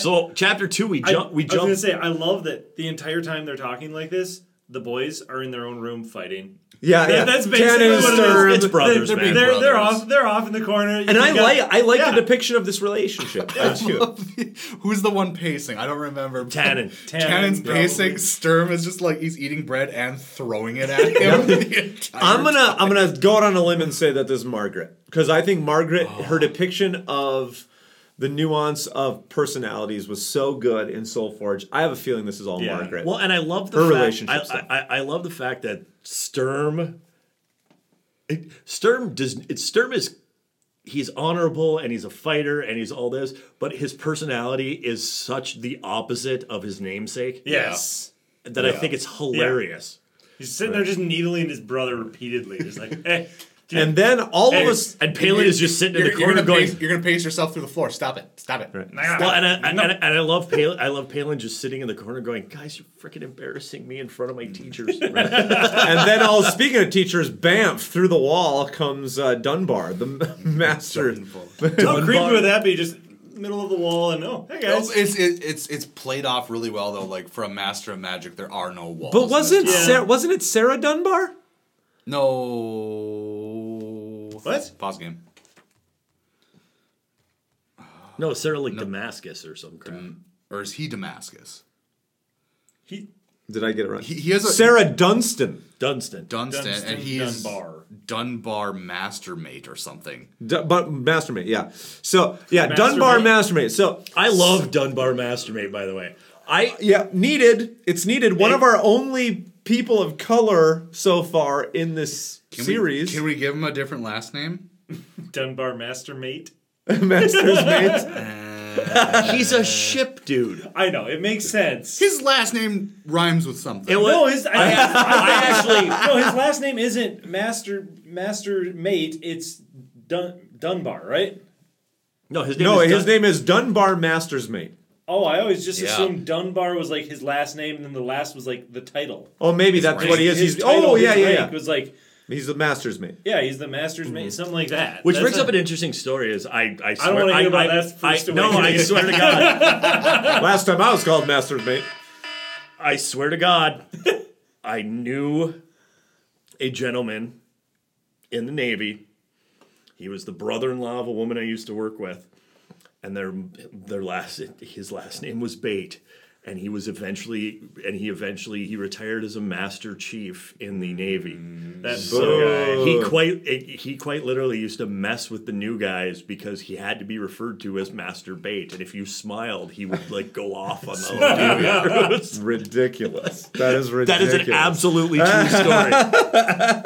so chapter two, we
I-
jump. we jump.
I was gonna say, I love that the entire time they're talking like this, the boys are in their own room fighting.
Yeah,
That-
yeah.
that's
Tan
basically
and
what
Stern.
it is. (laughs)
It's brothers,
they're,
man.
They're, they're
Brothers.
off. They're off in the corner.
And I
You got-
like I like
Yeah.
the depiction of this relationship. I do.
Who's the one pacing? I don't remember.
Tannen.
Tannen's
Tannen,
pacing. Sturm is just like he's eating bread and throwing it
(laughs)
at (laughs) him. the entire
I'm gonna I'm gonna go out on a limb and say that this is Margaret because I think Margaret
Oh.
her depiction of the nuance of personalities was so good in Soul Forge. I have a feeling this is all
Yeah.
Margaret.
Well, and I love the
her
fact,
relationship.
I,
stuff.
I, I, I love the fact that Sturm, it- Sturm does. It, Sturm is he's honorable and he's a fighter and he's all this, but his personality is such the opposite of his namesake.
Yes.
that I
Yeah.
think it's hilarious.
He's sitting there just needling his brother repeatedly. Just like, eh.
(laughs)
dude.
and then all of
Hey,
us
And Palin is just sitting in the
You're- you're
corner
gonna
going,
pace- you're gonna pace yourself through the floor. Stop it. Stop it.
Well, and I, and, and, I love Palin. I love Palin just sitting in the corner, going, "Guys, you're freaking embarrassing me in front of
Mm.
my
(laughs)
teachers."
and then all speaking of teachers, bamf through the wall comes uh, Dunbar, the m- (laughs) master. (laughs)
How creepy would that be? Just middle of the wall and oh, hey guys.
It's it, it's it's played off really well though. Like for a master of magic, there are no walls.
But wasn't
Yeah.
Sarah, wasn't it Sarah Dunbar?
no
What?
pause game?
no, it's sort of like Damascus or some crap.
Or is he Damascus?
He
Did I get it right?
He- he has a-
Sarah Dunstan.
Dunstan.
Dunstan, and he is
Dunbar.
Dunbar Mastermate or something.
Du- but mastermate, yeah. So yeah,
Mastermate.
Dunbar mastermate. So
I love Dunbar Mastermate, by the way. I
Uh, yeah, needed. It's needed. One of our only people of color so far in this
Can we-
series.
can we give him a different last name?
Dunbar master mate.
(laughs) Master's mate.
he's a ship dude.
I know it makes sense.
Uh, His last name rhymes with something.
It was,
No, his I,
(laughs) I actually
no, his last name isn't Master Master Mate. It's Dun, Dunbar, right?
no his name
No,
is
his
Dun-
name is Dunbar Master's mate.
Oh, I always just
Yeah.
assumed Dunbar was like his last name, and then the last was like the title.
Oh, maybe that's
rank.
what he is.
His
He's
title,
oh yeah
his
yeah
rank
yeah.
Was like
He's the Master's mate.
yeah, he's the Master's Mate, something like that.
Mm-hmm. Which
That's
brings
not-
up an interesting story. Is I I swear
wanna hear about
I,
that
I,
first
I no I
awakening.
swear
(laughs)
to God
Last time I was called Master's mate.
I swear to God (laughs) I knew a gentleman in the Navy. He was the brother-in-law of a woman I used to work with, and their their last his last name was Bate, and he was eventually and he eventually he retired as a master chief in the Navy.
That
So
guy.
he quite he quite literally used to mess with the new guys because he had to be referred to as Master Bait, and if you smiled, he would like go off on the other (laughs) dudes.
Ridiculous. That is
That
ridiculous.
is an absolutely true story.
(laughs)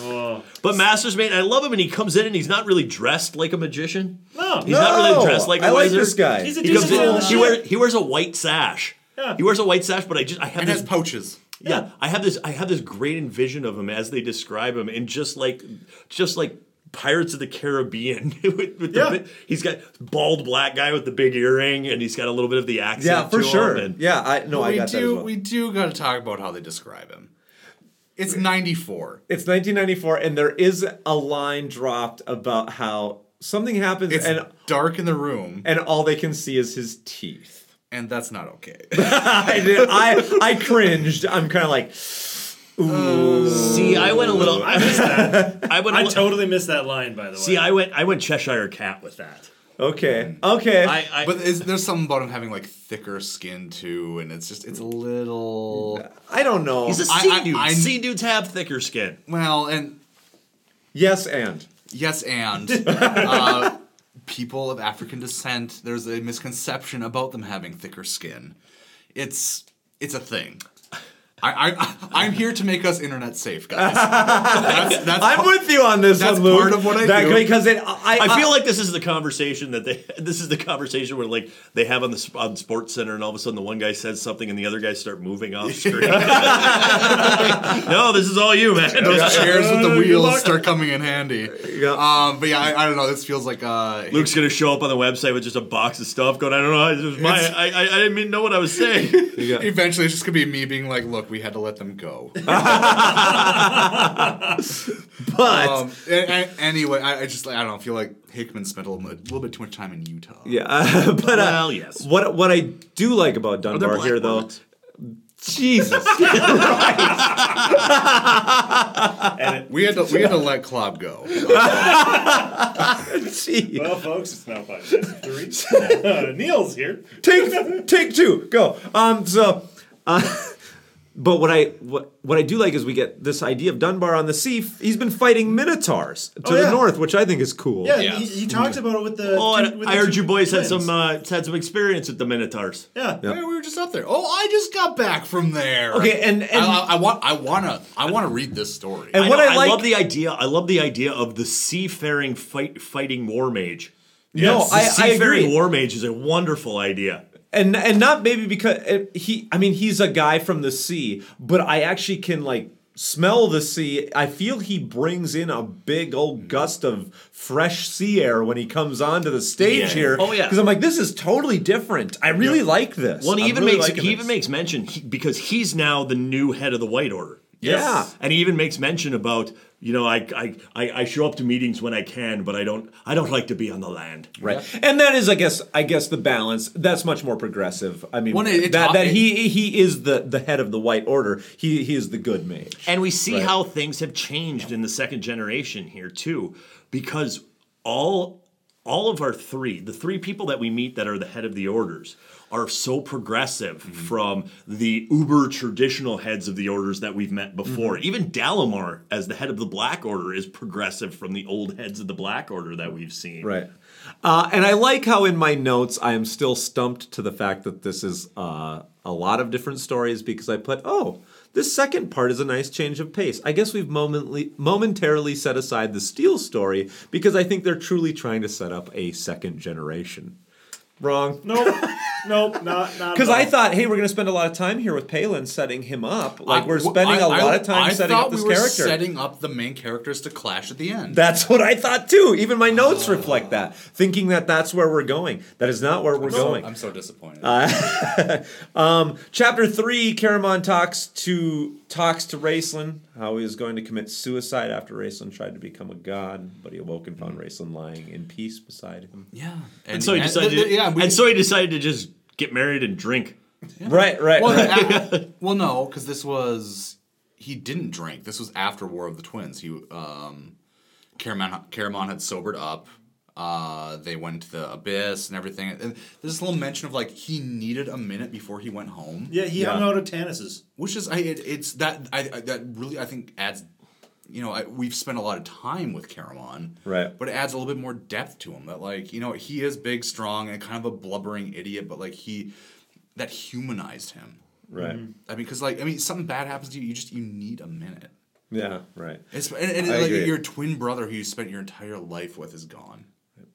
Oh.
But Master's Mate, I love him, and he comes in and he's not really dressed like a magician.
No,
He's not really dressed like a
I like
wizard.
this guy.
He's a
He, comes
decent little
in, he,
shit.
wear, he wears a white sash.
Yeah.
He wears a white sash, but I just I have
and
this
has pouches.
yeah. I have this I have this great envision of him as they describe him and just like just like Pirates of the Caribbean. (laughs) with, with yeah. the, bi- he's got bald black guy with the big earring, and he's got a little bit of the accent.
Yeah, for
to him,
sure.
and-
yeah, I no,
But
I
we
got
do
that as well.
we do got to talk about how they describe him. It's ninety four.
It's 1994, and there is a line dropped about how something happens,
It's
and
dark in the room,
and all they can see is his teeth.
and that's not
(laughs)
okay.
I, did, I I cringed. I'm kind of like, ooh.
See, I went a little. I
(laughs)
missed that. I went. a
I
li-
totally missed that line, by the way.
See, I went. I went Cheshire Cat with that.
okay, okay.
I, I
but is, there's something about him having like thicker skin too, and it's just it's a little
I don't know.
he's a
I-
sea
I-
dude.
I-
sea dudes have thicker skin.
well. And
yes, and
yes,
(laughs)
and uh, people of African descent, there's a misconception about them having thicker skin. It's it's a thing. I, I I'm here to make us internet safe,
(laughs)
guys. That's, that's
I'm with you on this.
That's
one, Luke.
part of what I
That-
do.
because it. I,
I feel like this is the conversation that they. (laughs) This is the conversation where like they have on the sp- on Sports Center, and all of a sudden the one guy says something, and the other guys start moving
(laughs)
off screen. (laughs) no, this is all you, man.
those chairs with the wheels start coming in handy.
Yeah.
Um, but yeah, I, I don't know. This feels like uh,
Luke's gonna show up on the website with just a box of stuff going. I don't know. This was my.
It's-
I, I I didn't even know what I was saying.
Eventually, it's just gonna be me being like, "Look, we had to let them
(laughs)
go."
but
um, a- a- anyway, I, I just I don't know, feel like Hickman spent a little, a little bit too much time in Utah.
yeah, uh, (laughs) but uh,
Well, yes.
What what I do like about Dunbar
black
here, though,
women?
Jesus,
We had to we had to let Klob go.
Jeez.
Well, folks, it's now five minutes to reach. Uh, (laughs) Neil's here.
take take two go um so uh, but what i what what i do like is we get this idea of dunbar on the sea F- he's been fighting minotaurs to
yeah.
the north which i think is cool
Yeah, He, he talks about it with the.
Oh,
two-
and
with
I
the
heard
two
you boys had
twins.
some uh, had some experience with the Minotaurs.
Yeah.
Yeah, we were just up there. Oh, I just got back from there.
Okay, and- and-
I, I, I want I wanna I wanna read this story.
and what
know,
i like
love the idea. I love the idea of the seafaring fight fighting war mage.
no
The
i i
seafaring
agree
war mage is a wonderful idea.
and and not maybe because uh, he i mean he's a guy from the sea but i actually can like smell the sea i feel he brings in a big old gust of fresh sea air when he comes onto the stage
Yeah.
here
Oh, yeah.
because i'm like this is totally different i really like this
Well, and he
I'm
even
really
makes
liking
he
this.
even makes mention he, because he's now the new head of the White Order.
Yeah.
and he even makes mention about you know I I, I, I show up to meetings when I can, but I don't I don't like to be on the land.
Right. And that is I guess I guess the balance. That's much more progressive. I mean
Well, it- it
that
ta-
that
it-
he he is the the head of the white order. He he is the good mage.
And we see how things have changed in the second generation here too, because all all of our three, the three people that we meet that are the head of the orders, are so progressive from the uber traditional heads of the orders that we've met before. Even Dalimar, as the head of the Black Order, is progressive from the old heads of the Black Order that we've seen.
Right. Uh, and I like how in my notes I am still stumped to the fact that this is uh, a lot of different stories because I put oh this second part is a nice change of pace. I guess we've momently, momentarily set aside the Steel story because I think they're truly trying to set up a second generation. Wrong. (laughs)
Nope. Nope. Not. Not.
Because
at
I
all.
thought, hey, we're going to spend a lot of time here with Palin setting him up. Like
I-
we're
well,
spending
I-
a lot
I-
of time
I
setting up
thought
this
we were
character.
setting up the main characters to clash at the end.
that's what I thought too. Even my notes
Oh.
reflect that, thinking that that's where we're going. That is not where we're going. Uh,
I'm so disappointed.
Chapter three: Caramon talks to talks to Raceland how he was going to commit suicide after Raceland tried to become a god, but he awoke and
Mm.
found Raceland lying in peace beside him.
yeah,
And so he decided.
yeah, we-
and so he decided to just get married and drink.
Right, right,
(laughs) Well,
right. (laughs)
a- well, no, because this was he didn't drink. This was after War of the Twins. He um, Caramon Caramon had sobered up. Uh, they went to the abyss and everything. And there's this little mention of like he needed a minute before he went home.
Yeah, he hung out at Tannis's.
which is I it, it's that I, I that really I think adds. You know, I, we've spent a lot of time with Caramon,
Right.
But it adds a little bit more depth to him. That like you know he is big, strong, and kind of a blubbering idiot, but like he that humanized him.
right.
I mean, because like I mean, something bad happens to you. You just you need a minute.
Yeah, right.
It's and, and
I
like
agree.
your twin brother who you spent your entire life with is gone.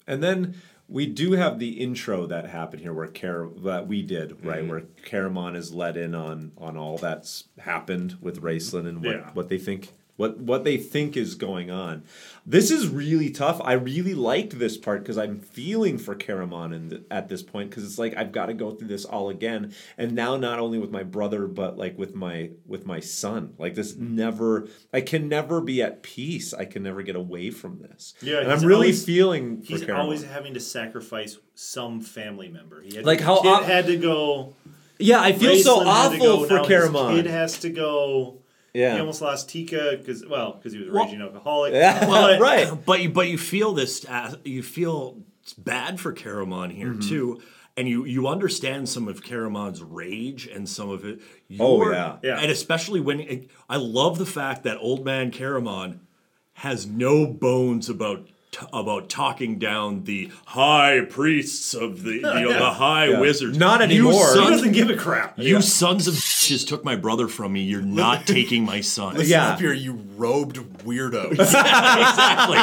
And then we do have the intro that happened here, where Car- that we did right,
Mm-hmm.
where Caramon is let in on on all that's happened with Raceland and what,
Yeah.
what they think what what they think is going on. This is really tough. I really liked this part because I'm feeling for Karamon in th- at this point because it's like I've got to go through this all again, and now not only with my brother but like with my with my son. Like this never, I can never be at peace. I can never get away from this.
Yeah,
and I'm
he's
really
always-
feeling for
He's
Karamon.
always having to sacrifice some family member. He had
Like
his
how
kid
op-
had to go.
Yeah, I feel so
Raceland had to go,
awful for
now his
Karamon.
Kid has to go.
Yeah.
he almost lost Tika because well because he was a raging
(laughs)
alcoholic.
Well,
(laughs) But-
But you, but you feel this. Uh, you feel bad for Karamon here
Mhm.
too, and you you understand some of Karamon's rage and some of it. You
Oh,
are-
yeah. Yeah.
and especially when it, I love the fact that old man Karamon has no bones about. t- About talking down the high priests
(laughs)
of the you know, the
Yeah.
high
Yeah.
wizards.
Not
You
anymore. He
sons-
doesn't give a crap. (laughs)
You
Yeah.
sons of bitches took my brother from me. You're
(laughs)
not taking my son.
Listen
Ah.
up here, you robed weirdos.
(laughs)
exactly.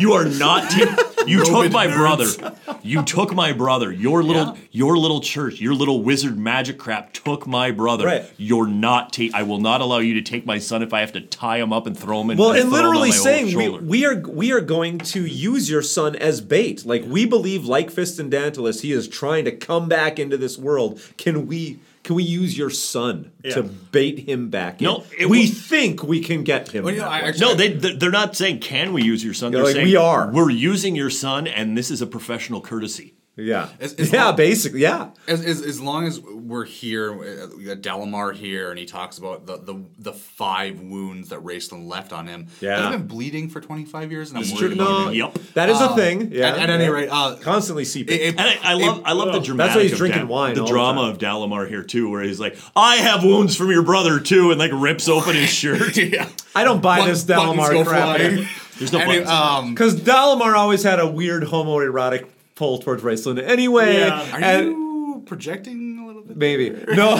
You are not. ta- you took
Robed
my
nerds.
brother. You took my brother. Your little, your little church, your little wizard magic crap took my brother.
Right.
You're not. Ta- I will not allow you to take my son if I have to tie him up and throw him in.
well,
and
and
throw him on
literally
my own
saying we,
shoulder.
we are we are going to use your son as bait. Like we believe, like Fist and Dantalus, he is trying to come back into this world. Can we? Can we use your son to
Yeah.
bait him back? in?
No, it
we
wa-
think we can get him. that way.
no, they they- they're not saying can we use your son.
They're
They're
like,
saying
"We are."
We're using your son, and this is a professional courtesy.
Yeah.
yeah,
basically, yeah.
As, as, as long as we're here, uh, we got Dalamar here, and he talks about the, the, the five wounds that Raceland left on him.
Yeah.
I've been bleeding for 25 years, and I'm
It's
worried
true.
about
No,
it.
Yep. that is a thing, yeah,
Uh, At, at any
yeah.
rate, uh,
constantly seeping.
It,
And I, I love I love the dramatic.
That's why he's
of
drinking
Dal-
wine
The
all the
drama of Dalamar here too, where he's like, "I have wounds from your brother too," and like rips open his
(laughs)
shirt.
yeah.
I don't buy
Buttons-
this Dalamar
buttons go
crap. (laughs)
flying. There's no Any- buttons. um,
Because Dalamar always had a weird homoerotic pull towards Raceland. Anyway,
Yeah. Are
and-
you projecting a little bit?
Maybe.
(laughs)
No.
I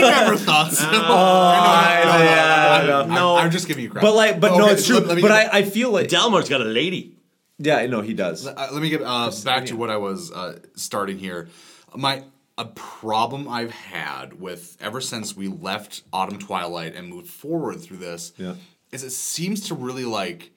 never thought so.
Oh, I- yeah,
no, no, no, no,
no.
no. I'm- I'm just giving you crap. Oh,
But like, but no,
Okay,
it's true.
let- let me
but
get-
I, I feel like
Dalmar's got a lady.
Yeah, I know he does.
Uh, let me get uh, back to what I was uh, starting here. My a problem I've had with ever since we left Autumn Twilight and moved forward through this
Yeah.
is it seems to really like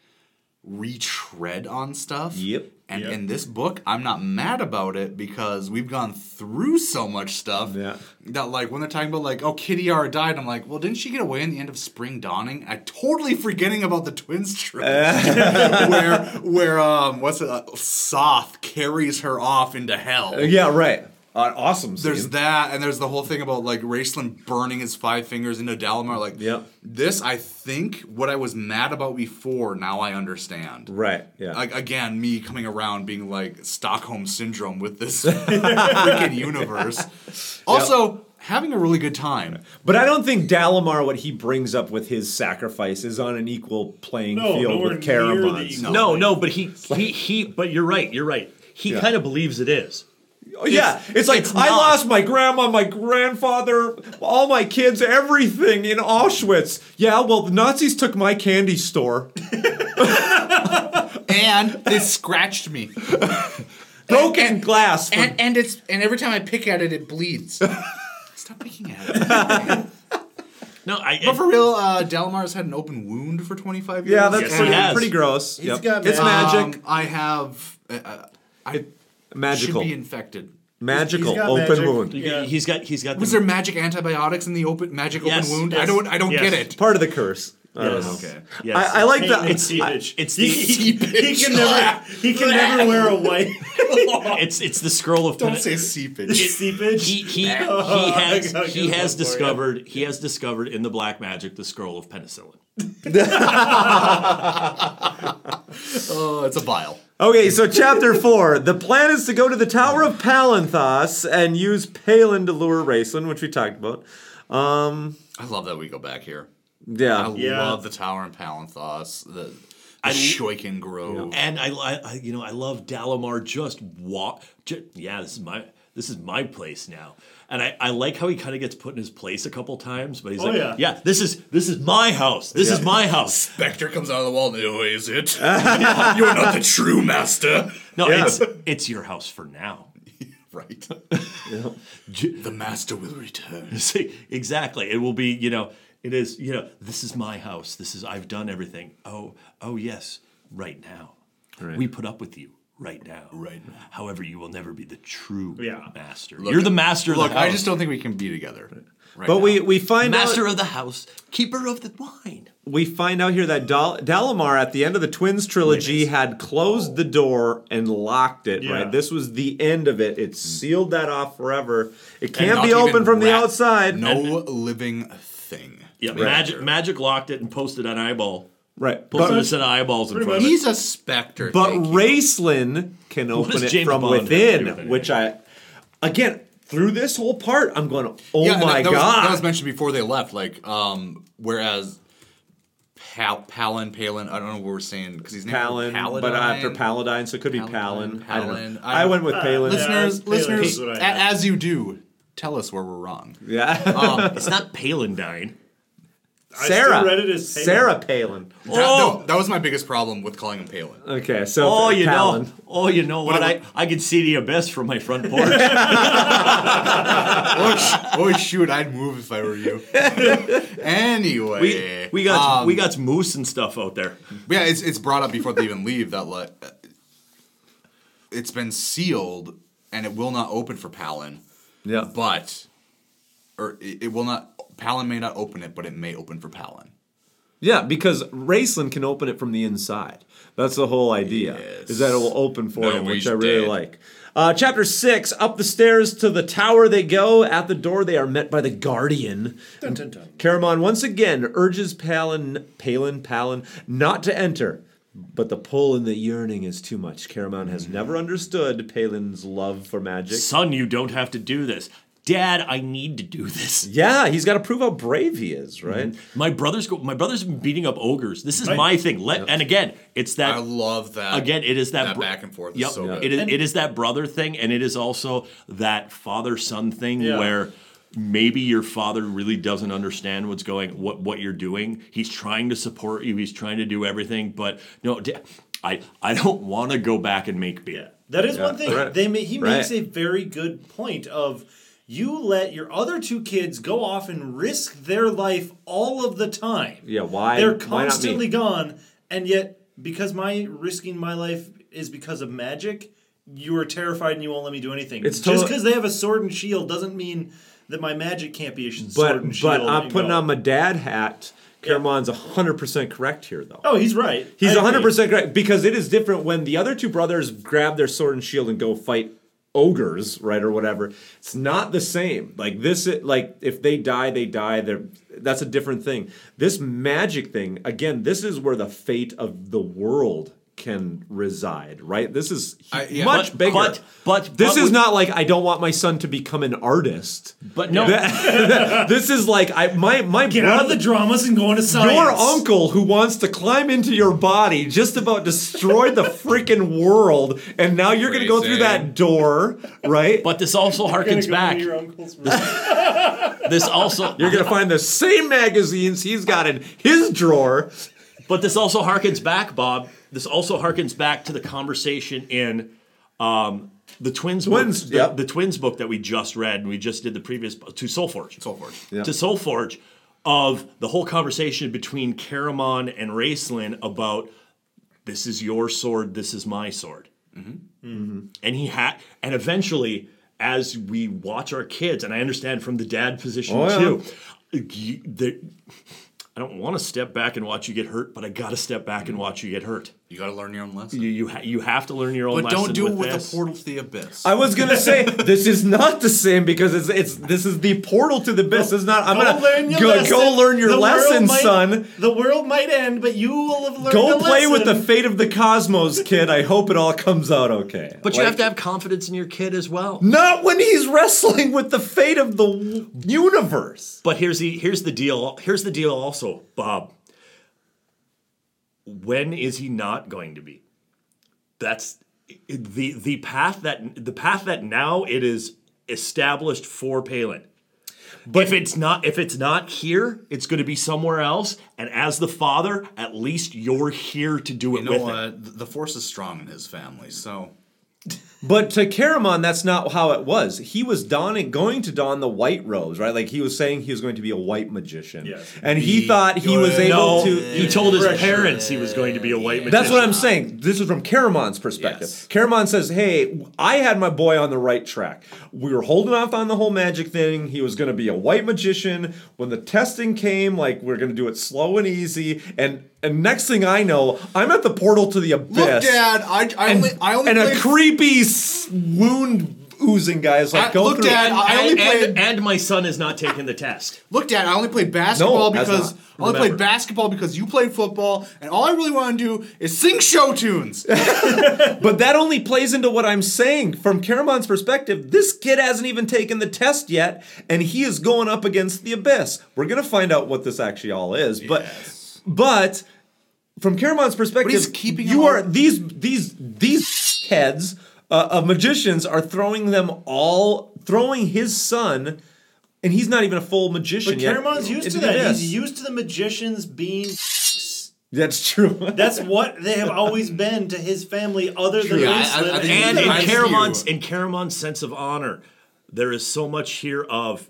retread on stuff. Yep. And
Yep.
in this book, I'm not mad about it because we've gone through so much stuff yeah. that, like, when they're talking about, like, oh, Kitty R died, I'm like, well, didn't she get away in the end of Spring Dawning? I totally forgetting about the (laughs) twins trip (laughs) where where um what's it? Uh, Soth carries her off into hell.
Uh, yeah, right. Uh, awesome.
There's
scene.
that, and there's the whole thing about like Raceland burning his five fingers into Dalamar. Like, this, I think, what I was mad about before, now I understand.
Right. Yeah.
Like again, me coming around being like Stockholm syndrome with
(laughs)
this freaking universe. Also, having a really good time.
But I don't think Dalamar, what he brings up with his sacrifice, is on an equal playing
No,
field
nowhere
with
near the
Karamon's.
equal No, playing no, but he he he. But you're right. You're right. He
Yeah.
kind of believes it is.
Oh, yeah, it's, like I lost my grandma, my grandfather, all my kids, everything in Auschwitz. Yeah, well, the Nazis took my candy store,
and they scratched me.
broken glass. From,
And, and it's and every time I pick at it, it (laughs) bleeds. Stop picking at it.
no, I.
(laughs) But for real, uh, Delamar's had an open wound for 25 years.
Yeah, that's pretty, pretty gross.
He's
Yep.
got
It's
magic.
magic,
Um, I have. Uh, uh, I
magical.
Should be infected.
magical, open wound.
He's got. He's got.
Was there magic antibiotics in the open magic
Yes,
open wound? I
yes,
don't. I don't
yes.
get it.
Part of the curse. I don't
Yes.
know.
Okay.
Yes.
I, I like the.
It's-
I-
It's
He-
the
he-
he can never- he can never wear a white.
(laughs) it's it's the scroll of.
Don't
say seepage.
Seepage.
He he, he
Oh,
has
I got
he
good one
has
for you.
discovered he has discovered in the black magic the scroll of penicillin.
Oh, it's a vial.
Okay, so chapter four. The plan is to go to the Tower of Palanthas and use Palin to lure Raceland, which we talked about. Um,
I love that we go back here.
Yeah.
I
Yeah.
love the tower in Palanthos. The, the
I-
Shoiken Grove.
And I, I, I- you know, I love Dalamar just walk. Ju- yeah, this is my this is my place now. And I, I like how he kind of gets put in his place a couple times, but he's
Oh,
like,
yeah.
yeah. this is this is my house. This is
Yeah.
my house.
Spectre comes out of the wall. No, is
(laughs)
it? You're not the true master.
No,
Yeah.
it's it's your house for now. (laughs)
right.
the
(laughs) master will return.
exactly. It will be, you know, It is, you know, this is my house. This is I've done everything. Oh, oh yes, right now.
Right.
We put up with you right now. Right. Now. However, you will never be the true
Yeah.
master.
Look,
You're the master of
Look,
the house.
I just don't think we can be together. Right
but
now.
we we find
master
out,
of the house, keeper of the wine.
we find out here that Dal- Dalamar at the end of the Twins trilogy had closed the door and locked it.
Yeah.
Right, this was the end of it. It sealed that off forever. It
And
can't
not
be
even
open from the
rat-
outside.
No living thing.
Yeah,
Right.
magic magic locked it and posted an eyeball.
Right,
Posted
but-
a set of eyeballs in front of it.
He's a specter.
But
thank you.
Raceland can
What
open
does
it
James
from
Bond have to do with
within,
it?
which I, again, through this whole part, I'm going, oh
Yeah, and
my
that, that was-
god.
that was mentioned before they left. Like, um, whereas Pal, Palin, Palin, I don't know what we're saying because his name
Palin, but after Paladine, so it could be Palin.
Paladin,
I don't know.
Palin.
I, went with Palin.
Listeners,
Palin is
listeners,
what Uh, I
a-
had.
as you do, tell us where we're wrong.
yeah,
Um,
It's not Palandine.
Sarah.
read it as Palin.
Sarah Palin.
that, that, that was my biggest problem with calling him Palin.
Okay, so
(laughs) Oh, you
Palin.
know. Oh, you know what? I, I could see the abyss from my front porch. (laughs)
oh, sh- oh shoot, I'd move if I were you. anyway,
we, we got
um,
we got some moose and stuff out there.
Yeah, it's it's brought up before they even leave that like uh, it's been sealed and it will not open for Palin,
Yeah,
but or it, it will not. Palin may not open it, but it may open for Palin.
yeah, because Raceland can open it from the inside. That's the whole idea. Is that it will open for
No,
him, which
he's
I really
dead.
like. Uh, chapter six. Up the stairs to the tower they go. At the door they are met by the guardian.
Dun, dun, dun.
Caramon once again urges Palin, Palin, Palin not to enter, but the pull and the yearning is too much. Caramon has never understood Palin's love for magic.
Son, you don't have to do this. Dad, I need to do this.
Yeah, he's got to prove how brave he is, right?
My brother's go- my brother's been beating up ogres. This is my thing. Let and again, it's that
I love that.
again, it is that,
that
bro-
back and forth.
Yep,
Is so good.
it is it is that brother thing, and it is also that father son thing
Yeah.
where maybe your father really doesn't understand what's going what what you're doing. He's trying to support you. He's trying to do everything, but no, da- I I don't want to go back and make beer.
That is one thing.
right.
They ma- he
Right.
makes a very good point of you let your other two kids go off and risk their life all of the time.
Yeah, why- why
They're
not me?
constantly gone, and yet because my risking my life is because of magic, you are terrified and you won't let me do anything.
It's
just
tota-
because they have a sword and shield doesn't mean that my magic can't be a sh- sword
But
and shield.
but I'm
and
putting
go.
on my dad hat. Caramon's 100% correct here, though.
Oh, he's right.
He's
I agree.
100% correct because it is different when the other two brothers grab their sword and shield and go fight ogres, right or whatever. It's not the same. Like this it- like if they die, they die. They're that's a different thing. This magic thing, again, this is where the fate of the world can reside, right? This is hu-
I- yeah.
much
But-
bigger.
but- but-
this
but
is
we-
not like I don't want my son to become an artist.
But no,
this is like I my my
Get out of the dramas and go into science.
your uncle who wants to climb into your body just about destroyed the freaking world, and now you're gonna go through
Phrasing.
that door,
(laughs)
right?
but this also harkens back.
Your uncle's room.
This (laughs) also
you're gonna find the same magazines he's got in his drawer.
But this also harkens back, Bob. This also harkens back to the conversation in um, the twins,
Twins,
book,
yep.
the, the twins book that we just read and we just did the previous to Soulforge.
Soulforge.
To Soulforge of the whole conversation between Caramon and Raceland about this is your sword, this is my sword.
Mm-hmm.
Mm-hmm. And he had, and eventually, as we watch our kids, and I understand from the dad position
Oh,
yeah.
too, you, the, I don't want to step back and watch you get hurt, but I got to step back
Mm-hmm.
and watch you get hurt.
You got to learn your own
(laughs)
lesson.
You you, ha- you have to learn your own
but
lesson.
don't do it with
this.
the portal to the abyss.
I was gonna say this is not the same because it's it's this is the portal to the abyss. It's not. I'm gonna go, go
lesson.
learn your
The world
lesson,
might-
son.
The world might end, but you will have learned.
Go
a
play with the
lesson.
fate of the cosmos, kid. I hope it all comes out okay.
But you have to have confidence in your kid as well.
Not when he's wrestling with the fate of the w- universe.
But here's the here's the deal. Here's the deal also, Bob. When is he not going to be? That's the the path that the path that now it is established for Palin. But if it's not if it's not here, it's going to be somewhere else. And as the father, at least you're here to do it
you know
with
what?
him.
The- The force is strong in his family, so
But to Karamon, that's not how it was. He was donning, going to don the white robes, right? Like he was saying he was going to be a white magician,
Yes.
and he thought he was able
No,
to.
he told his parents he was going to be a white magician.
That's what I'm saying. This is from Karamon's perspective. Karamon says, "Hey, I had my boy on the right track. We were holding off on the whole magic thing. He was going to be a white magician. When the testing came, like we're going to do it slow and easy. And and next thing I know, I'm at the portal to the abyss.
Look, Dad, I, I
and,
only, I only
and a
played-
creepy s- wound oozing guy is like,
I-
"Go
look,
through."
Dad,
it.
I only played-
And, and my son is not taking the test.
Look, Dad, I only played basketball
that's
because I
not.
only
Remember.
played basketball because you played football, and all I really want to do is sing show tunes.
But that only plays into what I'm saying. From Karamon's perspective, this kid hasn't even taken the test yet, and he is going up against the abyss. We're gonna find out what this actually all is, but but from Karamon's perspective, keeping you are these these these heads uh, of magicians are throwing them all throwing his son, and he's not even a full magician
But
yet.
Karamon's used to
into
that.
this.
He's used to the magicians being. (laughs)
That's true. (laughs)
That's what they have always been to his family, other than Raceland.
and in Karamon's, in Karamon's sense of honor, there is so much here of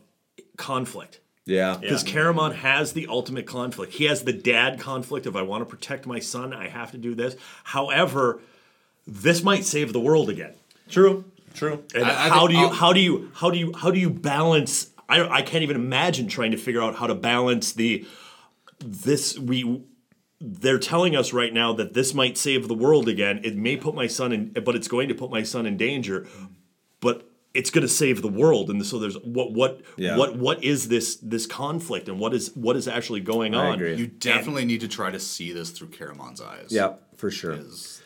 conflict.
Yeah.
Because Karamon has the ultimate conflict. He has the dad conflict of I want to protect my son, I have to do this. However, this might save the world again.
True. True.
And
I- I
how
think
do you
I'll-
how do you how do you how do you balance I don't, I can't even imagine trying to figure out how to balance the this we they're telling us right now that this might save the world again. It may put my son in but it's going to put my son in danger. But it's going to save the world and so there's what what
Yeah.
what what is this this conflict and what is what is actually going on?
You definitely need to try to see this through Karamon's eyes.
Yep, for sure.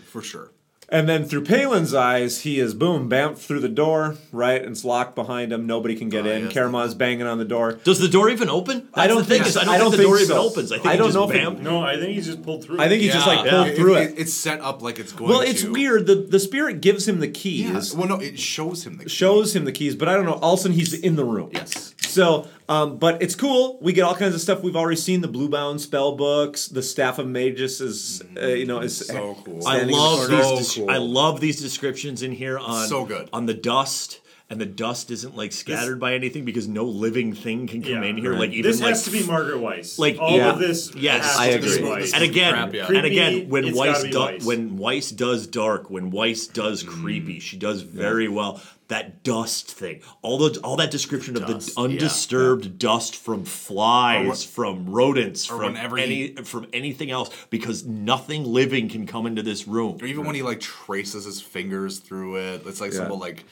for sure.
And then through Palin's eyes, he is boom, bamf through the door, right? And it's locked behind him. Nobody can
Oh,
get in. Karamon's banging on the door.
Does the door even open?
I don't
the thing
think
is, I
I don't
don't think the door
think
even
so.
opens. I think
I
he
don't
just
know if it-
bam-
No, I think he's just pulled through.
I think he's just like pulled through it.
It's set up like it's going
Well,
to.
it's weird. The the spirit gives him the keys.
Well, no, it shows him the keys.
Shows him the keys, but I don't know. All of a sudden, he's in the room.
Yes.
So, um, but it's cool. We get all kinds of stuff we've already seen. The Bluebound spell books. The Staff of Magus is, uh, you know, is so cool.
I love these. des- I love these descriptions in here on
So good.
on the dust. And the dust isn't like scattered by anything because no living thing can come
Yeah.
in here.
Right.
Like even
This
like
has to be Margaret Weiss.
Like
All
yeah.
of this
Yes,
has I to be agree. Weiss.
And again,
Crap, yeah.
and
Creepy,
again, when
it's
Weiss,
gotta be
do-
Weiss.
when Weiss does dark, when Weiss does creepy, she does very well. That dust thing, all the all that description of the undisturbed dust from flies, from rodents,
or
from
whenever
any from anything else, because nothing living can come into this room.
Or even when he like traces his fingers through it, it's like
Yeah.
some like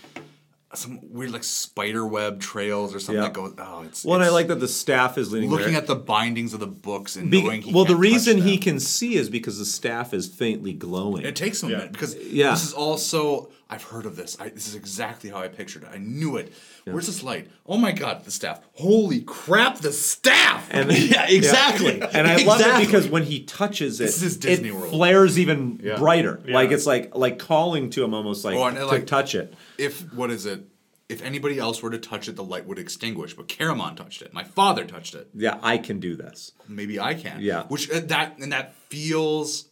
some weird like spider web trails or something
Yeah.
that goes. Oh, it's
Well, and I
it's
like that the staff is leaning.
looking
there.
at the bindings of the books and
Be-
knowing. He
well, the
can't touch
reason
them.
he can see is because the staff is faintly glowing.
It takes a minute because
Yeah.
this is also I've heard of this. I, this is exactly how I pictured it. I knew it. Where's this light? Oh my god, the staff! Holy crap, the staff! (laughs)
And
yeah, exactly.
(laughs) And I love it
Exactly.
because when he touches it,
This is Disney
it
World.
flares even
Yeah.
brighter.
Yeah.
Like it's like like calling to him almost like,
Oh, and it,
to
like-
touch it.
if what is it? If anybody else were to touch it, the light would extinguish. But Karamon touched it. My father touched it.
Yeah, I can do this.
Maybe I can.
Yeah.
Which uh, that and that feels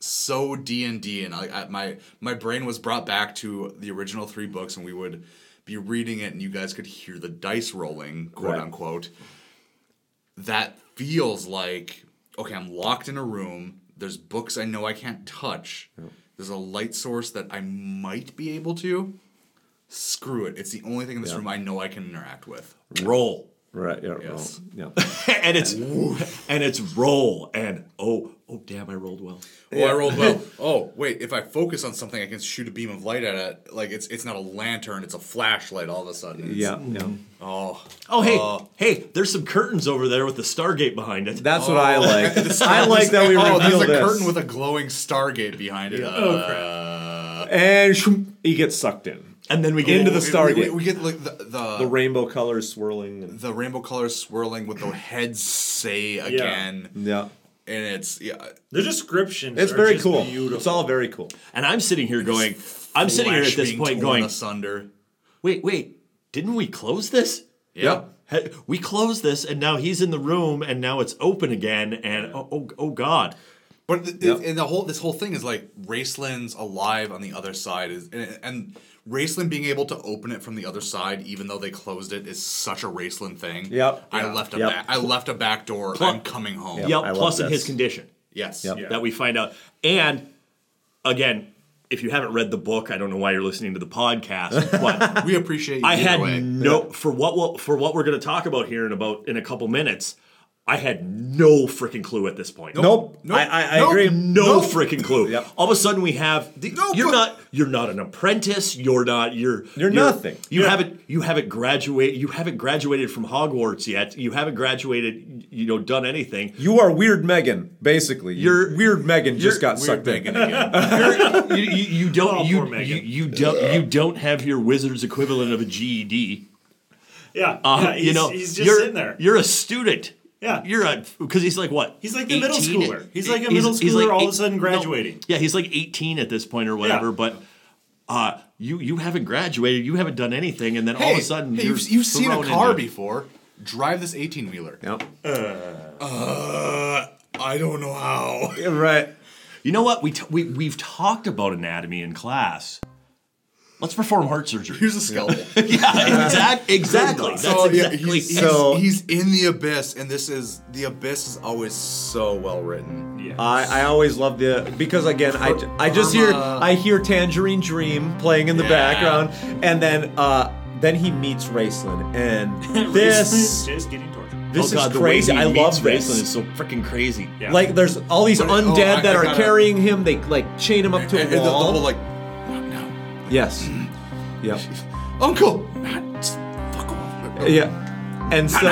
so D and D, and I, I, my my brain was brought back to the original three books, and we would be reading it, and you guys could hear the dice rolling, quote
Right.
unquote. That feels like okay. I'm locked in a room. There's books I know I can't touch. There's a light source that I might be able to. Screw it. It's the only thing in this
Yeah.
room I know I can interact with.
roll.
Right. Yeah.
Yes. (laughs)
roll. (laughs)
and it's and it's roll and oh oh damn I rolled well.
Oh, I rolled
(laughs)
well. Oh, wait, if I focus on something, I can shoot a beam of light at it. Like it's it's not a lantern, it's a flashlight all of a sudden. It's-
Yeah. Yeah.
Oh.
Oh hey
Oh.
hey, there's some curtains over there with the Stargate behind it.
That's what I
(laughs)
like. I like that we
oh,
reveal
there's a
this.
curtain with a glowing stargate behind it. Uh,
Oh,
crap.
and shoom, he gets sucked in.
And then we
Oh.
get into the Stargate.
We, we get like the the,
the rainbow colors swirling. And,
the rainbow colors swirling with the heads say again.
yeah.
And it's yeah.
The descriptions.
It's
are
very
just
cool.
Beautiful.
It's all very cool.
And I'm sitting here going I'm sitting here at
Flesh
this
being
point
torn
going
asunder.
wait, wait, didn't we close this?
Yeah.
Hey, We closed this and now he's in the room and now it's open again and oh oh, oh god.
But th- th- and the whole this whole thing is like Raceland's alive on the other side is and, and Raceland being able to open it from the other side, even though they closed it, is such a Raceland thing.
Yep.
I
Yeah.
left a
Yep.
back. I left a back door.
Plu-
I'm coming home.
Yep. plus in his condition.
Yes.
Yep.
Yeah.
That we find out. And again, if you haven't read the book, I don't know why you're listening to
(laughs)
the podcast. But
we appreciate. you
I
either
had
way.
no for what we'll, for what we're going to talk about here in about in a couple minutes. I had no freaking clue at this point.
Nope. Nope. I- I- I Nope. agree.
No
Nope.
freaking clue. All of a sudden, we have the, you're not you're not an apprentice. You're not you're
You're nothing.
You haven't you haven't graduated. You haven't graduated from Hogwarts yet. You haven't graduated. You know, done anything.
You are weird Megan, basically. You're weird Megan just got sucked in.
(laughs) you, you, you don't you, you, you don't you don't have your wizard's equivalent of a E GED.
Yeah,
Uh,
yeah,
(laughs) you
he's-
know,
he's just
you're,
sitting there.
You're a student.
Yeah.
you're a because he's like what?
He's like the middle
18?
schooler. He's like a middle schooler all of a sudden graduating.
no, yeah, he's like 18 at this point or whatever. But uh, you you haven't graduated. You haven't done anything, and then all of
Hey,
a sudden
hey,
you're
you've, you've seen a
thrown
car
into-
before. Drive this 18 wheeler.
Yep.
Uh, I don't know how.
(laughs) right.
You know what? We t- we we've talked about anatomy in class. Let's perform heart surgery. Here's
a skeleton.
yeah, exact, exactly. That's
So,
exactly.
yeah, he's, he's-
So-
he's in the abyss, and this is the abyss is always so well written. Yeah.
I, I always love the because again I, I just hear
Irma.
I hear Tangerine Dream playing in the
Yeah.
background and then uh then he meets Raceland and this
just getting tortured.
this
Oh, God,
is
the way
crazy
he
I
meets
love this
Raceland is so freaking crazy.
like there's all these
But-
undead
oh, I-
that
I
are
gotta-
carrying him they like chain him up to
And-
a
and the- the
wall
whole, like,
yes yep
Uncle.
yeah and so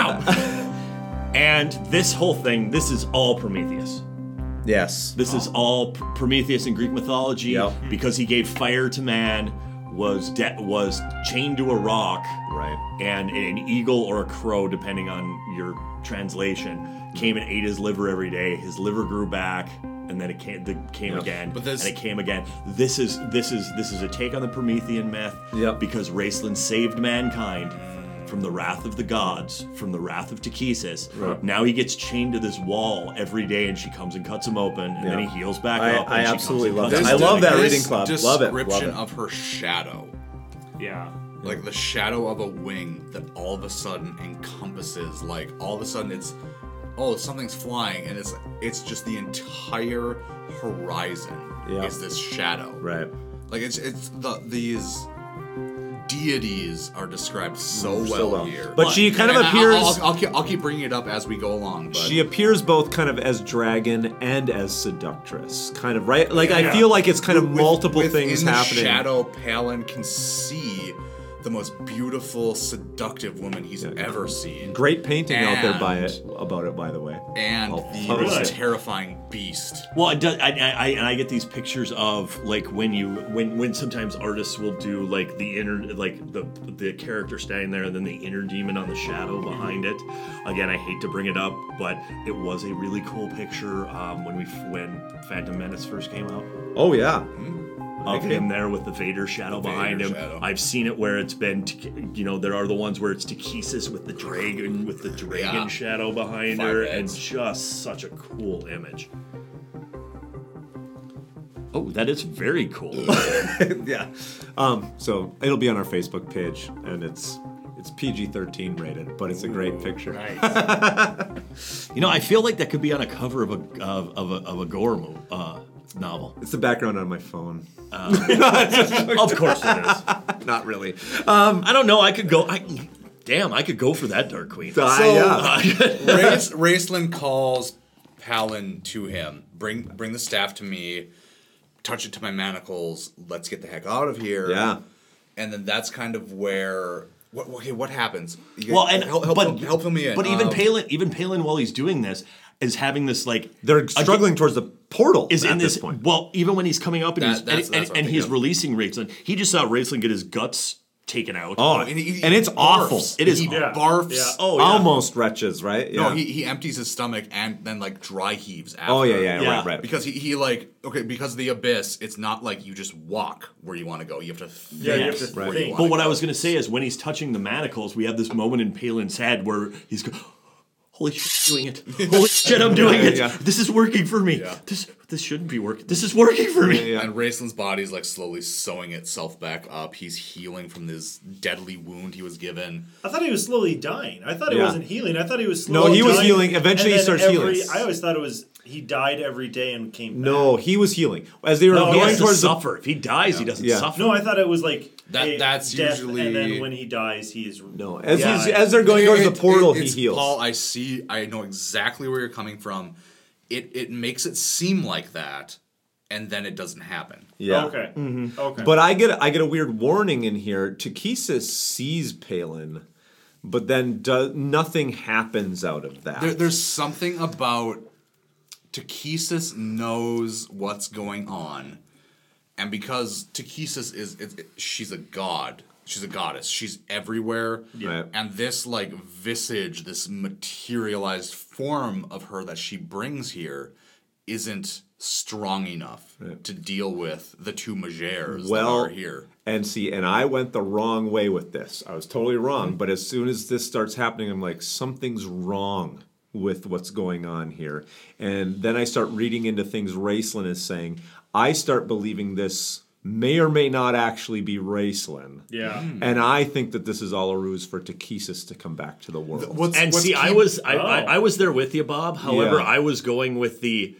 And this whole thing, this is all Prometheus.
(laughs)
(laughs)
Yes.
This is all P- Prometheus in Greek mythology because he gave fire to man, was de- was chained to a rock,
right,
and an eagle or a crow, depending on your translation, came and ate his liver every day. His liver grew back, and then it came, the, came again,
But this-
and it came again. This is this is this is a take on the Promethean myth because Raceland saved mankind from the wrath of the gods, from the wrath of Tachesis.
Right.
Now he gets chained to this wall every day, and she comes and cuts him open, and then
Yeah.
he heals back
I-
up. and
I
she comes
absolutely
and
love
cuts
that.
him
I love
open.
that
This
reading club. Love it. Love
Description
it.
of her shadow.
Yeah.
Like the shadow of a wing that all of a sudden encompasses. Like all of a sudden, it's oh something's flying, and it's it's just the entire horizon
Yeah.
is this shadow.
right
Like it's it's the these deities are described so well,
So well.
here.
But she kind of
And I-
appears-
I'll, I'll, I'll, keep, I'll keep bringing it up as we go along. But
She appears both kind of as dragon and as seductress, kind of right. Like I
Yeah.
feel like it's kind of multiple
within
things
the
happening.
Shadow Palin can see the most beautiful, seductive woman he's ever seen.
Great painting out there by
And-
it about it, by the way.
And
I'll
the
post
most
it.
terrifying
(laughs)
beast.
Well, it does, I, I, I and I get these pictures of like when you when when sometimes artists will do like the inner like the the character standing there and then the inner demon on the shadow behind it. Again, I hate to bring it up, but it was a really cool picture um, when we f- when Phantom Menace first came out
Oh yeah,
of
Okay.
him there with the Vader shadow
Vader
behind him.
shadow.
I've seen it where it's been, t- you know, there are the ones where it's Takesis with the dragon with the dragon
Yeah.
shadow behind
Five
her,
heads.
and just such a cool image. Oh, that is very cool.
yeah. Um, so it'll be on our Facebook page, and it's it's PG thirteen rated, but it's a great picture.
you know, I feel like that could be on a cover of a of, of a, of a gore mo- uh, novel.
It's the background on my phone.
of course it (laughs)
is. Not really.
Um, I don't know. I could go. I, damn, I could go for that Dark Queen.
Ah,
So,
Uh,
Race, Raceland calls Palin to him. Bring bring the staff to me. Touch it to my manacles. Let's get the heck out of here.
Yeah.
And then that's kind of where. What, okay, what happens? You-
(laughs) well, and
help, help,
but
him- help me in.
But even
Um,
Palin, even Palin, while he's doing this, is having this like
they're struggling towards the portal.
Is
at
in this,
this point.
Well, even when he's coming up and
That-
he's
that's-
and,
that's
and,
what I'm
and he's
thinking of.
releasing Raceland, he just saw Raceland get his guts taken out.
Oh, and, it's awful.
It is
He barfs.
Oh, yeah.
almost wretches, right?
No, he, he empties his stomach and then like dry heaves after.
Oh, yeah, yeah, Yeah. right, right.
Because he, he like okay because of the abyss, it's not like you just walk where you want to go. You have to think
Yeah, you have to
where you
But
wanna
what I
go.
was going to say is when he's touching the manacles, we have this moment in Palin's head where he's go, holy shit, I'm doing (laughs) it. Holy shit, I'm doing
Yeah,
it.
yeah.
This is working for me.
Yeah.
This this shouldn't be working. This is working for me.
And Raceland's body is like slowly sewing itself back up. He's healing from this deadly wound he was given.
I thought he was slowly dying. I thought he
Yeah.
wasn't healing. I thought he was
No,
slowly
he was
dying,
healing. Eventually
and
he
then
starts
every,
healing.
I always thought it was he died every day and came back.
No, he was healing as they were
No, he
going
has to
towards the-
suffer. If he dies, he doesn't
Yeah.
No, I thought it was like
That-
a
that's
death, and then
usually-
when he dies, he is no.
as he's- as they're going towards the portal, he
it's-
heals.
Paul, I see. I know exactly where you're coming from. It it makes it seem like that, and then it doesn't happen.
Yeah.
Okay. Okay.
But I get I get a weird warning in here. Takisa sees Palin, but then do, nothing happens out of that.
There, there's something about Takesis knows what's going on, and because Takesis is, it, it- she's a god, she's a goddess, she's everywhere,
Right.
and this like visage, this materialized form of her that she brings here, isn't strong enough to deal with the two majeres that
well
are here.
And see, and I went the wrong way with this. I was totally
Mm-hmm.
wrong. But as soon as this starts happening, I'm like, something's wrong with what's going on here. And then I start reading into things Raceland is saying. I start believing this may or may not actually be Raceland.
Yeah. Hmm.
And I think that this is all a ruse for Takesis to come back to the world.
and see, I was I, I,
Oh.
I was there with you, Bob. However,
Yeah.
I was going with the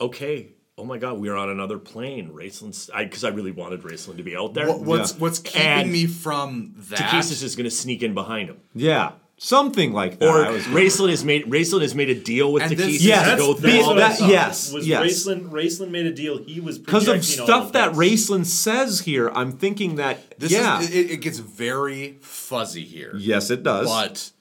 okay. Oh my God, we are on another plane. Raceland's because I, really wanted Raceland to be out there.
What- what's what's keeping
And
me from that?
Takesis is going to sneak in behind him.
Yeah, something like that.
Or
I was-
Raceland has made Raceland has made a deal with
And
Takesis
this-
to
Yes,
go through
be-
all
that-
this.
Uh,
yes,
was
yes.
Raceland, Raceland made a deal. He was
because
projecting
of stuff that Raceland says here, I'm thinking that
This
yeah,
is it, it gets very fuzzy here.
Yes, it does.
But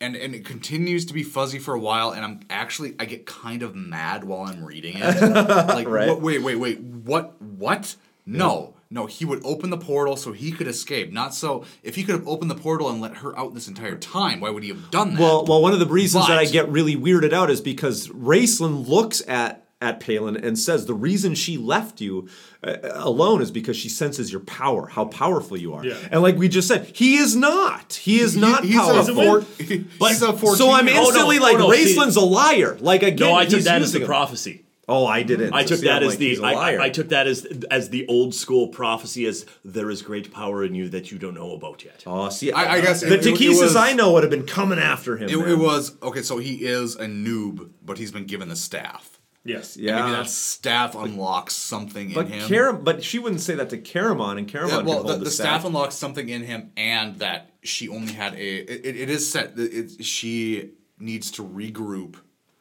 and and it continues to be fuzzy for a while, and I'm actually I get kind of mad while I'm reading
(laughs)
it. like,
Right.
what- wait, wait, wait. What? What? No, no. He would open the portal so he could escape. Not so. If he could have opened the portal and let her out this entire time, why would he have done that?
Well, well, one of the reasons that I
But-
get really weirded out is because Raceland looks at at Palin and says the reason she left you uh, alone is because she senses your power, how powerful you are.
Yeah.
And like we just said, he is not. He is not
he's a
powerful.
four- (laughs) he's a
so I'm
14-year-old.
instantly
Oh, no,
like
oh, no, see-
Raceland's a liar. Like again,
No, I took
he's
that as
using
the
him.
prophecy.
Oh, I didn't.
I took
See,
that
I'm
as
like,
the
he's a
I-
liar.
I, I took that as as the old school prophecy as there is great power in you that you don't know about yet.
Oh, see,
I, I guess
the
it- it- it
Takesis
was-
I know would have been coming after him.
It,
man.
it was okay. So he is a noob, but he's been given the staff.
Yes.
Yeah.
Yeah.
maybe that staff unlocks something
But
in him.
Karam, but she wouldn't say that to Karamon, and Karamon
Yeah, well,
could hold
the,
the,
the staff unlocks something in him, and that she only had a. It, it- it is set. that It, she needs to regroup.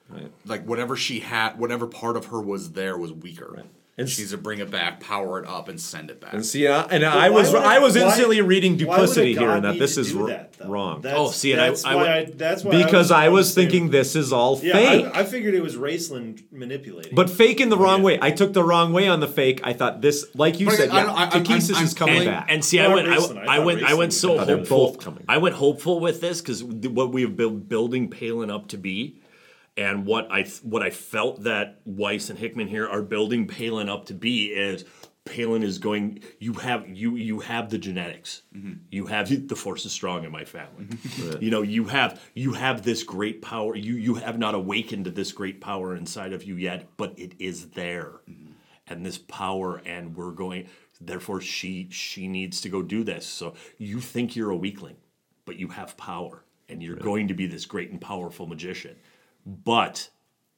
Right.
Like whatever she had, whatever part of her was there was weaker. And she needs to bring it back, power it up, and send it back.
And see, I, and I was I was instantly reading duplicity here, and that this is r- wrong.
Oh, see, and I-
that's why I- that's why I
because
was
I was,
saying-
thinking this is all
Yeah,
fake,
I, I figured it was Raceland manipulating.
but fake in the wrong way. I took the wrong way on the fake. I thought this, like you
But
said,
I- I-
yeah,
I- I'm-
Takesis
I'm
is coming
and,
back.
and see, I
Not
went, I,
Raceland. I
I
thought
went, I went
Raceland-
so
I thought they're
hopeful.
both
I went hopeful with this because what we have been building Palin up to be, and what I th- what I felt that Weiss and Hickman here are building Palin up to be is Palin is going. You have you you have the genetics. You have the force is strong in my family. You know you have you have this great power. You you have not awakened to this great power inside of you yet, but it is there and this power and we're going therefore she she needs to go do this so you think you're a weakling but you have power and you're going to be this great and powerful magician but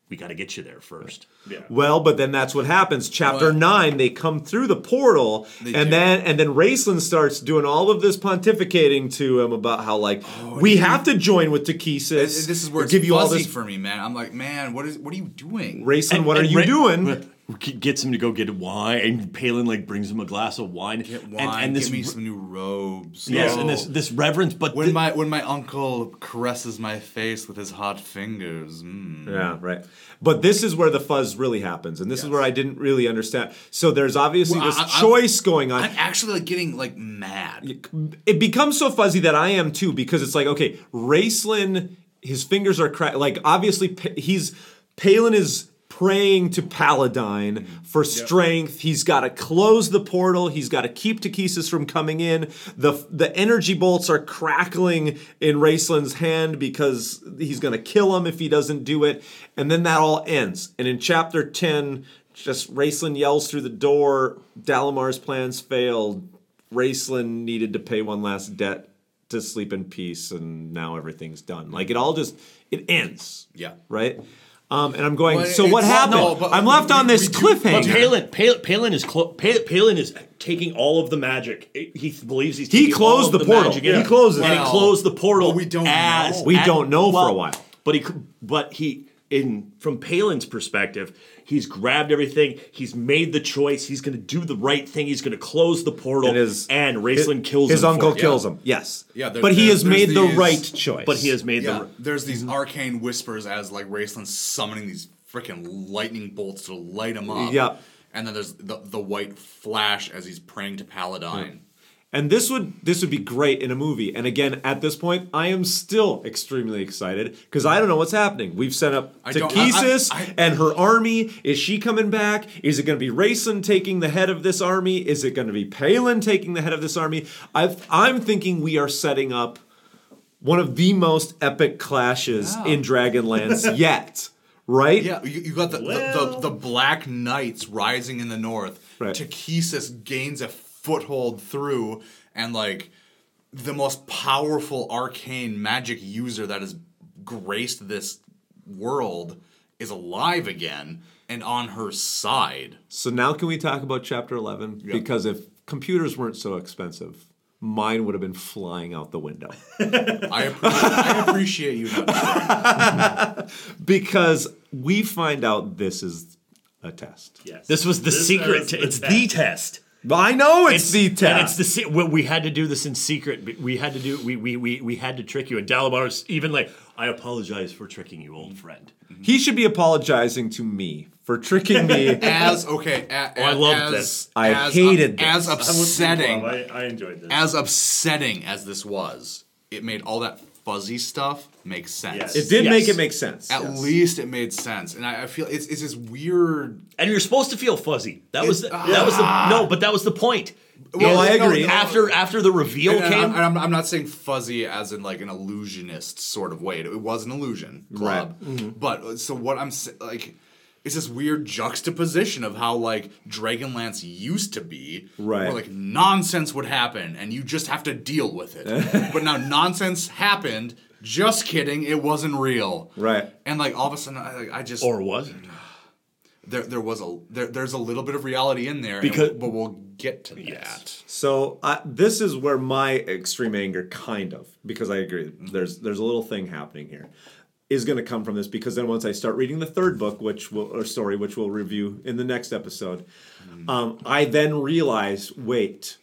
we got to get you there first yeah
Well, but then that's what happens. Chapter nine, they come through the portal,
They
and
do.
then and then Raceland starts doing all of this pontificating to him about how like
Oh,
we have to join with Takesis.
this is where it's
give you all
fuzzy
this
for me, man. I'm like, man, what is what are you doing?
Raceland, what are you doing?
Gets him to go get wine, and Palin like brings him a glass of wine.
wine,
and, and this
give me some new robes.
Yes,
Oh.
and this this reverence. But
when my when my uncle caresses my face with his hot fingers. Mm.
Yeah, right. But this is where the fuzz really happens, and this is where I didn't really understand. So there's obviously
Well,
this
I- I-
choice going on.
I'm actually like getting like mad.
it becomes so fuzzy that I am too because it's like okay, Raceland, his fingers are cra- like obviously pa- he's Palin is praying to Paladine for strength. He's got to close the portal. He's got to keep Takesis from coming in. The the energy bolts are crackling in Raceland's hand because he's going to kill him if he doesn't do it. And then that all ends. And in chapter 10, just Raceland yells through the door, Dalamar's plans failed. Raceland needed to pay one last debt to sleep in peace and now everything's done. Like it all just it ends.
Yeah.
Right? Um, and I'm going,
But
so what
it's-
happened?
no, but
I'm left on this cliffhanger.
But Palin, Palin, Palin is clo- Palin, Palin is taking all of the magic. He believes he's.
He
taking all
closed
of
the portal.
magic in.
He closed it.
And
Well,
he closed the portal. we don't.
know. We don't know for a while.
But he, cl- but he, in from Palin's perspective, he's grabbed everything. He's made the choice. He's going to do the right thing. He's going to close the portal.
And his-
and Raceland kills
his
him
uncle
for it.
kills him. Yes.
Yeah, there-
but he
there-
has
there's
made the
these-
right choice.
But he has made
yeah,
the.
There's these arcane whispers as like Raceland's summoning these freaking lightning bolts to light him up.
Yep.
And then there's the, the white flash as he's praying to Paladine.
And this would this would be great in a movie. And again, at this point, I am still extremely excited because I don't know what's happening. We've set up
I don't-
Takesis
I- I- I-
and her army. Is she coming back? Is it going to be Rayson taking the head of this army? Is it going to be Palin taking the head of this army? I've, I'm thinking we are setting up one of the most epic clashes
Yeah. (laughs)
in Dragonlance yet. Right?
Yeah, you, you got the, the, the the Black Knights rising in the north.
Right.
Takesis gains a foothold through, and like the most powerful arcane magic user that has graced this world is alive again and on her side.
So now can we talk about chapter 11?
Yeah.
Because if computers weren't so expensive, mine would have been flying out the window.
I appreciate, I appreciate you. Not
because we find out this is a test.
Yes.
This was the secret. T- it's the test.
Well, I know it's, the
And
test.
it's the se- we, we had to do this in secret. but We had to do we we we, we had to trick you. And Dalabar's even like, I apologize for tricking you, old friend.
he should be apologizing to me for tricking me.
As okay, a,
Oh, I
as,
loved this.
I
as-
hated this.
As
I was-
upsetting.
Well, I, I enjoyed this.
as upsetting as this was, it made all that fuzzy stuff make sense.
It did make it make sense.
At
yes.
least it made sense, and I, I feel it's it's this weird.
And you're supposed to feel fuzzy. That was the,
It's-
that was the no, but that was the point.
Well,
Is-
I agree.
no, After after the reveal
And,
came,
I'm, and I'm, I'm not saying fuzzy as in like an illusionist sort of way. It, it was an illusion club, but uh, so what I'm sa- like, it's this weird juxtaposition of how like Dragonlance used to be,
Right.
Where like nonsense would happen and you just have to deal with it. but now nonsense happened. Just kidding. It wasn't real.
Right.
And like all of a sudden, I, like, I just
or was it?
there there was a there, there's a little bit of reality in there. and-
Because-
but we'll get to that.
So I this is where my extreme anger, kind of, because I agree, there's there's a little thing happening here, is going to come from this. Because then once I start reading the third book, which will or story, which we'll review in the next episode, um, I then realize, wait,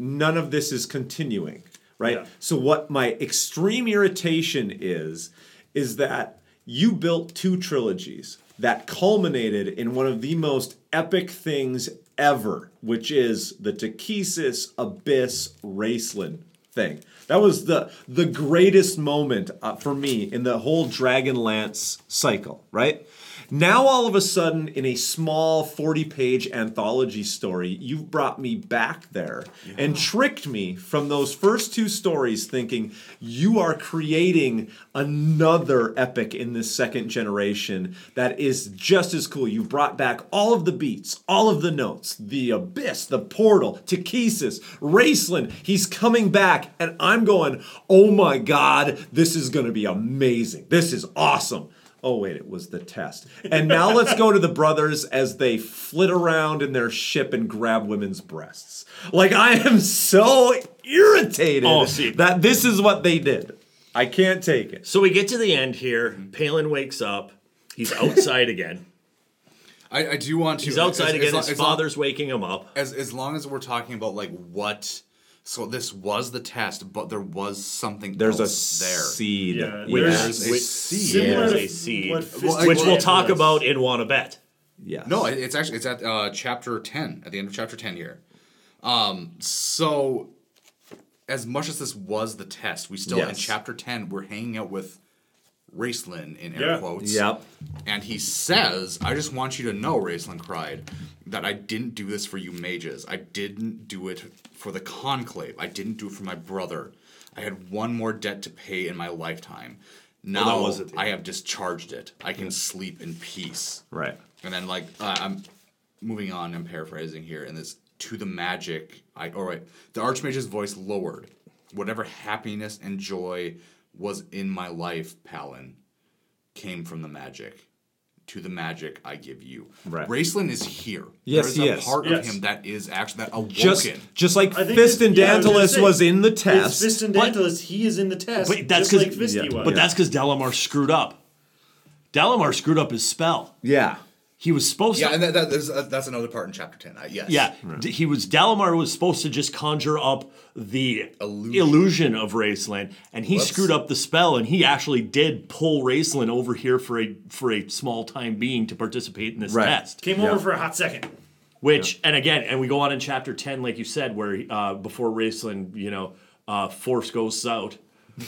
none of this is continuing, right? So what my extreme irritation is, is that you built two trilogies that culminated in one of the most epic things ever, which is the Takesis Abyss Raceland thing. That was the the greatest moment uh, for me in the whole Dragonlance cycle, right? Now all of a sudden in a small 40-page anthology story, you've brought me back there and tricked me from those first two stories thinking you are creating another epic in this second generation that is just as cool. You've brought back all of the beats, all of the notes, the abyss, the portal, Takesis, Raceland. He's coming back and I'm going, "Oh my god, this is going to be amazing. This is awesome." Oh, wait, it was the test. And now let's go to the brothers as they flit around in their ship and grab women's breasts. Like, I am so irritated
Oh, see.
that this is what they did. I can't take it.
So we get to the end here. Palin wakes up. He's outside again.
I, I do want to.
He's
as-
outside
as
again.
lo-
His
as lo-
father's waking him up.
as as long as we're talking about like what so this was the test but there was something
There's a
else Oh, there
seed.
Yeah,
Yeah.
there's
There's a seed.
similar
There's
to
a seed.
what
Well, I-
Fist
Which
well,
we'll
it
talk
was.
about in Wanna Bet.
Yes.
no it- it's actually it's at uh, chapter 10 at the end of chapter 10 here um so as much as this was the test we still in
Yes.
chapter 10 we're hanging out with Raceland in air
Yeah.
quotes.
Yep.
And he says, I just want you to know, Raceland cried, that I didn't do this for you mages. I didn't do it for the conclave. I didn't do it for my brother. I had one more debt to pay in my lifetime.
Well,
Now
that was it.
I have discharged it. I can sleep in peace.
Right.
And then like uh, I'm moving on. I'm paraphrasing here, and this to the magic. I all right. The archmage's voice lowered. Whatever happiness and joy was in my life, Palin, came from the magic. To the magic I give you.
Right.
Raceland is here.
Yes,
There's
he
a
is.
part
Yes.
of him that is actually that awoken.
Just, just like
I think
Fist
it's-
and
yeah, I was gonna
Dantalus
say,
was in the
it's
test.
It's Fist and Dantalus. He is in the test.
Wait, that's
just
because
like Fisty was.
but that's because Delamar screwed up. Delamar screwed up his spell.
Yeah,
he was supposed
yeah,
to.
and that, that, there's, uh, that's another part in chapter ten. Uh, yes.
Yeah, d- he was. Dalamar was supposed to just conjure up the illusion, of Raceland, and he
Whoops.
screwed up the spell, and he actually did pull Raceland over here for a for a small time being to participate in this
Right.
test.
Came over for a hot second.
Which, and again, and we go on in chapter 10, like you said, where uh, before Raceland, you know, uh, force goes out.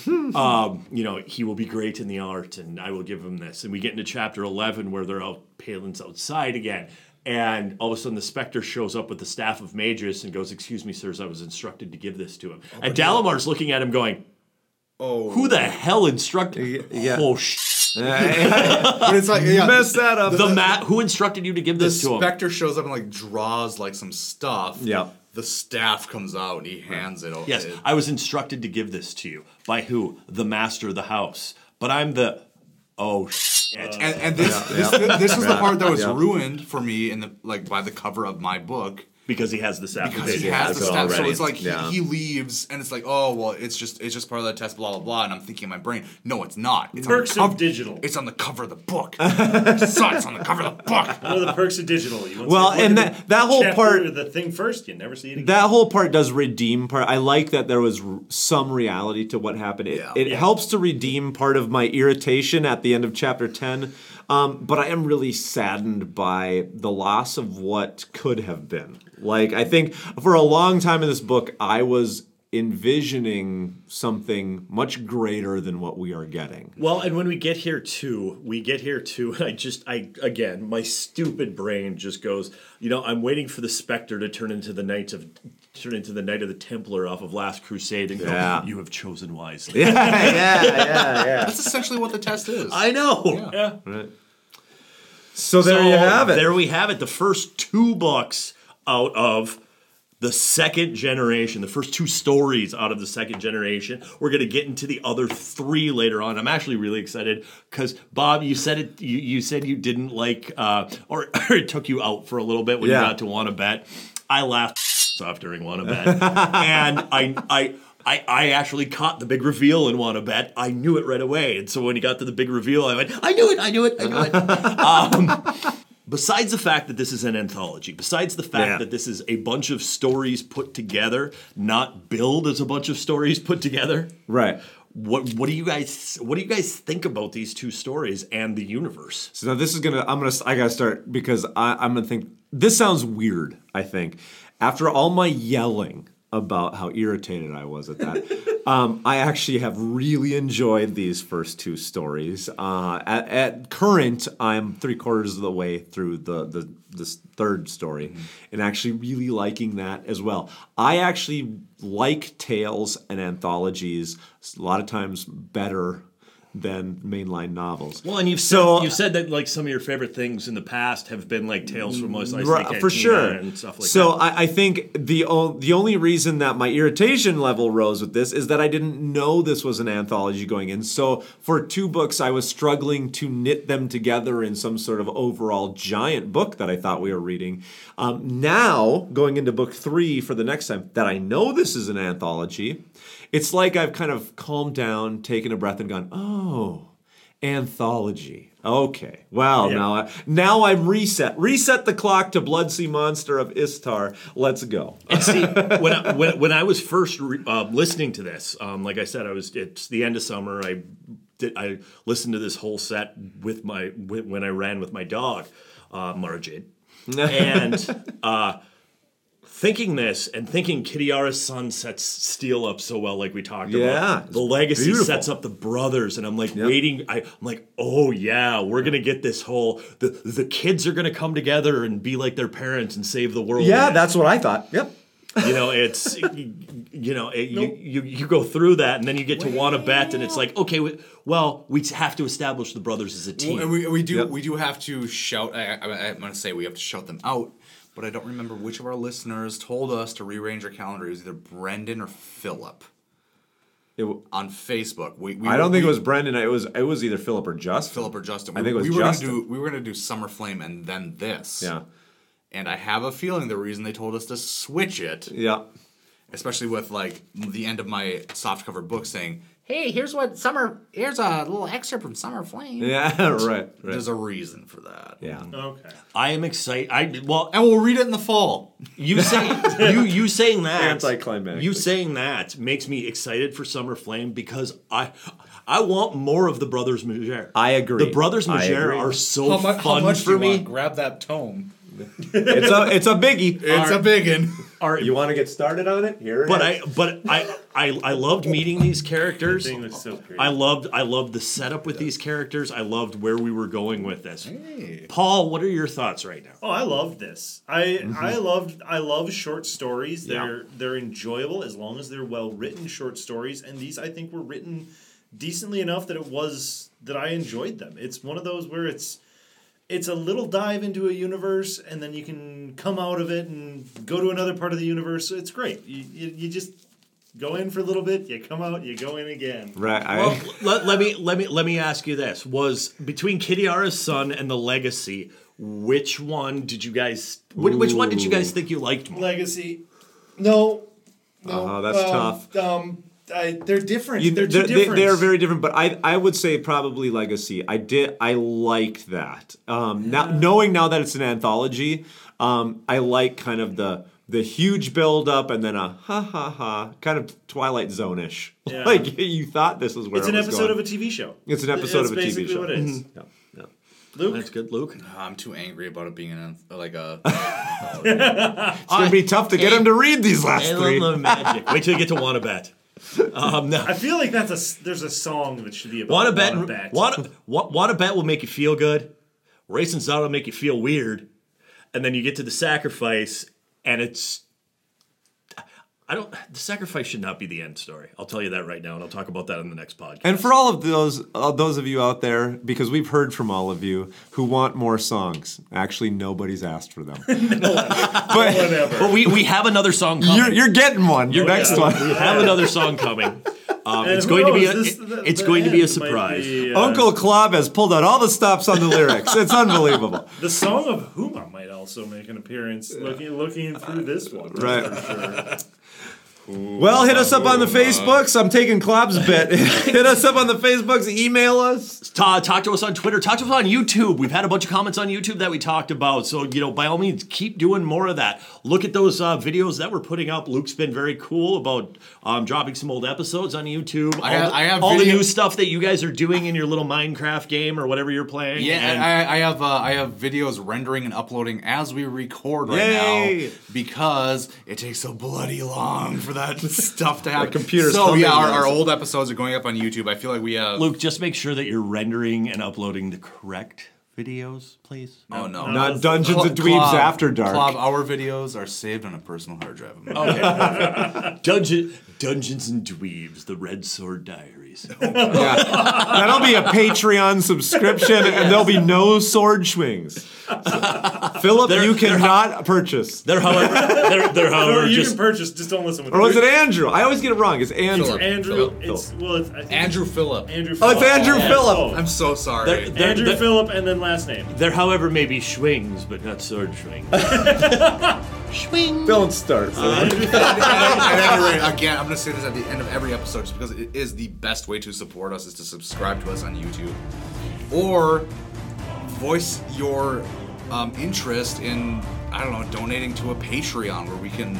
um, you know, he will be great in the art and I will give him this. And we get into chapter 11 where they're out, Palin's outside again. And all of a sudden the specter shows up with the staff of Magus and goes, Excuse me, sirs, I was instructed to give this to him. and Dalamar's looking at him going,
Oh.
Who the hell instructed? Oh, sh-
but it's like yeah,
Messed that up. The mat. Who instructed you to give
the
this to him?
specter shows up and like draws like some stuff.
Yeah.
The staff comes out and he hands it over.
Yes,
it-
I was instructed to give this to you by who? The master of the house. But I'm the oh shit.
and, and this this, this was the part that was ruined for me in the like by the cover of my book
because he has the staff.
Because he
Because he
has
has
the
it
staff, so
already.
it's like he,
Yeah.
he leaves and it's like oh well, it's just it's just part of the test, blah blah blah. And I'm thinking in my brain, no, it's not. It's
Perks
on the
of digital.
It's on the cover of the
(laughs)
book. Sucks on the cover of the book.
One of the perks of digital. You want
Well,
to look
and
at
that-
the
that whole
chapter
part-
of the thing first, you never see it again.
That whole part does redeem part. I like that there was r- some reality to what happened. It, it helps to redeem part of my irritation at the end of chapter 10. Um, but I am really saddened by the loss of what could have been. Like, I think for a long time in this book, I was envisioning something much greater than what we are getting.
Well, and when we get here too, we get here too, (laughs) and I just, I again, my stupid brain just goes, you know, I'm waiting for the specter to turn into the knights of, turn into the knight of the Templar off of Last Crusade, and
Yeah.
go, you have chosen wisely.
That's essentially what the test is.
I know.
Yeah.
Right. So there you have it.
There we have it. The first two books out of the second generation, the first two stories out of the second generation. We're going to get into the other three later on. I'm actually really excited because Bob, you said it. You, you said you didn't like, uh, or, (laughs) it took you out for a little bit when
Yeah.
you got to want to bet. I laughed (laughs) off during want to bet, and I I. I, I actually caught the big reveal in Wanna Bet. I knew it right away. And so when he got to the big reveal, I went, I knew it, I knew it, I knew it. Besides the fact that this is an anthology, besides the fact
Yeah.
that this is a bunch of stories put together, not billed as a bunch of stories put together,
Right.
what what do you guys what do you guys think about these two stories and the universe?
So now this is gonna. I'm gonna. I gotta start because I, I'm gonna think. This sounds weird. I think after all my yelling about how irritated I was at
(laughs)
that, um, I actually have really enjoyed these first two stories. Uh, at, at current, I'm three quarters of the way through the the this third story,
Mm-hmm.
and actually really liking that as well. I actually like tales and anthologies a lot of times better than mainline novels.
Well, and you've
So-
said, you've said that like some of your favorite things in the past have been like tales from Mos Eisley
Right, for
Cantina
sure.
and stuff like
so
that.
I, I think the o- the only reason that my irritation level rose with this is that I didn't know this was an anthology going in. So for two books, I was struggling to knit them together in some sort of overall giant book that I thought we were reading. Um, now going into book three for the next time that I know this is an anthology, it's like I've kind of calmed down, taken a breath, and gone, oh anthology. Okay. Well, now I, now I'm reset. Reset the clock to Blood Sea Monster of Istar. Let's go.
when, I, when, when I was first re- uh, listening to this, um, like I said, I was it's the end of summer. I did I listened to this whole set with my when when
(laughs)
I ran with my dog, uh, Margit, and uh, thinking this and thinking Kitiara's son sets Steel up so well, like we talked
Yeah,
about. The legacy
beautiful.
sets up the brothers, and I'm like waiting. I, I'm like, oh yeah, we're gonna get this whole the the kids are gonna come together and be like their parents and save the world.
Yeah, that's what I thought. Yep.
You know, it's you know, it, you, you you go through that, and then you get to want to bet, and it's like, okay, we, well, we have to establish the brothers as a team,
And we, we do we do have to shout. I, I, I'm going to say we have to shout them out, but I don't remember which of our listeners told us to rearrange our calendar. It was either Brendan or Philip. on Facebook, we, we
I don't
were-
think it
we-
was Brendan. It was it was either Philip or Justin.
Philip or Justin.
I think it was
we
Justin.
Were gonna do, we were going to do Summer Flame and then this.
Yeah.
And I have a feeling the reason they told us to switch it,
yeah, (laughs)
especially with like the end of my softcover book saying,
Hey, here's what summer. Here's a little excerpt from Summer Flame.
right,
There's a reason for that.
(laughs) Yeah.
Okay. I am excited. I well,
and we'll read it in the fall. (laughs)
You saying you you saying that
Anticlimactic.
You saying that makes me excited for Summer Flame because I I want more of the Brothers Majer.
I agree.
The Brothers
I
Majer
agree.
are so
How mu-
fun
how much do
for
you
me.
want? Grab that tome.
it's a it's a biggie.
It's a biggin.
Are,
you want to get started on it? Here. it
But
is.
I but I I, I loved meeting these characters.
That thing looks so pretty.
I loved I loved the setup with these characters. I loved where we were going with this. Paul, what are your thoughts right now?
Oh, I love this. I
Mm-hmm.
Mhm.
I loved I love short stories.
Yeah.
They're they're enjoyable as long as they're well written short stories. And these I think were written decently enough that it was that I enjoyed them. It's one of those where it's it's a little dive into a universe and then you can come out of it and go to another part of the universe. It's great. You you, you just go in for a little bit, you come out, you go in again.
Right. I,
Well, let, let me let me let me ask you this: Was between Kitiara's son and the Legacy, which one did you guys? Which, which one did you guys think you liked more?
Legacy. No. No.
Uh-huh, that's
um,
tough.
Um, I, they're different.
You-
they're
they're-
too
they-
different.
they are very different, but I I would say probably Legacy. I did I liked that. Um, now knowing now that it's an anthology, um, I like kind of the the huge build up and then a ha ha ha kind of Twilight Zone (laughs) ish.
Yeah.
like you thought this was where
It's
it
an
was
episode
going.
of a TV show.
It's an episode
That's
of a TV
basically
show.
what it is.
Mhm. Yeah.
Luke,
that's good, Luke.
I'm too angry about it being an like a.
It's gonna be tough to get him to read these last
I
three.
love the magic. Wait till you get to Wannabet. Um, no. (laughs)
I feel like that's a s- there's a song that should be about
Wannabet, Wanna- Wa- Wannabet will make you feel good. Racing Zod will make you feel weird, and then you get to the sacrifice, and it's. I don't. The sacrifice should not be the end story. I'll tell you that right now, and I'll talk about that in the next podcast.
And for all of those uh, those of you out there, because we've heard from all of you who want more songs, actually nobody's asked for (laughs) them. but
But we, we have another (laughs) song coming.
You're- you're getting one. Your next one. (laughs)
We have another song coming. Um,
And
it's
who
going to be a,
knows, this-
it-
the-
it's
the
going to be a
end
surprise.
uh,
Uncle Klob has pulled out all the stops on the lyrics. It's unbelievable.
The song of Huma might also make an appearance looking looking through this one.
Uh,
that's
Right.
for sure.
Well, hit us up on the Facebooks. I'm taking Klob's bit. (laughs) hit us up on the Facebooks. Email us.
Ta- talk to us on Twitter. Talk to us on YouTube. We've had a bunch of comments on YouTube that we talked about. So, you know, by all means, keep doing more of that. Look at those uh, videos that we're putting up. Luke's been very cool about um, dropping some old episodes on YouTube.
I
all
have-
the,
I have
all the
video-
new stuff that you guys are doing in your little Minecraft game or whatever you're
(laughs)
playing.
Yeah,
And-
I, I have uh, I have videos rendering and uploading as we record right
Yay.
now because it takes so bloody long for that (laughs) stuff to happen.
computer's
So yeah, our,
humming.
our old episodes are going up on YouTube. I feel like we have
Luke, just make sure that you're rendering and uploading the correct videos, please.
Oh no!
Not Dungeons and Dweebs After Dark.
Clob, our videos are saved on a personal hard drive. of mine.
Okay. Dungeon, Dungeons and Dweebs, the Red Sword Diaries.
Yeah. That'll be a Patreon subscription, and there'll be no sword swings. So, Philip, you cannot purchase.
They're however, they're, they're
Or
however,
you
just
can purchase, just don't listen with
Or was it Andrew? I always get it wrong. It's Andrew.
It's Andrew. It's well. It's, I think
Andrew Phillip.
Andrew.
Oh, it's Andrew
Yeah.
Phillip.
Oh.
I'm so sorry.
They're- they're-
Andrew
they're-
Phillip, and then last name.
there, however, may be swings, but not sword swings.
Swing.
Don't start.
At any rate, again, I'm going to say this at the end of every episode just because it is the best way to support us is to subscribe to us on YouTube or voice your um, interest in, I don't know, donating to a Patreon where we can,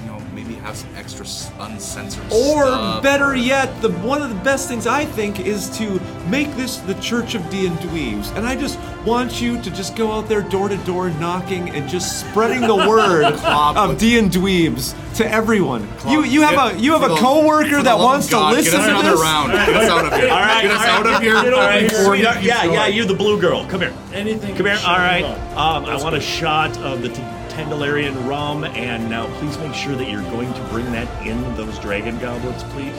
you know, maybe have some extra s- uncensored
Or
stuff.
better yet, the one of the best things I think is to Make this the Church of D and Dweebs, and I just want you to just go out there door to door knocking and just
(laughs)
spreading the word
Clop
of
with-
D and Dweebs to everyone. you you have
Get-
a you have
for
a
the- for
coworker
the
that
love of
wants to
God,
listen
get us
to
another
this.
round. Get us out of here.
All right,
Get us
all right.
out of here.
All right, sweetheart. yeah, yeah,
you
you're the blue girl. Come here.
Anything
Come here.
to
All right.
shut you
Um, I want a shot of the t- Tandalarian rum, and now please make sure that you're going to bring that in those dragon goblets, please.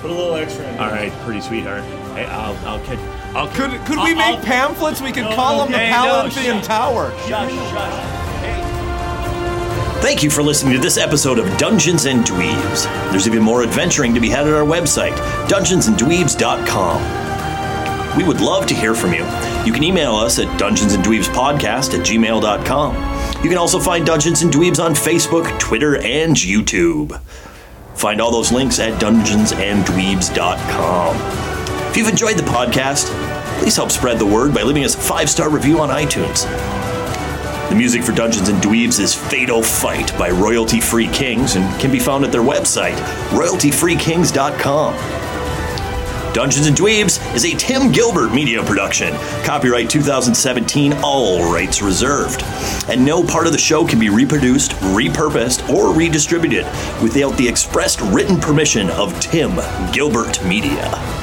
Put a little extra in.
All right, pretty sweetheart. Hey, I'll, I'll catch. I'll
Could could we
I'll-
make pamphlets? We could
No,
call them the
okay, no,
Palanthian Tower.
Thank you for listening to this episode of Dungeons and Dweebs. There's even more adventuring to be had at our website, dungeonsanddweebs.com. We would love to hear from you. You can email us at dungeonsanddweebspodcast at gmail.com. You can also find Dungeons and Dweebs on Facebook, Twitter, and YouTube. Find all those links at dungeonsanddweebs.com. If you've enjoyed the podcast, please help spread the word by leaving us a five star review on iTunes. The music for Dungeons and Dweebs is Fatal Fight by Royalty Free Kings and can be found at their website, royaltyfreekings.com. Dungeons and Dweebs is a Tim Gilbert media production. Copyright 2017, all rights reserved. And no part of the show can be reproduced, repurposed, or redistributed without the expressed written permission of Tim Gilbert Media.